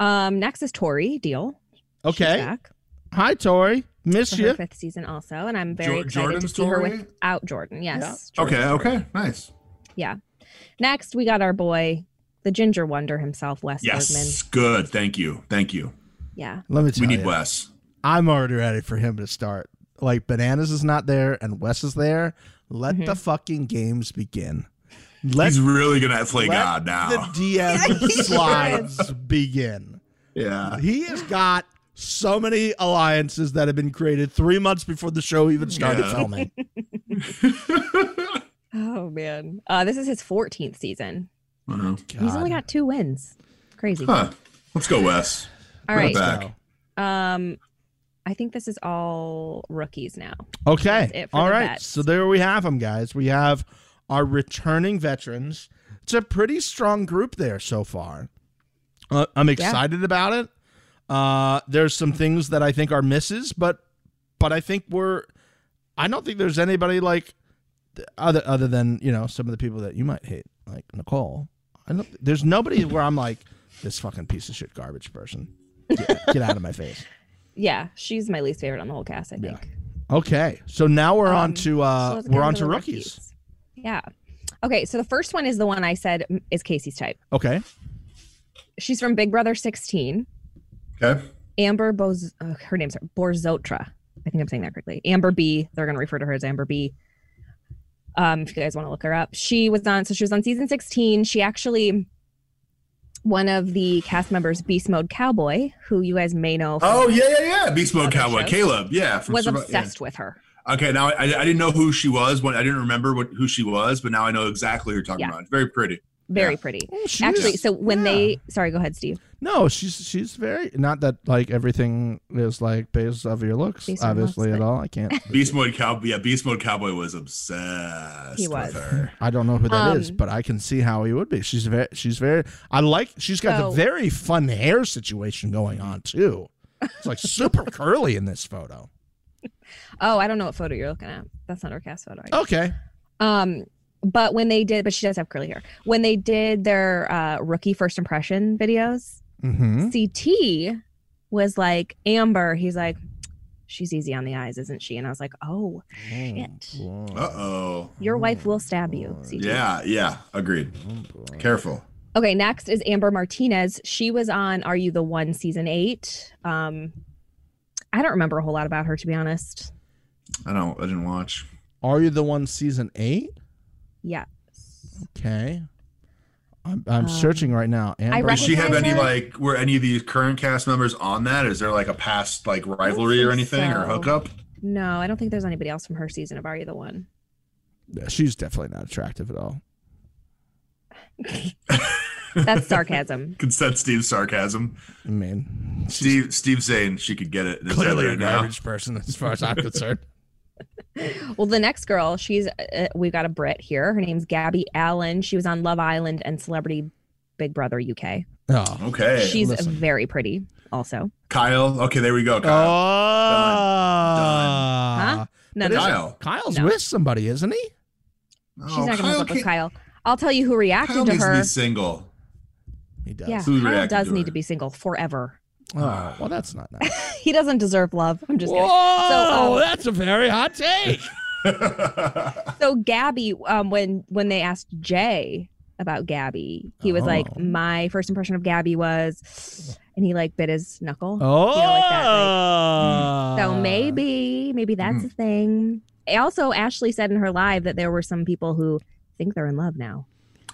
[SPEAKER 3] Um, next is Tori Deal. She's
[SPEAKER 2] Okay.
[SPEAKER 3] back
[SPEAKER 2] Hi, Tori. Miss
[SPEAKER 3] for her
[SPEAKER 2] you.
[SPEAKER 3] fifth season also, and I'm very
[SPEAKER 4] Jor-
[SPEAKER 3] excited
[SPEAKER 4] Jordan's
[SPEAKER 3] to see her
[SPEAKER 4] Tori?
[SPEAKER 3] without Jordan. Yes. Jordan.
[SPEAKER 4] Okay. Okay. Nice.
[SPEAKER 3] Next, we got our boy, the Ginger Wonder himself, Wes
[SPEAKER 4] Yes. Good. Thank you. Thank you.
[SPEAKER 3] Bergman. Yeah.
[SPEAKER 2] Let me tell
[SPEAKER 4] We need
[SPEAKER 2] you,
[SPEAKER 4] Wes.
[SPEAKER 2] I'm already ready for him to start. Like Bananas is not there and Wes is there. Let
[SPEAKER 3] Mm-hmm.
[SPEAKER 2] the fucking games begin. Let
[SPEAKER 4] He's really gonna play
[SPEAKER 2] let
[SPEAKER 4] God now.
[SPEAKER 2] the
[SPEAKER 3] <laughs>
[SPEAKER 2] DM slides begin.
[SPEAKER 4] yeah.
[SPEAKER 2] He has got so many alliances that have been created three months before the show even started
[SPEAKER 4] Yeah.
[SPEAKER 2] filming.
[SPEAKER 3] Oh man. Uh, this is his 14th season.
[SPEAKER 4] <laughs> Uh-huh.
[SPEAKER 3] He's only got two wins. Crazy.
[SPEAKER 4] Huh. Let's go, Wes.
[SPEAKER 3] All
[SPEAKER 4] Bring
[SPEAKER 3] right.
[SPEAKER 4] it back.
[SPEAKER 3] Um, I think this is all rookies now.
[SPEAKER 2] Okay.
[SPEAKER 3] That's it for
[SPEAKER 2] All
[SPEAKER 3] the
[SPEAKER 2] right.
[SPEAKER 3] vets.
[SPEAKER 2] So there we have them, guys. We have our returning veterans. It's a pretty strong group there so far. Uh, I'm excited about it. Uh, there's some things that I think are misses, but but I think we're. I don't think there's anybody like th- other other than you know some of the people that you might hate, like Nicole. I don't. There's nobody where I'm like this fucking piece of shit garbage person. Get, get out of my face.
[SPEAKER 3] Yeah, she's my least favorite on the whole cast. I
[SPEAKER 2] Yeah.
[SPEAKER 3] think.
[SPEAKER 2] Okay, so now we're on
[SPEAKER 3] Um,
[SPEAKER 2] to
[SPEAKER 3] So
[SPEAKER 2] uh,
[SPEAKER 3] let's
[SPEAKER 2] we're
[SPEAKER 3] go
[SPEAKER 2] on
[SPEAKER 3] to
[SPEAKER 2] to
[SPEAKER 3] the
[SPEAKER 2] rookies.
[SPEAKER 3] Yeah. Okay, so the first one is the one I said mm, is Casey's type.
[SPEAKER 2] Okay.
[SPEAKER 3] She's from Big Brother 16.
[SPEAKER 4] Okay.
[SPEAKER 3] Amber Boz, uh, her name's Borzotra. I think I'm saying that correctly. Amber B. They're going to refer to her as Amber B. Um, if you guys want to look her up, she was on. So she was on season 16. She actually, one of the cast members, Beast Mode Cowboy, who you guys may know, from-
[SPEAKER 4] Oh yeah, yeah, yeah. Beast Mode
[SPEAKER 3] Other
[SPEAKER 4] Cowboy,
[SPEAKER 3] shows.
[SPEAKER 4] Caleb. Yeah. from
[SPEAKER 3] was
[SPEAKER 4] Survi-
[SPEAKER 3] obsessed with her.
[SPEAKER 4] yeah. Okay. Now I, I didn't know who she was. When I didn't remember what who she was, but now I know exactly who you're talking
[SPEAKER 3] Yeah.
[SPEAKER 4] about. Very pretty.
[SPEAKER 3] very
[SPEAKER 4] Yeah.
[SPEAKER 3] pretty.
[SPEAKER 2] Oh, she
[SPEAKER 3] Actually,
[SPEAKER 2] is-
[SPEAKER 3] so when
[SPEAKER 2] yeah.
[SPEAKER 3] they sorry, go ahead, Steve.
[SPEAKER 2] No, she's she's very not that like everything is like based off your looks,
[SPEAKER 3] Based on
[SPEAKER 2] obviously
[SPEAKER 3] looks,
[SPEAKER 2] at
[SPEAKER 3] but-
[SPEAKER 2] all. I can't.
[SPEAKER 3] <laughs>
[SPEAKER 4] Beast Mode Cowboy. Yeah, Beast Mode Cowboy was obsessed.
[SPEAKER 3] He was.
[SPEAKER 4] With her.
[SPEAKER 2] I don't know who that is,
[SPEAKER 3] Um,
[SPEAKER 2] but I can see how he would be. She's very she's very. I like. She's got
[SPEAKER 3] So-
[SPEAKER 2] the very fun hair situation going on too. It's like super <laughs> curly in this photo.
[SPEAKER 3] Oh, I don't know what photo you're looking at. That's not her cast photo.
[SPEAKER 4] Oh.
[SPEAKER 3] I guess.
[SPEAKER 2] Okay,
[SPEAKER 3] Um, but when they did, but she does have curly hair. When they did their uh, rookie first impression videos,
[SPEAKER 2] hmm
[SPEAKER 3] CT was like Amber. He's like, she's easy on the eyes, isn't she? And I was like, oh, Shit.
[SPEAKER 4] Uh oh.
[SPEAKER 3] your wife will stab you. CT.
[SPEAKER 4] Yeah, yeah. Agreed.
[SPEAKER 2] Oh,
[SPEAKER 4] Careful.
[SPEAKER 3] Okay, next is Amber Martinez. She was on Are You the One season eight. Um, I don't remember a whole lot about her to be honest.
[SPEAKER 4] I don't. I didn't watch.
[SPEAKER 2] Are you the one season eight?
[SPEAKER 3] Yeah,
[SPEAKER 2] Okay, I'm, I'm
[SPEAKER 3] Um,
[SPEAKER 2] searching right now. Amber,
[SPEAKER 4] Does she have any
[SPEAKER 3] Recognize her?
[SPEAKER 4] like? Were any of these current cast members on that? Is there like a past like rivalry or
[SPEAKER 3] think
[SPEAKER 4] anything or
[SPEAKER 3] so.
[SPEAKER 4] hookup?
[SPEAKER 3] no, I don't think there's anybody else from her season of Are You the One.
[SPEAKER 2] Yeah, she's definitely not attractive at all.
[SPEAKER 4] <laughs>
[SPEAKER 3] That's sarcasm.
[SPEAKER 4] Can sense Steve's sarcasm.
[SPEAKER 2] I mean, she's
[SPEAKER 4] Steve. Steve's saying she could get it. Is that
[SPEAKER 2] clearly a
[SPEAKER 4] right now?
[SPEAKER 2] garbage person as far as I'm
[SPEAKER 4] <laughs>
[SPEAKER 2] concerned.
[SPEAKER 3] well, the next girl, she's uh, we've got a Brit here. Her name's Gabby Allen. She was on Love Island and Celebrity Big Brother UK.
[SPEAKER 2] Oh.
[SPEAKER 4] Okay.
[SPEAKER 3] She's
[SPEAKER 2] listen.
[SPEAKER 3] very pretty, also.
[SPEAKER 4] Kyle. Okay, there we
[SPEAKER 3] Oh,
[SPEAKER 4] go. Kyle.
[SPEAKER 3] Huh? No,
[SPEAKER 2] But is
[SPEAKER 3] no, no.
[SPEAKER 2] it-
[SPEAKER 4] Kyle.
[SPEAKER 2] Kyle's
[SPEAKER 3] No.
[SPEAKER 2] with somebody, isn't he?
[SPEAKER 4] No,
[SPEAKER 3] she's not going to
[SPEAKER 4] Oh, Kyle
[SPEAKER 3] hook up with
[SPEAKER 4] can't-
[SPEAKER 3] Kyle. I'll tell you who reacted
[SPEAKER 4] Kyle
[SPEAKER 3] to
[SPEAKER 4] needs
[SPEAKER 3] her.
[SPEAKER 4] to be single. <laughs>
[SPEAKER 2] He does.
[SPEAKER 3] Yeah,
[SPEAKER 4] Who
[SPEAKER 3] Kyle
[SPEAKER 4] reacted
[SPEAKER 3] does
[SPEAKER 4] to
[SPEAKER 3] need
[SPEAKER 4] her?
[SPEAKER 3] to be single forever. <laughs>
[SPEAKER 2] Oh, well, that's not nice.
[SPEAKER 3] He doesn't deserve love. I'm just kidding.
[SPEAKER 2] Whoa,
[SPEAKER 3] So, um,
[SPEAKER 2] that's a very hot
[SPEAKER 4] <laughs>
[SPEAKER 2] take.
[SPEAKER 3] So Gabby, um, when when they asked Jay about Gabby, he was like,
[SPEAKER 2] Oh.
[SPEAKER 3] "My first impression of Gabby was," and he like bit his knuckle.
[SPEAKER 2] Oh,
[SPEAKER 3] like that, So
[SPEAKER 2] Uh,
[SPEAKER 3] maybe, maybe that's a thing. Also, Ashley said in her live that there were some people who think they're in love now.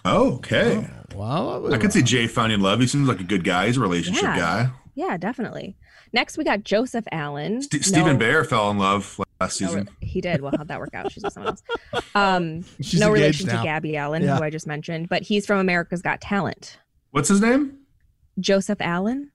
[SPEAKER 4] oh, okay.
[SPEAKER 2] Well,
[SPEAKER 4] I could see Jay finding love. He seems like a good guy. He's a relationship
[SPEAKER 3] Oh. Yeah.
[SPEAKER 4] guy.
[SPEAKER 3] Yeah, definitely. Next, we got Joseph Allen.
[SPEAKER 4] St-
[SPEAKER 3] No-
[SPEAKER 4] Stephen Bear fell in love last
[SPEAKER 3] no re-
[SPEAKER 4] season.
[SPEAKER 3] he did. Well, how'd that work out? She's with someone else.
[SPEAKER 2] <laughs>
[SPEAKER 3] Um,
[SPEAKER 2] She's
[SPEAKER 3] no
[SPEAKER 2] engaged
[SPEAKER 3] relation
[SPEAKER 2] now.
[SPEAKER 3] to Gabby Allen,
[SPEAKER 2] Yeah.
[SPEAKER 3] who I just mentioned, but he's from America's Got Talent.
[SPEAKER 4] What's his name?
[SPEAKER 3] Joseph Allen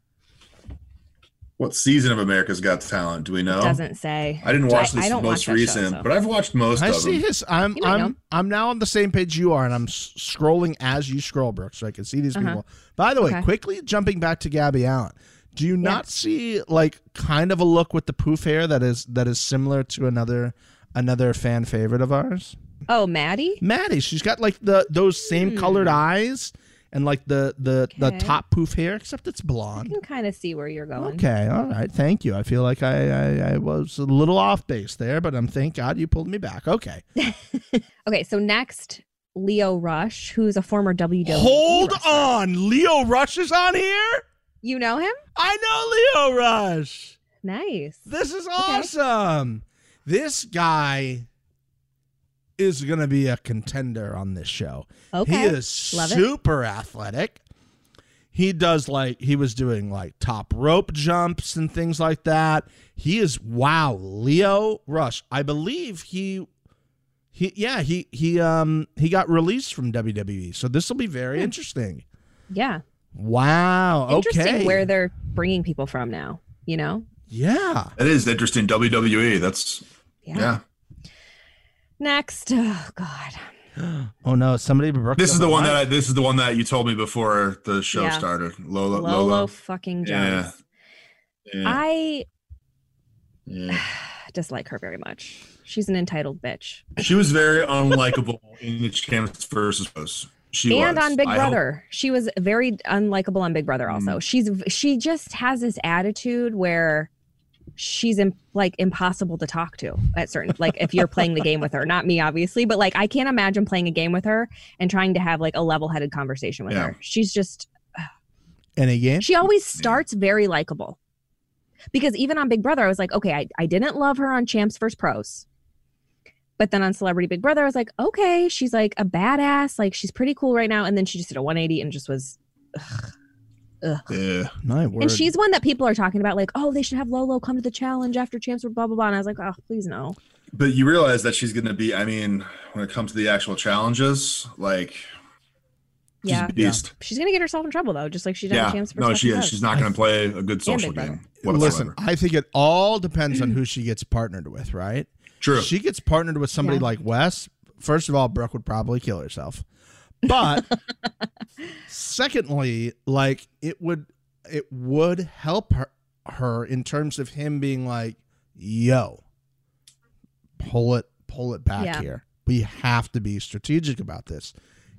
[SPEAKER 4] What season of America's Got Talent? Do we know?
[SPEAKER 3] doesn't say.
[SPEAKER 4] Oh. I didn't watch
[SPEAKER 3] I-
[SPEAKER 4] this
[SPEAKER 3] I don't watch
[SPEAKER 4] most
[SPEAKER 3] that show,
[SPEAKER 4] recent,
[SPEAKER 3] so.
[SPEAKER 4] but I've watched most
[SPEAKER 2] I
[SPEAKER 4] of
[SPEAKER 2] see
[SPEAKER 4] them.
[SPEAKER 2] his. I'm.
[SPEAKER 3] You might
[SPEAKER 2] I'm.
[SPEAKER 3] know.
[SPEAKER 2] I'm now on the same page you are, and I'm s- scrolling as you scroll, Brooke, so I can see these
[SPEAKER 3] Uh-huh.
[SPEAKER 2] people. By the way,
[SPEAKER 3] Okay.
[SPEAKER 2] quickly jumping back to Gabby Allen. Do you not see like kind of a look with the poof hair that is that is similar to another another fan favorite of ours?
[SPEAKER 3] Oh, Maddie.
[SPEAKER 2] Maddie. She's got like the those same colored eyes and like the the the
[SPEAKER 3] Hmm. Okay.
[SPEAKER 2] top poof hair, except it's
[SPEAKER 3] I
[SPEAKER 2] blonde.
[SPEAKER 3] can kind of see where you're going.
[SPEAKER 2] Okay, all right, thank you. I feel like I, I I was a little off base there, but I'm thank God you pulled me back. Okay,
[SPEAKER 3] Okay, so next, Leo Rush, who's a former WWE.
[SPEAKER 2] hold
[SPEAKER 3] wrestler.
[SPEAKER 2] on, Leo Rush is on here.
[SPEAKER 3] You know him?
[SPEAKER 2] I know Leo Rush.
[SPEAKER 3] Nice.
[SPEAKER 2] This is awesome. This guy is gonna be a contender on this show.
[SPEAKER 3] Okay.
[SPEAKER 2] He is
[SPEAKER 3] Love it.
[SPEAKER 2] super athletic. He does like he was doing like top rope jumps and things like that. He is wow, Leo Rush. I believe he he yeah, he he um he got released from WWE. So this will be very
[SPEAKER 3] Hmm.
[SPEAKER 2] interesting.
[SPEAKER 3] Yeah.
[SPEAKER 2] Wow.
[SPEAKER 3] Interesting
[SPEAKER 2] okay.
[SPEAKER 3] where they're bringing people from now, you know?
[SPEAKER 2] yeah.
[SPEAKER 4] That is interesting. WWE. That's
[SPEAKER 3] Yeah.
[SPEAKER 4] yeah.
[SPEAKER 3] Next. Oh, God.
[SPEAKER 2] Oh no, somebody broke
[SPEAKER 4] This
[SPEAKER 2] up
[SPEAKER 4] is the
[SPEAKER 2] a
[SPEAKER 4] one
[SPEAKER 2] mic.
[SPEAKER 4] that I, this is the one that you told me before the show
[SPEAKER 3] Yeah.
[SPEAKER 4] started. Lola,
[SPEAKER 3] Lolo,
[SPEAKER 4] Lola.
[SPEAKER 3] fucking
[SPEAKER 4] Yeah.
[SPEAKER 3] Jones.
[SPEAKER 4] Yeah.
[SPEAKER 3] I
[SPEAKER 4] Yeah.
[SPEAKER 3] dislike her very much. She's an entitled bitch.
[SPEAKER 4] She was
[SPEAKER 3] <laughs>
[SPEAKER 4] very unlikable in the Champs versus Post. She
[SPEAKER 3] and
[SPEAKER 4] was.
[SPEAKER 3] on Big
[SPEAKER 4] I hope- Mm.
[SPEAKER 3] Brother. She was very unlikable on Big Brother also. She's she just has this attitude where she's im- like impossible to talk to at certain like if you're playing the game with her. Not me obviously, but like I can't imagine playing a game with her and trying to have like a level-headed conversation with
[SPEAKER 4] Yeah.
[SPEAKER 3] her. She's just
[SPEAKER 2] any game.
[SPEAKER 3] she always starts very likable. Because even on Big Brother I was like, okay, I, I didn't love her on Champs vs. Pros. But then on Celebrity Big Brother, I was like, okay, she's like a badass. Like she's pretty cool right now. And then she just did a 180 and just was
[SPEAKER 4] Yeah.
[SPEAKER 2] My word.
[SPEAKER 3] And she's one that people are talking about, like, oh, they should have Lolo come to the challenge after champs were blah blah blah. And I was like, oh, please no.
[SPEAKER 4] But you realize that she's going to be, I mean, when it comes to the actual challenges, like
[SPEAKER 3] Yeah.
[SPEAKER 4] She's a beast.
[SPEAKER 3] She's gonna get herself in trouble though, just like she did
[SPEAKER 4] Yeah.
[SPEAKER 3] in Champs for
[SPEAKER 4] No, she
[SPEAKER 3] Second
[SPEAKER 4] is.
[SPEAKER 3] Love.
[SPEAKER 4] She's not going to play a good social
[SPEAKER 3] Big Brother.
[SPEAKER 4] game whatsoever.
[SPEAKER 2] Listen, I think it all depends on who she gets partnered with, right?
[SPEAKER 4] True.
[SPEAKER 2] She gets partnered with somebody
[SPEAKER 3] Yeah.
[SPEAKER 2] like Wes. First of all, Brooke would probably kill herself.
[SPEAKER 3] <laughs>
[SPEAKER 2] But secondly, like it would it would help her her in terms of him being like, yo, pull it pull it back
[SPEAKER 3] Yeah.
[SPEAKER 2] here. We have to be strategic about this.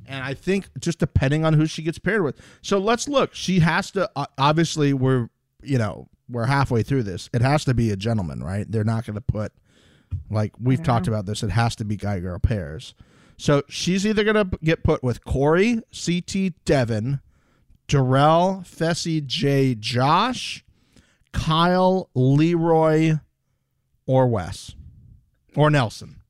[SPEAKER 2] And I think just depending on who she gets paired with. So let's look. She has to o- obviously we're you know, we're halfway through this. It has to be a gentleman, right? They're not going to put like we've
[SPEAKER 3] don't
[SPEAKER 2] talked about this. It has to be guy girl pairs. So she's either going to get put with Corey, CT, Devin, Darrell, Fessy, J, Josh, Kyle, Leroy, or Wes, or Nelson.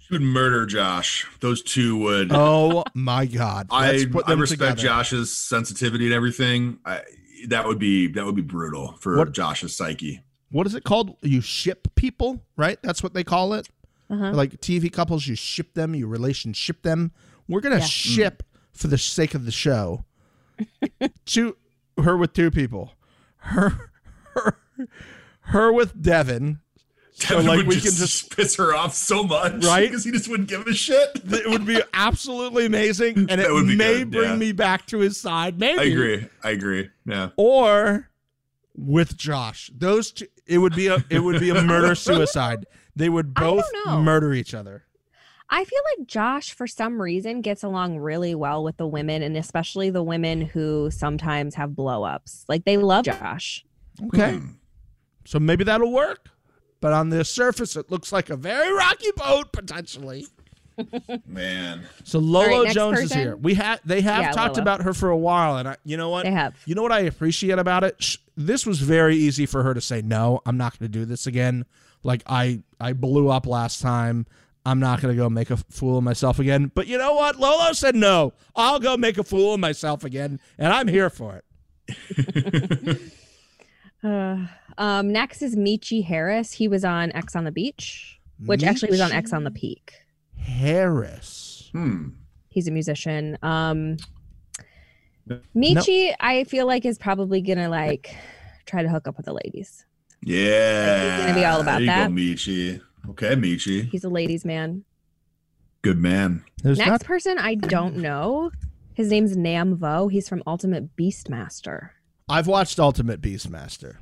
[SPEAKER 4] she would murder Josh. Those two would. <laughs>
[SPEAKER 2] Oh my God!
[SPEAKER 4] I,
[SPEAKER 2] Let's put
[SPEAKER 4] I
[SPEAKER 2] them
[SPEAKER 4] respect
[SPEAKER 2] together.
[SPEAKER 4] Josh's sensitivity and everything. I, that would be that would be brutal for
[SPEAKER 2] What-
[SPEAKER 4] Josh's psyche.
[SPEAKER 2] What is it called? You ship people, right? That's what they call it.
[SPEAKER 3] Uh-huh.
[SPEAKER 2] Like TV couples, you ship them, you relationship them. We're gonna
[SPEAKER 3] Yeah.
[SPEAKER 4] Mm.
[SPEAKER 2] ship for the sake of the
[SPEAKER 3] <laughs>
[SPEAKER 2] show. two her with two people. Her her her with Devin. <laughs> So
[SPEAKER 4] Devin
[SPEAKER 2] like
[SPEAKER 4] would
[SPEAKER 2] we
[SPEAKER 4] just
[SPEAKER 2] can just
[SPEAKER 4] piss her off so much, <laughs>
[SPEAKER 2] Right?
[SPEAKER 4] Because he just wouldn't give a shit.
[SPEAKER 2] it would be absolutely amazing and
[SPEAKER 4] That
[SPEAKER 2] it
[SPEAKER 4] would be
[SPEAKER 2] may
[SPEAKER 4] good,
[SPEAKER 2] bring
[SPEAKER 4] yeah.
[SPEAKER 2] me back to his side. Maybe
[SPEAKER 4] <laughs> I agree. I agree. Yeah.
[SPEAKER 2] or with Josh. Those two it would be a it would be a
[SPEAKER 3] <laughs>
[SPEAKER 2] murder suicide. They would
[SPEAKER 3] I don't
[SPEAKER 2] both
[SPEAKER 3] know.
[SPEAKER 2] murder each other.
[SPEAKER 3] I feel like Josh, for some reason, gets along really well with the women, and especially the women who sometimes have blow ups. Like they love Josh.
[SPEAKER 2] Okay.
[SPEAKER 4] Hmm.
[SPEAKER 2] So maybe that'll work. But on the surface, it looks like a very rocky boat potentially.
[SPEAKER 4] Man.
[SPEAKER 2] So Lolo
[SPEAKER 3] All right, next
[SPEAKER 2] Jones is
[SPEAKER 3] person?
[SPEAKER 2] here. We had they have
[SPEAKER 3] Yeah,
[SPEAKER 2] talked
[SPEAKER 3] Lolo.
[SPEAKER 2] about her for a while, and I, you know what?
[SPEAKER 3] They have.
[SPEAKER 2] You know what I appreciate about it? Sh- This was very easy for her to say no. I'm not going to do this again. Like I I blew up last time. I'm not going to go make a fool of myself again. But you know what? Lolo said no. I'll go make a fool of myself again, and I'm here for it.
[SPEAKER 3] Uh, <sighs> um, next is Michi Harris. He was on X on the Beach, which actually was on X on the Peak.
[SPEAKER 2] Harris.
[SPEAKER 4] Hmm.
[SPEAKER 3] He's a musician. Um, Michi, I feel like is probably gonna like try to hook up with the ladies.
[SPEAKER 4] Yeah.
[SPEAKER 3] It's gonna be all about
[SPEAKER 4] there you
[SPEAKER 3] that.
[SPEAKER 4] go, Michi. Okay, Michi.
[SPEAKER 3] He's a ladies' man.
[SPEAKER 4] Good man.
[SPEAKER 2] There's
[SPEAKER 3] Next person, I don't know. His name's Nam Vo. He's from Ultimate Beastmaster.
[SPEAKER 2] I've watched Ultimate Beastmaster.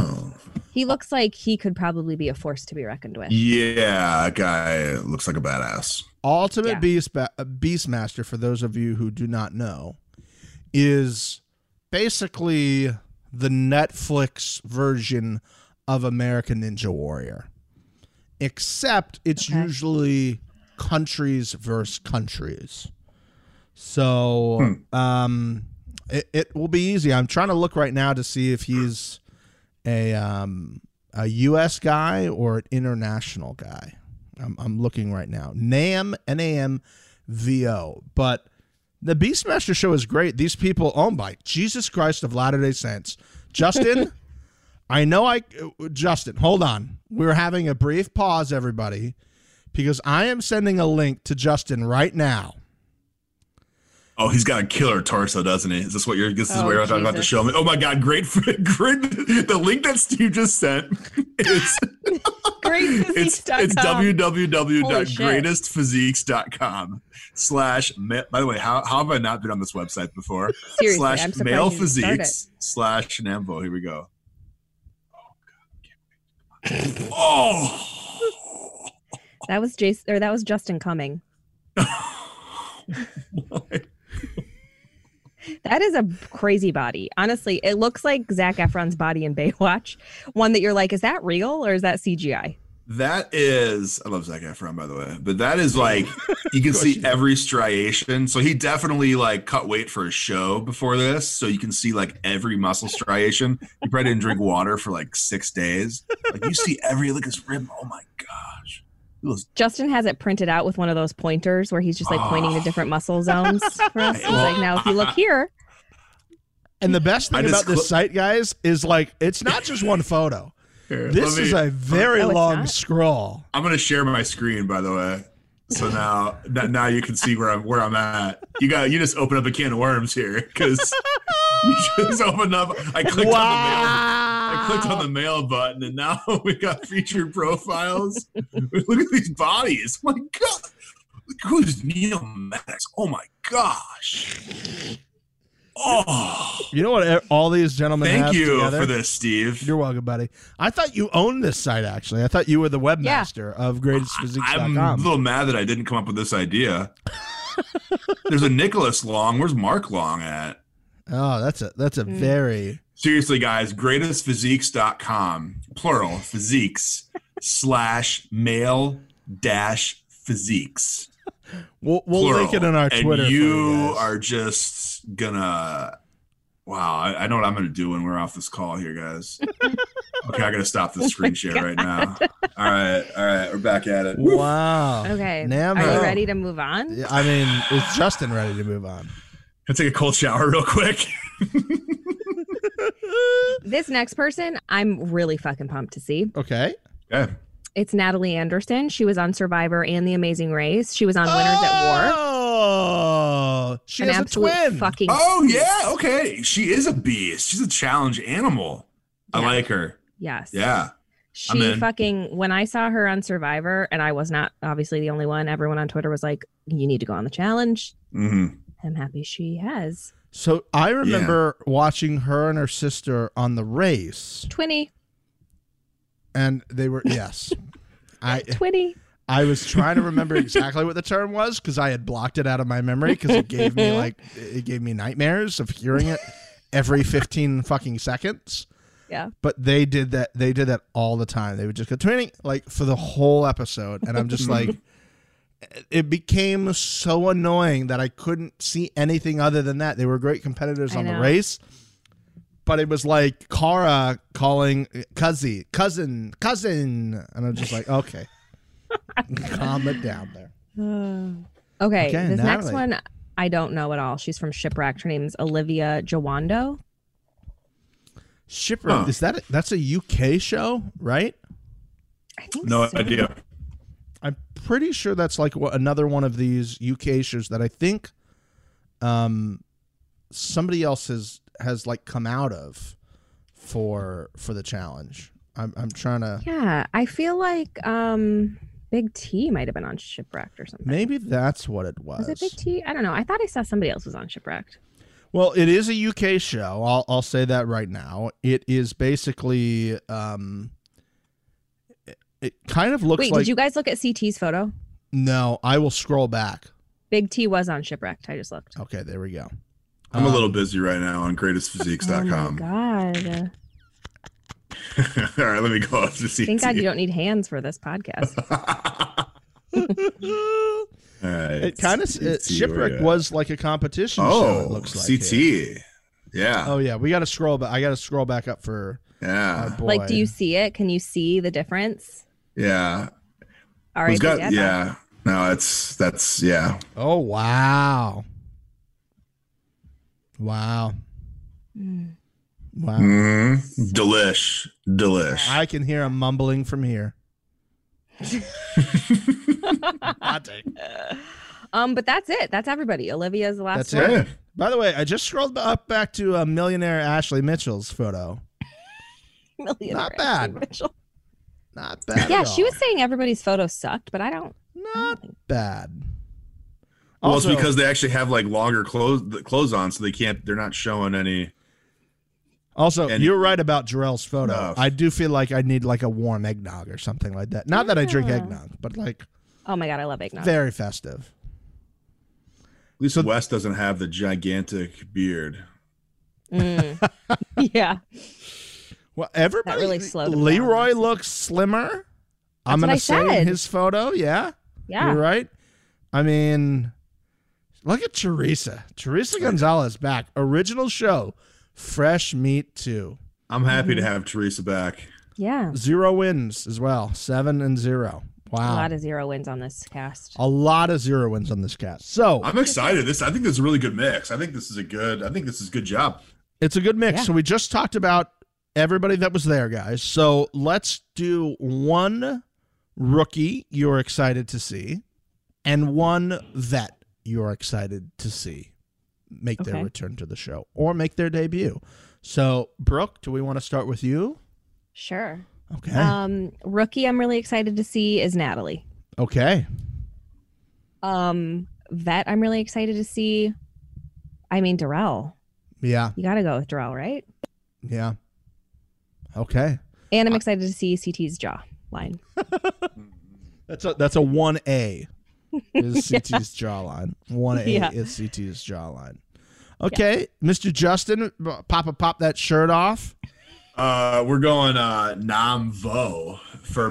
[SPEAKER 4] Oh.
[SPEAKER 3] He looks like he could probably be a force to be reckoned with.
[SPEAKER 4] Yeah, that guy looks like a badass.
[SPEAKER 2] Ultimate
[SPEAKER 3] Yeah.
[SPEAKER 2] Beast uh, Beastmaster, for those of you who do not know, is basically the Netflix version of American Ninja Warrior, except it's
[SPEAKER 3] Okay.
[SPEAKER 2] usually countries versus countries. So um, it, it will be easy. I'm trying to look right now to see if he's a um, a U.S. guy or an international guy. I'm, I'm looking right now. Nam N A M V O. But the Beastmaster show is great. These people, oh my Jesus Christ of Latter Day Saints,
[SPEAKER 4] <laughs>
[SPEAKER 2] Justin. I know I Justin. Hold on. We're having a brief pause, everybody, because I am sending a link to Justin right now.
[SPEAKER 4] Oh, he's got a killer torso, doesn't he? Is this what you're? This is
[SPEAKER 3] Oh,
[SPEAKER 4] what you're talking about the
[SPEAKER 3] Jesus.
[SPEAKER 4] show. Oh my God! Great, <laughs> great. The link that Steve just
[SPEAKER 3] <laughs>
[SPEAKER 4] sent is it's it's E www.greatestphysiques.com slash. ma- By the way, how, how have I not been on this website before?
[SPEAKER 3] Seriously,
[SPEAKER 4] slash
[SPEAKER 3] I'm surprised
[SPEAKER 4] male
[SPEAKER 3] you even started.
[SPEAKER 4] physiques slash Nambo. Here we go. Oh.
[SPEAKER 3] That was Jason or that was Justin Cumming. <laughs>
[SPEAKER 4] Oh! <laughs>
[SPEAKER 3] That is a crazy body. Honestly, it looks like Zach Efron's body in Baywatch. One that you're like, is that real or is that CGI?
[SPEAKER 4] That is, I love Zac Efron, by the way, but that is <laughs> like you can see every striation. So he definitely like cut weight for a show before this, so you can see like every muscle striation. He probably didn't drink water for like six days. Like you see every look at his rib. Oh my gosh, It was-
[SPEAKER 3] Justin has it printed out with one of those pointers where he's just like pointing
[SPEAKER 4] Ah.
[SPEAKER 3] to different muscle zones for us. He's like, now if you look here,
[SPEAKER 2] And the best
[SPEAKER 4] I
[SPEAKER 2] thing about
[SPEAKER 4] just cl-
[SPEAKER 2] this site, guys, is like it's not just one photo.
[SPEAKER 4] Here,
[SPEAKER 2] This
[SPEAKER 4] <laughs> let me-
[SPEAKER 2] is a very
[SPEAKER 3] Oh, it's
[SPEAKER 2] long
[SPEAKER 3] not?
[SPEAKER 2] scroll.
[SPEAKER 4] I'm gonna share my screen, by the way. So now, n- now you can see where I'm where I'm at. You got you just open up a can of worms here because <laughs> you just opened up. I clicked on the mail. I clicked on the mail button, and now <laughs> we got featured profiles. <laughs> Look at these bodies! Oh My God, Look who's Neil Maddox? Oh my gosh! Oh,
[SPEAKER 2] You know what e- all these gentlemen
[SPEAKER 4] thank
[SPEAKER 2] have
[SPEAKER 4] you
[SPEAKER 2] together?
[SPEAKER 4] for this, Steve.
[SPEAKER 2] You're welcome, buddy. I thought you owned this site, actually. I thought you were the webmaster of
[SPEAKER 4] I'm
[SPEAKER 2] greatestphysiques.com.
[SPEAKER 4] a little mad that I didn't come up with
[SPEAKER 2] <laughs>
[SPEAKER 4] this idea. There's a Nicholas Long. Where's Mark Long at?
[SPEAKER 2] Oh, that's a that's a
[SPEAKER 3] Mm.
[SPEAKER 2] very
[SPEAKER 4] Seriously, guys, greatestphysiques.com, plural, physiques, slash male dash physiques.
[SPEAKER 2] we'll, we'll
[SPEAKER 4] plural.
[SPEAKER 2] link it in our
[SPEAKER 4] And
[SPEAKER 2] Twitter. for
[SPEAKER 4] you
[SPEAKER 2] guys.
[SPEAKER 4] are just gonna. Wow, I, I know what I'm gonna do when we're off this call here,
[SPEAKER 3] <laughs>
[SPEAKER 4] guys. okay, I gotta stop the screen share right
[SPEAKER 3] Oh
[SPEAKER 4] now. All right, all right, we're back at it. Woo.
[SPEAKER 2] wow.
[SPEAKER 3] <laughs> Okay.
[SPEAKER 2] Nam-
[SPEAKER 3] Are you ready to move on?
[SPEAKER 2] Yeah, I mean, is Justin ready to move on?
[SPEAKER 4] Can I take a cold shower real quick?
[SPEAKER 2] <laughs>
[SPEAKER 3] This next person, I'm really fucking pumped to see.
[SPEAKER 2] Okay.
[SPEAKER 4] Okay.
[SPEAKER 3] It's Natalie Anderson. She was on Survivor and The Amazing Race. She was on Winners at War.
[SPEAKER 2] Oh, she
[SPEAKER 3] An
[SPEAKER 2] has a
[SPEAKER 3] absolute
[SPEAKER 2] twin.
[SPEAKER 3] fucking.
[SPEAKER 4] Oh yeah, okay. She is a beast. She's a challenge animal. I
[SPEAKER 3] Yeah.
[SPEAKER 4] like her.
[SPEAKER 3] Yes.
[SPEAKER 4] Yeah. I'm
[SPEAKER 3] She
[SPEAKER 4] in.
[SPEAKER 3] fucking. When I saw her on Survivor, and I was not obviously the only one. Everyone on Twitter was like, "You need to go on the challenge."
[SPEAKER 4] Mm-hmm.
[SPEAKER 3] I'm happy she has
[SPEAKER 2] So I remember watching her and her sister on the race,
[SPEAKER 3] twinny,
[SPEAKER 2] and they were
[SPEAKER 4] <laughs>
[SPEAKER 2] yes. I
[SPEAKER 3] twinny.
[SPEAKER 2] I was trying to remember exactly what the term was because I had blocked it out of my memory because it gave me like it gave me nightmares of hearing it every fifteen fucking seconds. <sighs>
[SPEAKER 3] Yeah.
[SPEAKER 2] But they did that. They did that all the time. They would just go training like for the whole episode, and I'm
[SPEAKER 3] <laughs>
[SPEAKER 2] just like, it became so annoying that I couldn't see anything other than that. They were great competitors
[SPEAKER 3] I
[SPEAKER 2] on the
[SPEAKER 3] know.
[SPEAKER 2] race. But it was like Kara calling Cuzzy, cousin, cousin. And I'm just
[SPEAKER 3] <laughs>
[SPEAKER 2] like, okay. Calm it down there.
[SPEAKER 3] Okay,
[SPEAKER 2] Okay,
[SPEAKER 3] this next
[SPEAKER 2] Natalie.
[SPEAKER 3] one I don't know at all. She's from Shipwrecked. Her name's Olivia Jawando.
[SPEAKER 2] Shipwreck.
[SPEAKER 4] Huh.
[SPEAKER 2] Is that a, that's a UK show, right?
[SPEAKER 3] I think
[SPEAKER 4] No
[SPEAKER 3] so.
[SPEAKER 4] idea.
[SPEAKER 2] I'm pretty sure that's like wha- another one of these UK shows that I think um somebody else has has like come out of for for the challenge. I'm I'm trying to
[SPEAKER 3] Yeah, I feel like um Big T might have been on Shipwrecked or something.
[SPEAKER 2] maybe that's what it was.
[SPEAKER 3] Was it Big T? I don't know. I thought I saw somebody else was on Shipwrecked.
[SPEAKER 2] Well, it is a UK show. I'll I'll say that right now. It is basically um it- it kind of looks
[SPEAKER 3] Wait,
[SPEAKER 2] like
[SPEAKER 3] did you guys look at CT's photo?
[SPEAKER 2] no, I will scroll back.
[SPEAKER 3] Big T was on Shipwrecked. I just looked.
[SPEAKER 2] Okay, there we go.
[SPEAKER 4] I'm a
[SPEAKER 2] Um,
[SPEAKER 4] little busy right now on <laughs> greatestphysiques.com.
[SPEAKER 3] Uh, oh my god!
[SPEAKER 4] All right, let me go up to see.
[SPEAKER 3] Thank God you don't need hands for this
[SPEAKER 2] <laughs>
[SPEAKER 3] podcast.
[SPEAKER 2] Um,
[SPEAKER 4] All right.
[SPEAKER 2] It kind of
[SPEAKER 4] CT, where
[SPEAKER 2] shipwreck
[SPEAKER 4] you at?
[SPEAKER 2] was like a competition show. It
[SPEAKER 4] Oh,
[SPEAKER 2] looks like
[SPEAKER 4] CT.
[SPEAKER 2] here.
[SPEAKER 4] Yeah.
[SPEAKER 2] Oh yeah, we got to scroll. But I got to scroll back up for our
[SPEAKER 4] yeah.
[SPEAKER 2] boy.
[SPEAKER 3] like, do you see it? Can you see the difference?
[SPEAKER 4] Yeah.
[SPEAKER 3] All
[SPEAKER 4] Who's
[SPEAKER 3] right,
[SPEAKER 4] got-
[SPEAKER 3] Dad.
[SPEAKER 4] yeah. No, it's that's yeah.
[SPEAKER 2] Oh wow, wow,
[SPEAKER 3] Hmm.
[SPEAKER 2] wow!
[SPEAKER 4] hmm Delish. Delish.
[SPEAKER 2] Oh.
[SPEAKER 4] <laughs>
[SPEAKER 2] I can hear him mumbling from here. <laughs> Hot take.
[SPEAKER 3] <laughs> Um, but that's it. That's everybody. Olivia's the last
[SPEAKER 2] That's
[SPEAKER 3] one.
[SPEAKER 2] it. By the way, I just scrolled ba- up back to uh, millionaire Ashley Mitchell's photo.
[SPEAKER 3] <laughs> Millionaire
[SPEAKER 2] Not bad. <laughs>
[SPEAKER 3] Ashley Mitchell.
[SPEAKER 2] Not bad.
[SPEAKER 3] Yeah,
[SPEAKER 2] at
[SPEAKER 3] she
[SPEAKER 2] all.
[SPEAKER 3] was saying everybody's photo sucked, but I don't. I
[SPEAKER 2] not
[SPEAKER 3] don't think-
[SPEAKER 2] bad.
[SPEAKER 4] Well,
[SPEAKER 2] Also,
[SPEAKER 4] it's because they actually have like longer clothes clothes on, so they can't. They're not showing any.
[SPEAKER 2] Also,
[SPEAKER 4] And-
[SPEAKER 2] you're right about Jarrell's photo.
[SPEAKER 4] Enough.
[SPEAKER 2] I do feel like I need like a warm eggnog or something like that. Not that I drink
[SPEAKER 3] Yeah.
[SPEAKER 2] eggnog, but like
[SPEAKER 3] Oh my god, I love eggnog.
[SPEAKER 2] very festive.
[SPEAKER 4] At least
[SPEAKER 2] So-
[SPEAKER 4] West doesn't have the gigantic beard.
[SPEAKER 2] <laughs>
[SPEAKER 3] Mm. yeah,
[SPEAKER 2] Well, everybody
[SPEAKER 3] really slowed him
[SPEAKER 2] Leroy
[SPEAKER 3] down.
[SPEAKER 2] looks slimmer. I'm
[SPEAKER 3] what
[SPEAKER 2] gonna
[SPEAKER 3] I
[SPEAKER 2] say in
[SPEAKER 3] said.
[SPEAKER 2] his photo. Yeah,
[SPEAKER 3] yeah.
[SPEAKER 2] you're right. I mean, look at Teresa. Teresa Gonzalez back. Original show, fresh meat too.
[SPEAKER 4] I'm happy
[SPEAKER 2] Mm-hmm.
[SPEAKER 4] to have Teresa back.
[SPEAKER 3] Yeah.
[SPEAKER 2] Zero wins as well. Seven and zero. Wow,
[SPEAKER 3] A lot of zero wins on this cast.
[SPEAKER 2] a lot of zero wins on this cast. So
[SPEAKER 4] I'm excited. This I think this is a really good mix. I think this is a good. I think this is a good job.
[SPEAKER 2] It's a good mix.
[SPEAKER 3] Yeah.
[SPEAKER 2] So we just talked about everybody that was there, guys. So let's do one rookie you're excited to see. and one vet you're excited to see make their
[SPEAKER 3] Okay.
[SPEAKER 2] return to the show or make their debut. So, Brooke, do we want to start with you?
[SPEAKER 3] Sure.
[SPEAKER 2] Okay.
[SPEAKER 3] Um, rookie, I'm really excited to see is Natalie.
[SPEAKER 2] okay.
[SPEAKER 3] Um, vet, I'm really excited to see. I mean, Darrell.
[SPEAKER 2] Yeah.
[SPEAKER 3] You got to go with Darrell, right?
[SPEAKER 2] Yeah. Okay.
[SPEAKER 4] Uh,
[SPEAKER 3] And I'm excited to see CT's jaw line.
[SPEAKER 2] That's a that's a one A is CT's jawline. One A
[SPEAKER 3] Yeah.
[SPEAKER 2] is CT's jawline. Okay, Mr. Justin, b- Papa, pop that shirt off.
[SPEAKER 4] Uh, we're going uh, Nam Vo for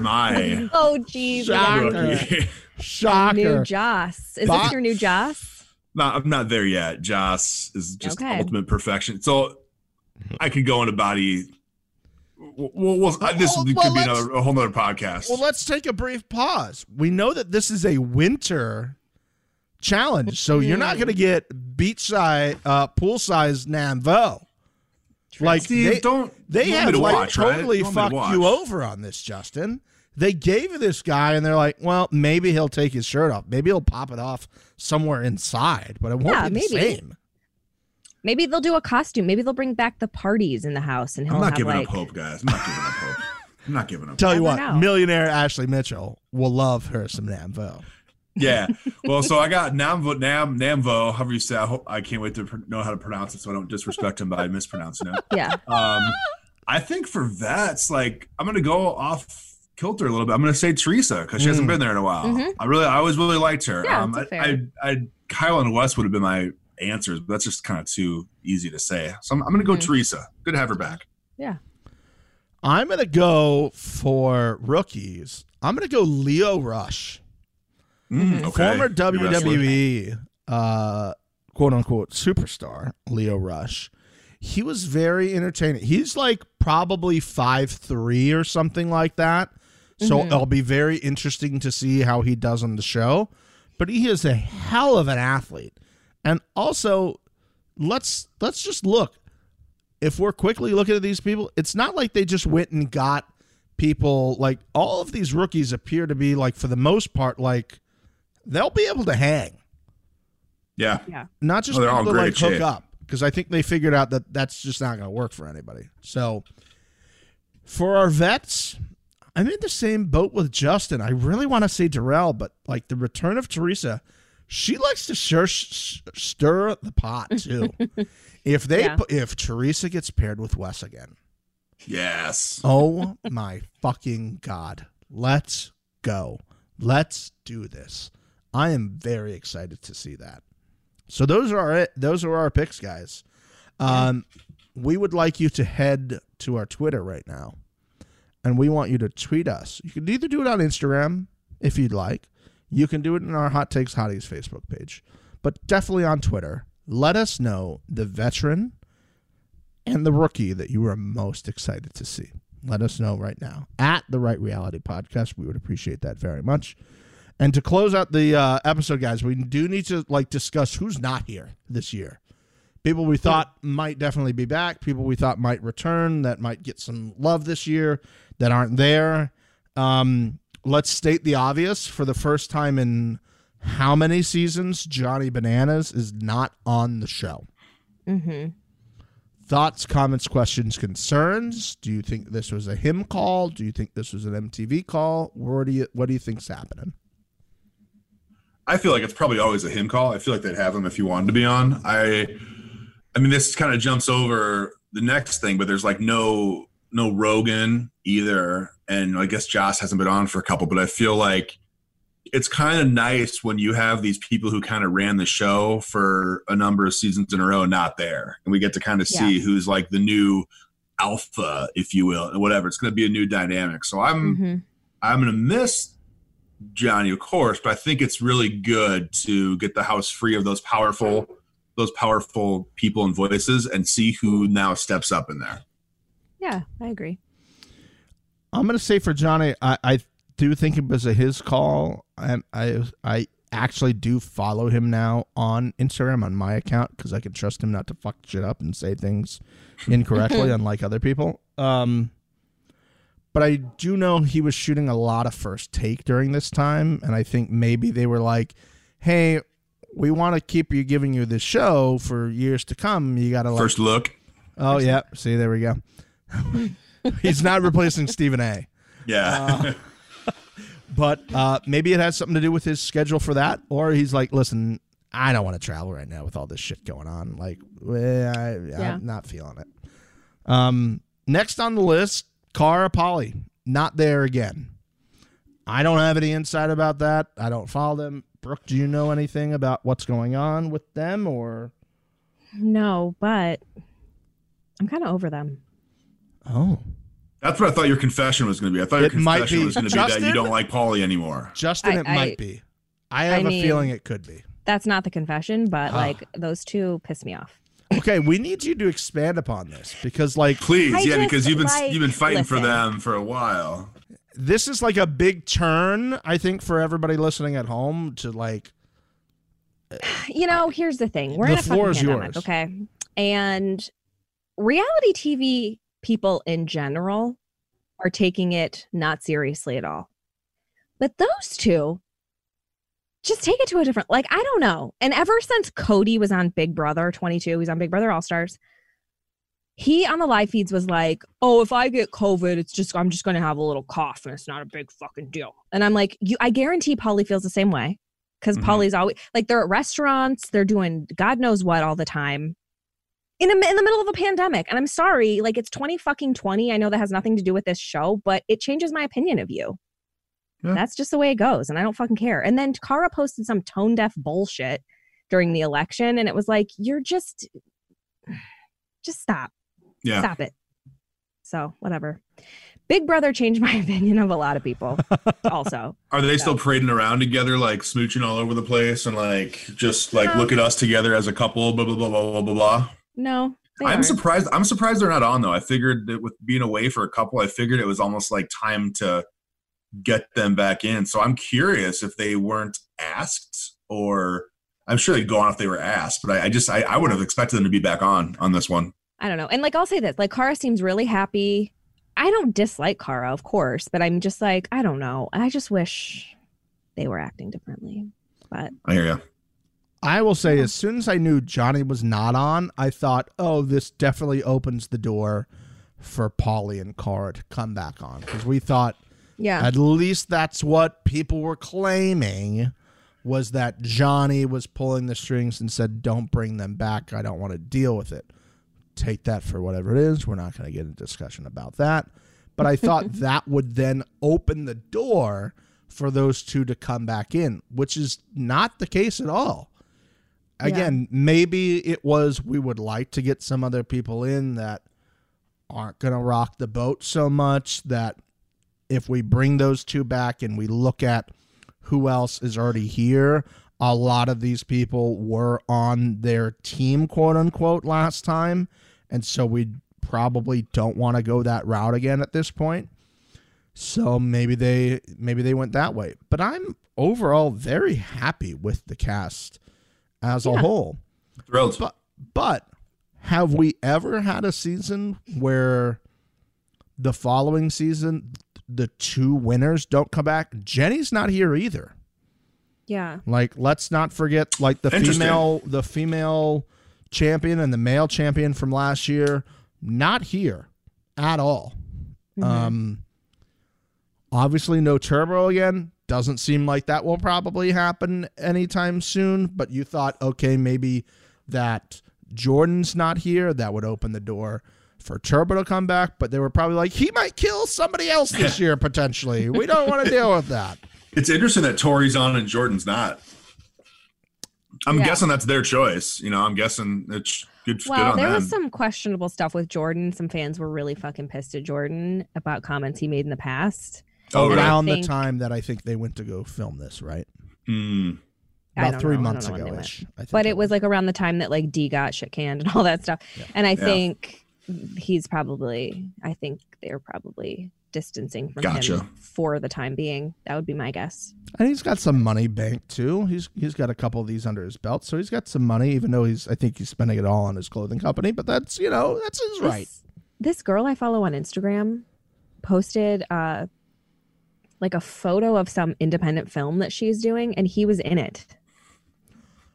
[SPEAKER 2] <laughs>
[SPEAKER 4] my
[SPEAKER 3] <laughs> Oh, geez.
[SPEAKER 2] Shocker.
[SPEAKER 4] rookie. <laughs>
[SPEAKER 2] Shocker.
[SPEAKER 3] New Joss. Is
[SPEAKER 2] Bo-
[SPEAKER 3] this your new Joss?
[SPEAKER 4] not I'm not there yet. Joss is just
[SPEAKER 3] Okay.
[SPEAKER 4] ultimate perfection. So I could go into body. Well, well this
[SPEAKER 2] Well,
[SPEAKER 4] could
[SPEAKER 2] well,
[SPEAKER 4] be
[SPEAKER 2] let's-
[SPEAKER 4] another a whole nother podcast.
[SPEAKER 2] well, let's take a brief pause. We know that this is a winter challenge, so you're not going to get beachside, uh, pool-size Namvo. Like
[SPEAKER 4] Steve,
[SPEAKER 2] they,
[SPEAKER 4] don't
[SPEAKER 2] They
[SPEAKER 4] you want me
[SPEAKER 2] have
[SPEAKER 4] to
[SPEAKER 2] like
[SPEAKER 4] watch, right?
[SPEAKER 2] totally
[SPEAKER 4] want me to
[SPEAKER 2] fucked
[SPEAKER 4] watch?
[SPEAKER 2] you over on this, Justin. They gave this guy, and they're like, "Well, maybe he'll take his shirt off. Maybe he'll pop it off somewhere inside, but it won't
[SPEAKER 3] Yeah,
[SPEAKER 2] be the
[SPEAKER 3] maybe.
[SPEAKER 2] same."
[SPEAKER 3] Maybe they'll do a costume. Maybe they'll bring back the parties in the house and he'll
[SPEAKER 4] I'm not
[SPEAKER 3] have
[SPEAKER 4] giving
[SPEAKER 3] like
[SPEAKER 4] up hope, guys. I'm not giving up hope. I'm not
[SPEAKER 2] <laughs>
[SPEAKER 4] giving up.
[SPEAKER 2] Tell you what,
[SPEAKER 3] Never know.
[SPEAKER 2] millionaire Ashley Mitchell will love her some Namvo.
[SPEAKER 4] Yeah. Well, so I got Namvo, Nam, Namvo, however you say. it. I, hope, I can't wait to pr- know how to pronounce it, so I don't disrespect him by mispronouncing it.
[SPEAKER 3] yeah.
[SPEAKER 4] Um, I think for vets, like I'm gonna go off kilter a little bit. I'm gonna say Teresa because she hasn't
[SPEAKER 2] Mm.
[SPEAKER 4] been there in a while.
[SPEAKER 3] Mhm.
[SPEAKER 4] I really, I always really liked her.
[SPEAKER 3] Yeah,
[SPEAKER 4] um, I,
[SPEAKER 3] that's
[SPEAKER 4] I, I, Kyle and Wes would have been my answers, but that's just kind of too easy to say. So I'm, I'm gonna go
[SPEAKER 3] Mhm.
[SPEAKER 4] Teresa. Good to have her back.
[SPEAKER 2] I'm gonna go for rookies. I'm gonna go Leo Rush,
[SPEAKER 4] Mm,
[SPEAKER 3] Mhm.
[SPEAKER 4] okay.
[SPEAKER 2] former E.
[SPEAKER 4] Good wrestler.
[SPEAKER 2] WWE uh, quote unquote superstar Leo Rush. He was very entertaining. He's like probably five three or something like that. So
[SPEAKER 3] Mhm.
[SPEAKER 2] it'll be very interesting to see how he does on the show. But he is a hell of an athlete. And also, let's let's just look. If we're quickly looking at these people, it's not like they just went and got people like all of these rookies appear to be like for the most part, like they'll be able to hang
[SPEAKER 4] Yeah.
[SPEAKER 2] not just
[SPEAKER 4] Oh, they're all
[SPEAKER 2] people to like
[SPEAKER 4] great shape.
[SPEAKER 2] hook up because I think they figured out that that's just not going to work for anybody. So for our vets, I'm in the same boat with Justin. I really want to say Darrell, but like the return of Teresa, she likes to sure, sh- stir the pot too. if they
[SPEAKER 3] Yeah.
[SPEAKER 2] pu- if Teresa gets paired with Wes again,
[SPEAKER 4] Yes.
[SPEAKER 2] oh my fucking god, let's go, let's do this. I am very excited to see that. So those are it. Those are our picks, guys. Um, we would like you to head to our Twitter right now, and we want you to tweet us. You can either do it on Instagram if you'd like. You can do it in our Hot Takes Hotties Facebook page, but definitely on Twitter. Let us know the veteran and the rookie that you are most excited to see. Let us know right now at the Right Reality Podcast. We would appreciate that very much. And to close out the uh, episode, guys, we do need to like discuss who's not here this year. People we thought might definitely be back, people we thought might return, that might get some love this year, that aren't there. Um, let's state the obvious: for the first time in how many seasons, Johnny Bananas is not on the show.
[SPEAKER 3] Mm-hmm.
[SPEAKER 2] Thoughts, comments, questions, concerns? Do you think this was a him call? Do you think this was an MTV call? Where do you what do you think's happening?
[SPEAKER 4] I feel like it's probably always a him call. I feel like they'd have him if he wanted to be on. I, I mean, this kind of jumps over the next thing, but there's like no no Rogan either, and I guess Joss hasn't been on for a couple. But I feel like it's kind of nice when you have these people who kind of ran the show for a number of seasons in a row not there, and we get to kind of see who's like the new alpha, if you will, and whatever. It's going to be a new dynamic. So I'm.
[SPEAKER 3] Mm-hmm.
[SPEAKER 4] I'm going to miss Johnny, of course, but I think it's really good to get the house free of those powerful, those powerful people and voices, and see who now steps up in there.
[SPEAKER 3] Yeah, I agree.
[SPEAKER 2] I'm gonna say for Johnny, I, I do think it was a his call. I, I I actually do follow him now on Instagram on my account because I can trust him not to fuck shit up and say things incorrectly, unlike other people. Um, but I do know he was shooting a lot of first take during this time, and I think maybe they were like, "Hey, we want to keep you giving you this show for years to come. You got to like,
[SPEAKER 4] First look.
[SPEAKER 2] oh yeah, see there we go." <laughs> He's not replacing Stephen A. Uh,
[SPEAKER 4] Yeah.
[SPEAKER 2] But uh, maybe it has something to do with his schedule for that, or he's like, "Listen, I don't want to travel right now with all this shit going on. Like, eh, I,
[SPEAKER 3] Yeah.
[SPEAKER 2] I'm not feeling it." Um, next on the list, Cara Polly, not there again. I don't have any insight about that. I don't follow them. Brooke, do you know anything about what's going on with them, or
[SPEAKER 3] No, but I'm kind of over them.
[SPEAKER 2] oh,
[SPEAKER 4] <laughs> That's what I thought your confession was going to be. I thought your
[SPEAKER 2] It might
[SPEAKER 4] confession
[SPEAKER 2] be.
[SPEAKER 4] was going to be that you
[SPEAKER 2] Justin?
[SPEAKER 4] don't like Polly anymore.
[SPEAKER 2] Justin,
[SPEAKER 3] I-
[SPEAKER 2] it
[SPEAKER 3] I-
[SPEAKER 2] might be. I have a
[SPEAKER 3] mean-
[SPEAKER 2] feeling it could be.
[SPEAKER 3] That's not the confession, but
[SPEAKER 2] Ah.
[SPEAKER 3] like those two piss me off.
[SPEAKER 2] Okay, we need you to expand upon this because, like,
[SPEAKER 4] Please,
[SPEAKER 3] I
[SPEAKER 4] yeah,
[SPEAKER 3] just
[SPEAKER 4] because you've been
[SPEAKER 3] like-
[SPEAKER 4] you've been fighting for
[SPEAKER 3] listen.
[SPEAKER 4] them for a while.
[SPEAKER 2] this is like a big turn, I think, for everybody listening at home to like,
[SPEAKER 3] You know, here's the thing: we're
[SPEAKER 2] The
[SPEAKER 3] in a
[SPEAKER 2] floor is
[SPEAKER 3] fucking pandemic,
[SPEAKER 2] yours.
[SPEAKER 3] okay? And reality TV people in general are taking it not seriously at all. But those two just take it to a different like I don't know. And ever since Cody was on Big Brother 22, he's on Big Brother All Stars. He on the live feeds was like, "Oh, if I get COVID, it's just I'm just going to have a little cough and it's not a big fucking deal." And I'm like, "You I guarantee Polly feels the same way because
[SPEAKER 4] Mhm.
[SPEAKER 3] Polly's always like they're at restaurants, they're doing god knows what all the time." In the, in the middle of a pandemic. And I'm sorry, like it's 20 fucking 20. I know that has nothing to do with this show, but it changes my opinion of you.
[SPEAKER 4] Yeah.
[SPEAKER 3] That's just the way it goes, and I don't fucking care. And then Kara posted some tone deaf bullshit during the election, and it was like, you're just, just stop,
[SPEAKER 4] Yeah.
[SPEAKER 3] stop it. So whatever. Big Brother changed <laughs> my opinion of a lot of people. also,
[SPEAKER 4] Are they still parading around together, like smooching all over the place, and like just
[SPEAKER 3] Um,
[SPEAKER 4] like look at us together as a couple? Blah blah blah blah blah blah blah.
[SPEAKER 3] no, they
[SPEAKER 4] I'm
[SPEAKER 3] aren't.
[SPEAKER 4] surprised. I'm surprised they're not on though. I figured that with being away for a couple, I figured it was almost like time to get them back in. So I'm curious if they weren't asked, or I'm sure they'd go on if they were asked. But I, I just I, I would have expected them to be back on on this one.
[SPEAKER 3] I don't know. And like, I'll say this: like, Kara seems really happy. I don't dislike Kara, of course, but I'm just like, I don't know. I just wish they were acting differently. But
[SPEAKER 4] I hear you.
[SPEAKER 2] I will say, as soon as I knew Johnny was not on, I thought, oh, this definitely opens the door for Polly and Cara to come back on because we thought
[SPEAKER 3] yeah,
[SPEAKER 2] at least that's what people were claiming was that Johnny was pulling the strings and said, don't bring them back. I don't want to deal with it. Take that for whatever it is. We're not going to get a discussion about that. But I thought that would then open the door for those two to come back in, which is not the case at all. Again, maybe it was we would like to get some other people in that aren't going to rock the boat so much that if we bring those two back and we look at who else is already here, a lot of these people were on their team, quote unquote, last time. And so we probably don't want to go that route again at this point. So maybe they maybe they went that way. But I'm overall very happy with the cast as a
[SPEAKER 3] Yeah.
[SPEAKER 2] whole.
[SPEAKER 4] Thrilled.
[SPEAKER 2] But but have we ever had a season where the following season the two winners don't come back? Jenny's not here either.
[SPEAKER 3] yeah,
[SPEAKER 2] Like let's not forget like the
[SPEAKER 4] Interesting.
[SPEAKER 2] female the female champion and the male champion from last year not here at all.
[SPEAKER 3] Mm-hmm.
[SPEAKER 2] Um obviously no turbo again. Doesn't seem like that will probably happen anytime soon, but you thought okay, maybe that Jordan's not here, that would open the door for Turbo to come back, but they were probably like he might kill somebody else this year potentially. We don't want to deal with that.
[SPEAKER 4] It's interesting that Tori's on and Jordan's not. I'm
[SPEAKER 3] Yeah.
[SPEAKER 4] guessing that's their choice. You know, I'm guessing it's good, good
[SPEAKER 3] Well,
[SPEAKER 4] on
[SPEAKER 3] there
[SPEAKER 4] them.
[SPEAKER 3] was some questionable stuff with Jordan. Some fans were really fucking pissed at Jordan about comments he made in the past.
[SPEAKER 4] oh, right.
[SPEAKER 2] around the
[SPEAKER 3] think-
[SPEAKER 2] time that I think they went to go film this, right?
[SPEAKER 4] Hmm.
[SPEAKER 3] I
[SPEAKER 2] About
[SPEAKER 3] don't
[SPEAKER 2] three
[SPEAKER 3] know. I don't
[SPEAKER 2] months
[SPEAKER 3] know when they
[SPEAKER 2] ago
[SPEAKER 3] went.
[SPEAKER 2] ish. I think
[SPEAKER 3] But it was like around the time that like D got shit canned and <laughs> all that stuff. And I
[SPEAKER 4] Yeah.
[SPEAKER 3] think he's probably, I think they're probably distancing from
[SPEAKER 4] Gotcha.
[SPEAKER 3] him for the time being. That would be my guess.
[SPEAKER 2] and he's got some money banked too. He's he's got a couple of these under his belt, so he's got some money, even though he's I think he's spending it all on his clothing company, but that's you know, that's his right.
[SPEAKER 3] This, this girl I follow on Instagram, posted uh like a photo of some independent film that she's doing and he was in it.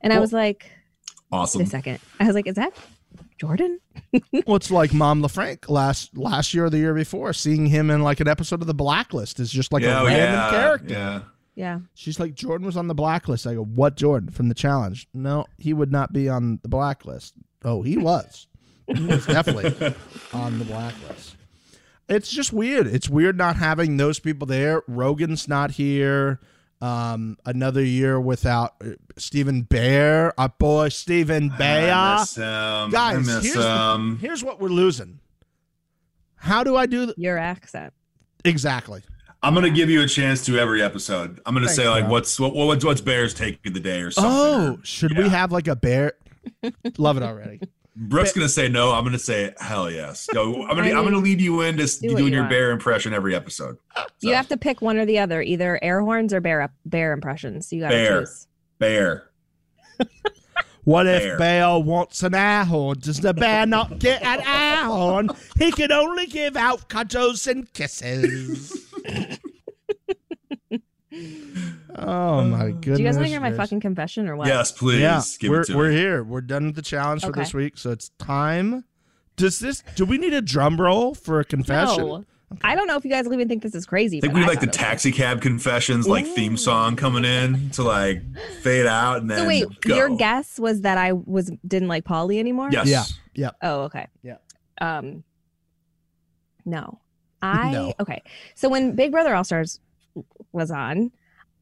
[SPEAKER 3] And I
[SPEAKER 4] Well-
[SPEAKER 3] was like, wait
[SPEAKER 4] Awesome.
[SPEAKER 3] a second. I was like, is that Jordan?
[SPEAKER 2] Well, it's like Mom LaFrank last last year or the year before. Seeing him in like an episode of The Blacklist is just like
[SPEAKER 4] yeah,
[SPEAKER 2] a
[SPEAKER 4] oh,
[SPEAKER 2] random
[SPEAKER 4] yeah,
[SPEAKER 2] character.
[SPEAKER 4] Yeah.
[SPEAKER 3] Yeah.
[SPEAKER 2] She's like Jordan was on The Blacklist. I go, what Jordan from the challenge? No, he would not be on the Blacklist. Oh, he was. He was
[SPEAKER 4] <laughs>
[SPEAKER 2] definitely on the Blacklist. It's just weird. It's weird not having those people there. Rogan's not here. Um, another year without uh, Stephen Bear, our boy Stephen Bear.
[SPEAKER 4] I miss him. I
[SPEAKER 2] Guys,
[SPEAKER 4] miss
[SPEAKER 2] here's, the-
[SPEAKER 4] him.
[SPEAKER 2] here's what we're losing. How do I do th-
[SPEAKER 3] Your accent.
[SPEAKER 2] exactly?
[SPEAKER 4] I'm gonna give you a chance to every episode. I'm gonna
[SPEAKER 2] Thanks,
[SPEAKER 4] say like,
[SPEAKER 2] Rob.
[SPEAKER 4] what's what, what's what's Bear's take of the day or
[SPEAKER 2] Oh,
[SPEAKER 4] something.
[SPEAKER 2] should
[SPEAKER 4] Yeah.
[SPEAKER 2] we have like a bear? Love it already.
[SPEAKER 4] Brooke's gonna say no. I'm gonna say hell yes.
[SPEAKER 2] <laughs>
[SPEAKER 4] No, I'm
[SPEAKER 3] I
[SPEAKER 4] gonna I'm gonna
[SPEAKER 3] mean,
[SPEAKER 4] lead you into s-
[SPEAKER 3] do what
[SPEAKER 4] doing
[SPEAKER 3] you
[SPEAKER 4] your
[SPEAKER 3] want.
[SPEAKER 4] Bear impression every episode.
[SPEAKER 3] You have to pick one or the other, either air horns or bear up bear impressions. You gotta
[SPEAKER 4] Bear.
[SPEAKER 3] choose.
[SPEAKER 4] Bear.
[SPEAKER 2] What if
[SPEAKER 4] Bear.
[SPEAKER 2] Bear wants an air horn? Does the bear not get an air horn? He can only give out cuddles and
[SPEAKER 3] <laughs>
[SPEAKER 2] kisses. oh my goodness!
[SPEAKER 3] Do you guys want to hear my
[SPEAKER 2] gracious.
[SPEAKER 3] fucking confession or what?
[SPEAKER 4] Yes, please.
[SPEAKER 2] yeah,
[SPEAKER 4] give
[SPEAKER 2] we're
[SPEAKER 4] it to
[SPEAKER 2] we're
[SPEAKER 4] me.
[SPEAKER 2] here. We're done with the challenge for
[SPEAKER 3] Okay.
[SPEAKER 2] this week, so it's time. Does this? Do we need a drum roll for a confession?
[SPEAKER 3] No. I don't know if you guys even think this is crazy.
[SPEAKER 4] I think
[SPEAKER 3] but
[SPEAKER 4] we need, like
[SPEAKER 3] thought
[SPEAKER 4] the
[SPEAKER 3] it was-
[SPEAKER 4] taxi cab confessions, like theme song coming in to like fade out and then
[SPEAKER 3] So wait,
[SPEAKER 4] go.
[SPEAKER 3] your guess was that I was didn't like Polly anymore?
[SPEAKER 4] Yes.
[SPEAKER 2] Yeah.
[SPEAKER 3] Oh, okay.
[SPEAKER 2] Yeah.
[SPEAKER 3] Um No. I
[SPEAKER 2] No.
[SPEAKER 3] okay. So when Big Brother All Stars was on,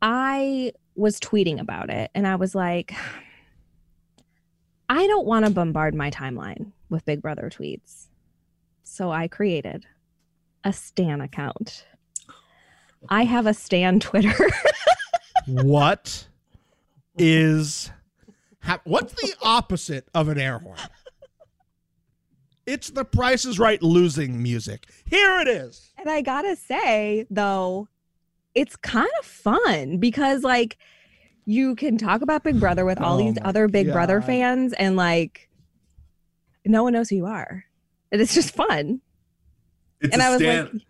[SPEAKER 3] I was tweeting about it and I was like I don't want to bombard my timeline with Big Brother tweets. So I created a Stan account. I have a Stan Twitter. <laughs>
[SPEAKER 2] what is hap- what's the opposite of an air horn? It's the Price is Right losing music. Here it is.
[SPEAKER 3] And I gotta say, though, it's kind of fun because, like, you can talk about Big Brother with all
[SPEAKER 2] Oh
[SPEAKER 3] these
[SPEAKER 2] my
[SPEAKER 3] other Big Brother
[SPEAKER 2] God.
[SPEAKER 3] fans, and like, no one knows who you are. And it's just fun.
[SPEAKER 4] It's
[SPEAKER 3] and
[SPEAKER 4] a
[SPEAKER 3] I was
[SPEAKER 4] stand-
[SPEAKER 3] like,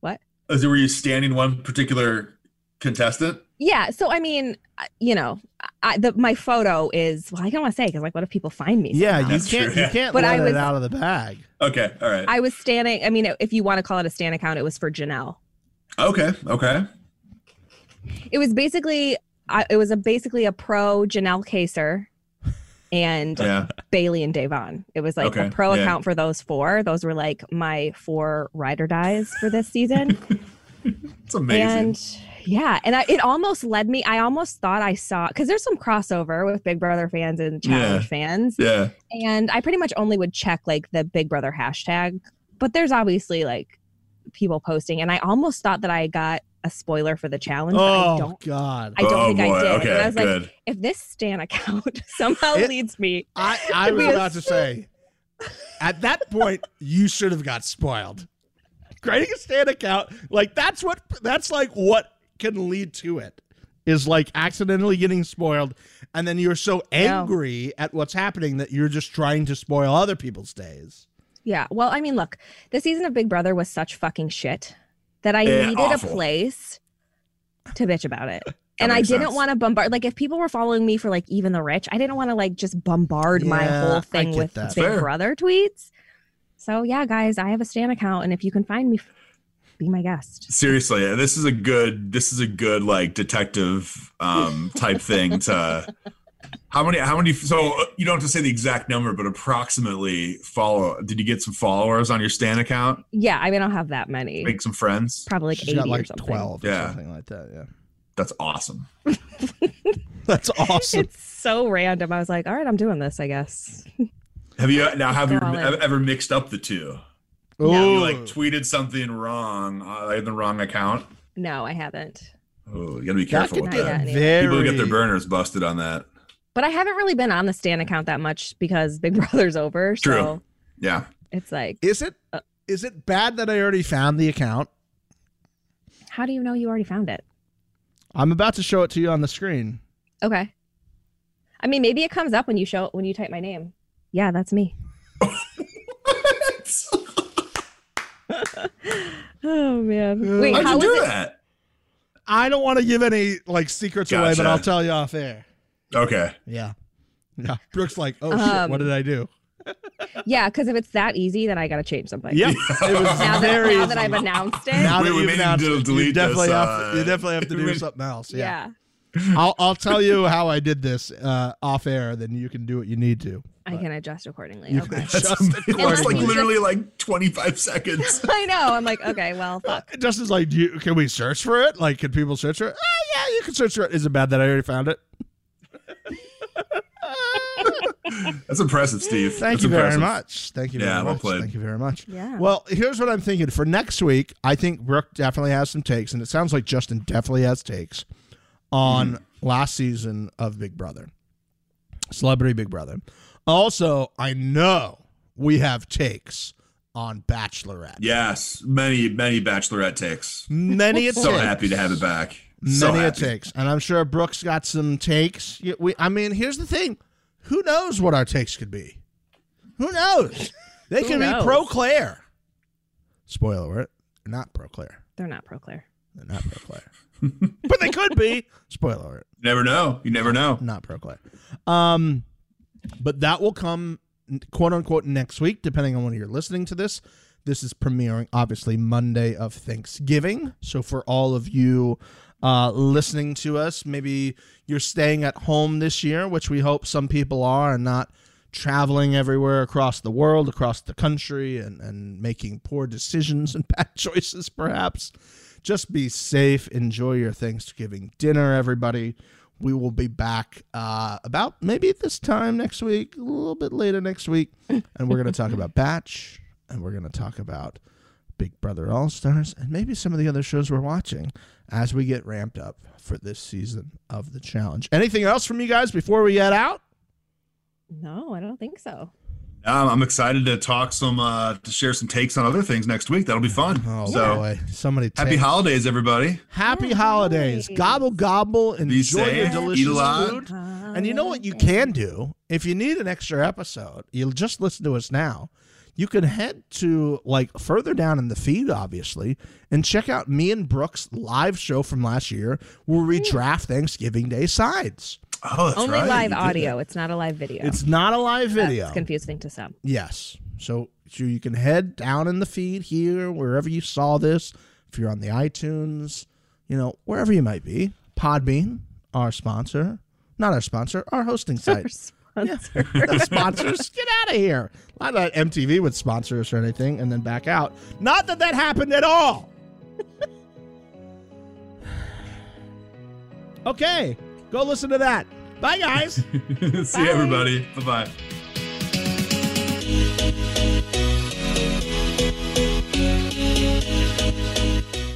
[SPEAKER 3] what?
[SPEAKER 4] Is it where you standing one particular contestant?
[SPEAKER 3] yeah. So, I mean, I- you know, I, the, my photo is, well, I don't wanna say, because, like, what if people find me?
[SPEAKER 2] Yeah,
[SPEAKER 3] somehow?
[SPEAKER 2] you
[SPEAKER 4] That's
[SPEAKER 2] can't
[SPEAKER 4] true.
[SPEAKER 2] you can't
[SPEAKER 3] But
[SPEAKER 2] let
[SPEAKER 3] I
[SPEAKER 2] it
[SPEAKER 3] was-
[SPEAKER 2] out of the bag.
[SPEAKER 4] Okay. All right.
[SPEAKER 3] I was standing, I mean, if you wanna call it a Stan account, it was for Janelle.
[SPEAKER 4] okay. Okay.
[SPEAKER 3] It was basically, I, it was a basically a pro Janelle Caser and
[SPEAKER 4] Yeah.
[SPEAKER 3] Bailey and Davon. It was like
[SPEAKER 4] Okay,
[SPEAKER 3] a pro
[SPEAKER 4] yeah.
[SPEAKER 3] account for those four. Those were like my four ride or dies for this season.
[SPEAKER 4] It's <laughs> amazing.
[SPEAKER 3] and yeah, and I, it almost led me. I almost thought I saw because there's some crossover with Big Brother fans and Challenge
[SPEAKER 4] Yeah.
[SPEAKER 3] fans,
[SPEAKER 4] yeah.
[SPEAKER 3] and I pretty much only would check like the Big Brother hashtag, but there's obviously like people posting, and I almost thought that I got a spoiler for the challenge. but I
[SPEAKER 2] Oh
[SPEAKER 3] don't.
[SPEAKER 2] god.
[SPEAKER 3] I don't
[SPEAKER 4] oh
[SPEAKER 3] think
[SPEAKER 4] boy.
[SPEAKER 3] I did.
[SPEAKER 4] Okay.
[SPEAKER 3] and I was like,
[SPEAKER 4] good.
[SPEAKER 3] if this Stan account <laughs> somehow
[SPEAKER 2] It-
[SPEAKER 3] leads me
[SPEAKER 2] I, I
[SPEAKER 3] It
[SPEAKER 2] was
[SPEAKER 3] was-
[SPEAKER 2] about to say at that point you should have got spoiled. Creating a stand account, like that's what that's like what can lead to it is like accidentally getting spoiled and then you're so angry at what's happening that you're just trying to spoil other people's days.
[SPEAKER 3] Yeah. Well, I mean, look, the season of Big Brother was such fucking shit that I
[SPEAKER 4] Eh,
[SPEAKER 3] needed
[SPEAKER 4] awful.
[SPEAKER 3] a place to bitch
[SPEAKER 2] <laughs>
[SPEAKER 3] about it. and I
[SPEAKER 4] makes
[SPEAKER 3] didn't
[SPEAKER 4] sense.
[SPEAKER 3] want to bombard like if people were following me for like even the rich, I didn't want to like just bombard my
[SPEAKER 2] Yeah, I
[SPEAKER 3] whole thing
[SPEAKER 2] get
[SPEAKER 3] with
[SPEAKER 2] that.
[SPEAKER 3] Big
[SPEAKER 4] Fair.
[SPEAKER 3] Brother tweets. So yeah, guys, I have a Stan account, and if you can find me, f- be my guest.
[SPEAKER 4] Seriously, yeah, this is a good this is a good like detective um type thing to <laughs> how many how many so uh, you don't have to say the exact number but approximately follow did you get some followers on your Stan account?
[SPEAKER 3] Yeah, I mean, I'll have that many,
[SPEAKER 4] Make some friends?
[SPEAKER 3] probably like
[SPEAKER 2] She's
[SPEAKER 3] eighty
[SPEAKER 2] got
[SPEAKER 3] or
[SPEAKER 2] like
[SPEAKER 3] something.
[SPEAKER 2] 12 or
[SPEAKER 4] Yeah.
[SPEAKER 2] something like that, yeah.
[SPEAKER 4] That's awesome.
[SPEAKER 2] That's awesome.
[SPEAKER 3] <laughs> It's so random. I was like, all right, I'm doing this. I guess.
[SPEAKER 4] Have you now have you
[SPEAKER 3] Go all in.
[SPEAKER 4] ever mixed up the two?
[SPEAKER 3] No.
[SPEAKER 4] You like tweeted something wrong, uh, like the wrong account.
[SPEAKER 3] No, I haven't.
[SPEAKER 4] Oh, you got to be
[SPEAKER 2] that
[SPEAKER 4] careful
[SPEAKER 2] could
[SPEAKER 4] with
[SPEAKER 2] get
[SPEAKER 3] Not
[SPEAKER 4] that.
[SPEAKER 3] yet.
[SPEAKER 2] very
[SPEAKER 4] People get their burners busted on that.
[SPEAKER 3] But I haven't really been on the Stan account that much because Big <laughs> Brother's over.
[SPEAKER 4] True.
[SPEAKER 3] So
[SPEAKER 4] Yeah.
[SPEAKER 3] it's like,
[SPEAKER 2] Is it
[SPEAKER 3] Uh.
[SPEAKER 2] is it bad that I already found the account?
[SPEAKER 3] how do you know you already found it?
[SPEAKER 2] I'm about to show it to you on the screen.
[SPEAKER 3] Okay. I mean, maybe it comes up when you show when you type my name. Yeah, that's me. Oh man. Wait,
[SPEAKER 4] How'd
[SPEAKER 3] how
[SPEAKER 4] you do
[SPEAKER 3] was it?
[SPEAKER 4] that?
[SPEAKER 2] I don't want to give any like secrets away, but
[SPEAKER 4] Gotcha.
[SPEAKER 2] I'll tell you off air.
[SPEAKER 4] Okay.
[SPEAKER 2] Yeah. Yeah. Brooke's like, oh shit,
[SPEAKER 3] Um,
[SPEAKER 2] what did I do?
[SPEAKER 3] Yeah, because if it's that easy, then I gotta change something. <laughs>
[SPEAKER 2] Yep. It was
[SPEAKER 3] Now that,
[SPEAKER 2] very
[SPEAKER 3] now that
[SPEAKER 2] easy.
[SPEAKER 3] I've announced it.
[SPEAKER 2] now
[SPEAKER 4] Wait,
[SPEAKER 2] that
[SPEAKER 4] we
[SPEAKER 2] you've
[SPEAKER 4] may need
[SPEAKER 2] announced
[SPEAKER 4] to
[SPEAKER 2] it, you
[SPEAKER 4] delete
[SPEAKER 2] definitely
[SPEAKER 4] this,
[SPEAKER 2] have to, you
[SPEAKER 4] uh,
[SPEAKER 2] definitely have to
[SPEAKER 3] <laughs>
[SPEAKER 2] do
[SPEAKER 4] we-
[SPEAKER 2] something else. Yeah.
[SPEAKER 3] yeah.
[SPEAKER 2] I'll I'll tell you how I did this uh, off air, then you can do what you need to.
[SPEAKER 3] I can adjust accordingly. <laughs>
[SPEAKER 2] You
[SPEAKER 3] Okay.
[SPEAKER 2] can
[SPEAKER 4] That's <laughs>
[SPEAKER 2] adjust
[SPEAKER 4] It's like
[SPEAKER 2] accordingly.
[SPEAKER 4] literally like 25 seconds.
[SPEAKER 3] I know. I'm like, okay,
[SPEAKER 2] <laughs>
[SPEAKER 3] well, fuck.
[SPEAKER 2] Uh, Justin's like, do you, can we search for it? Like, can people search for it? Ah, yeah, you can search for it. Is it bad that I already found it?
[SPEAKER 4] That's impressive, Steve.
[SPEAKER 2] Thank
[SPEAKER 4] That's
[SPEAKER 2] you very
[SPEAKER 4] impressive.
[SPEAKER 2] much. Thank you very
[SPEAKER 4] Yeah, well
[SPEAKER 2] much.
[SPEAKER 4] played.
[SPEAKER 2] Thank you very much.
[SPEAKER 3] Yeah.
[SPEAKER 2] Well, here's what I'm thinking for next week. I think Brooke definitely has some takes, and it sounds like Justin definitely has takes on last season of Big Brother, Celebrity Big Brother. Also, I know we have takes on Bachelorette.
[SPEAKER 4] Yes, many many bachelorette takes.
[SPEAKER 2] Many a
[SPEAKER 4] <laughs> So
[SPEAKER 2] take.
[SPEAKER 4] happy to have it back.
[SPEAKER 2] Many
[SPEAKER 4] so
[SPEAKER 2] a
[SPEAKER 4] happy.
[SPEAKER 2] takes, and I'm sure Brooke's got some takes. Y- We, I mean, here's the thing: who knows what our takes could be? Who knows? They
[SPEAKER 3] Who
[SPEAKER 2] can
[SPEAKER 3] knows?
[SPEAKER 2] be pro Claire. Spoiler alert: they're not pro Claire.
[SPEAKER 3] They're not pro Claire.
[SPEAKER 2] They're not pro Claire, but they could be. Spoiler alert:
[SPEAKER 4] You never know. You never know.
[SPEAKER 2] not pro Claire. Um, but that will come quote unquote next week, depending on when you're listening to this. This is premiering obviously Monday of Thanksgiving. So for all of you uh, listening to us, maybe you're staying at home this year, which we hope some people are, and not traveling everywhere across the world, across the country, and, and making poor decisions and <laughs> bad choices, perhaps. Just be safe. Enjoy your Thanksgiving dinner, everybody. We will be back uh, about maybe this time next week, a little bit later next week. And we're going to talk about Batch, and we're going to talk about Big Brother All Stars, and maybe some of the other shows we're watching as we get ramped up for this season of the challenge. Anything else from you guys before we get out?
[SPEAKER 3] No, I don't think so.
[SPEAKER 4] Um, I'm excited to talk some uh to share some takes on other things next week. That'll be fun.
[SPEAKER 2] Oh
[SPEAKER 4] so
[SPEAKER 2] boy, somebody
[SPEAKER 4] happy
[SPEAKER 2] take-
[SPEAKER 4] holidays, everybody.
[SPEAKER 2] happy holidays! Gobble gobble, enjoy your
[SPEAKER 4] safe,
[SPEAKER 2] delicious
[SPEAKER 4] eat a lot.
[SPEAKER 2] food. And
[SPEAKER 3] Um,
[SPEAKER 2] you know
[SPEAKER 3] Oh,
[SPEAKER 2] what you can do if you need an extra episode, you'll just listen to us now. You can head to like further down in the feed, obviously, and check out me and Brooks live show from last year where we draft Thanksgiving Day sides.
[SPEAKER 4] Oh, that's
[SPEAKER 3] Only
[SPEAKER 4] right.
[SPEAKER 3] live
[SPEAKER 4] <laughs> You did
[SPEAKER 3] audio. It's not a live video.
[SPEAKER 2] It's not a live
[SPEAKER 3] That's
[SPEAKER 2] video.
[SPEAKER 3] confusing to some.
[SPEAKER 2] Yes. So, so you can head down in the feed here, wherever you saw this, if you're on the iTunes, you know, wherever you might be. Podbean, our sponsor, not our sponsor, our hosting site. <laughs> Yeah. The sponsors, get out of here. Not that MTV would sponsor us or anything and then back out. Not that that happened at all. <sighs> okay, go listen to that. Bye, guys.
[SPEAKER 4] that. See you, everybody. Bye bye.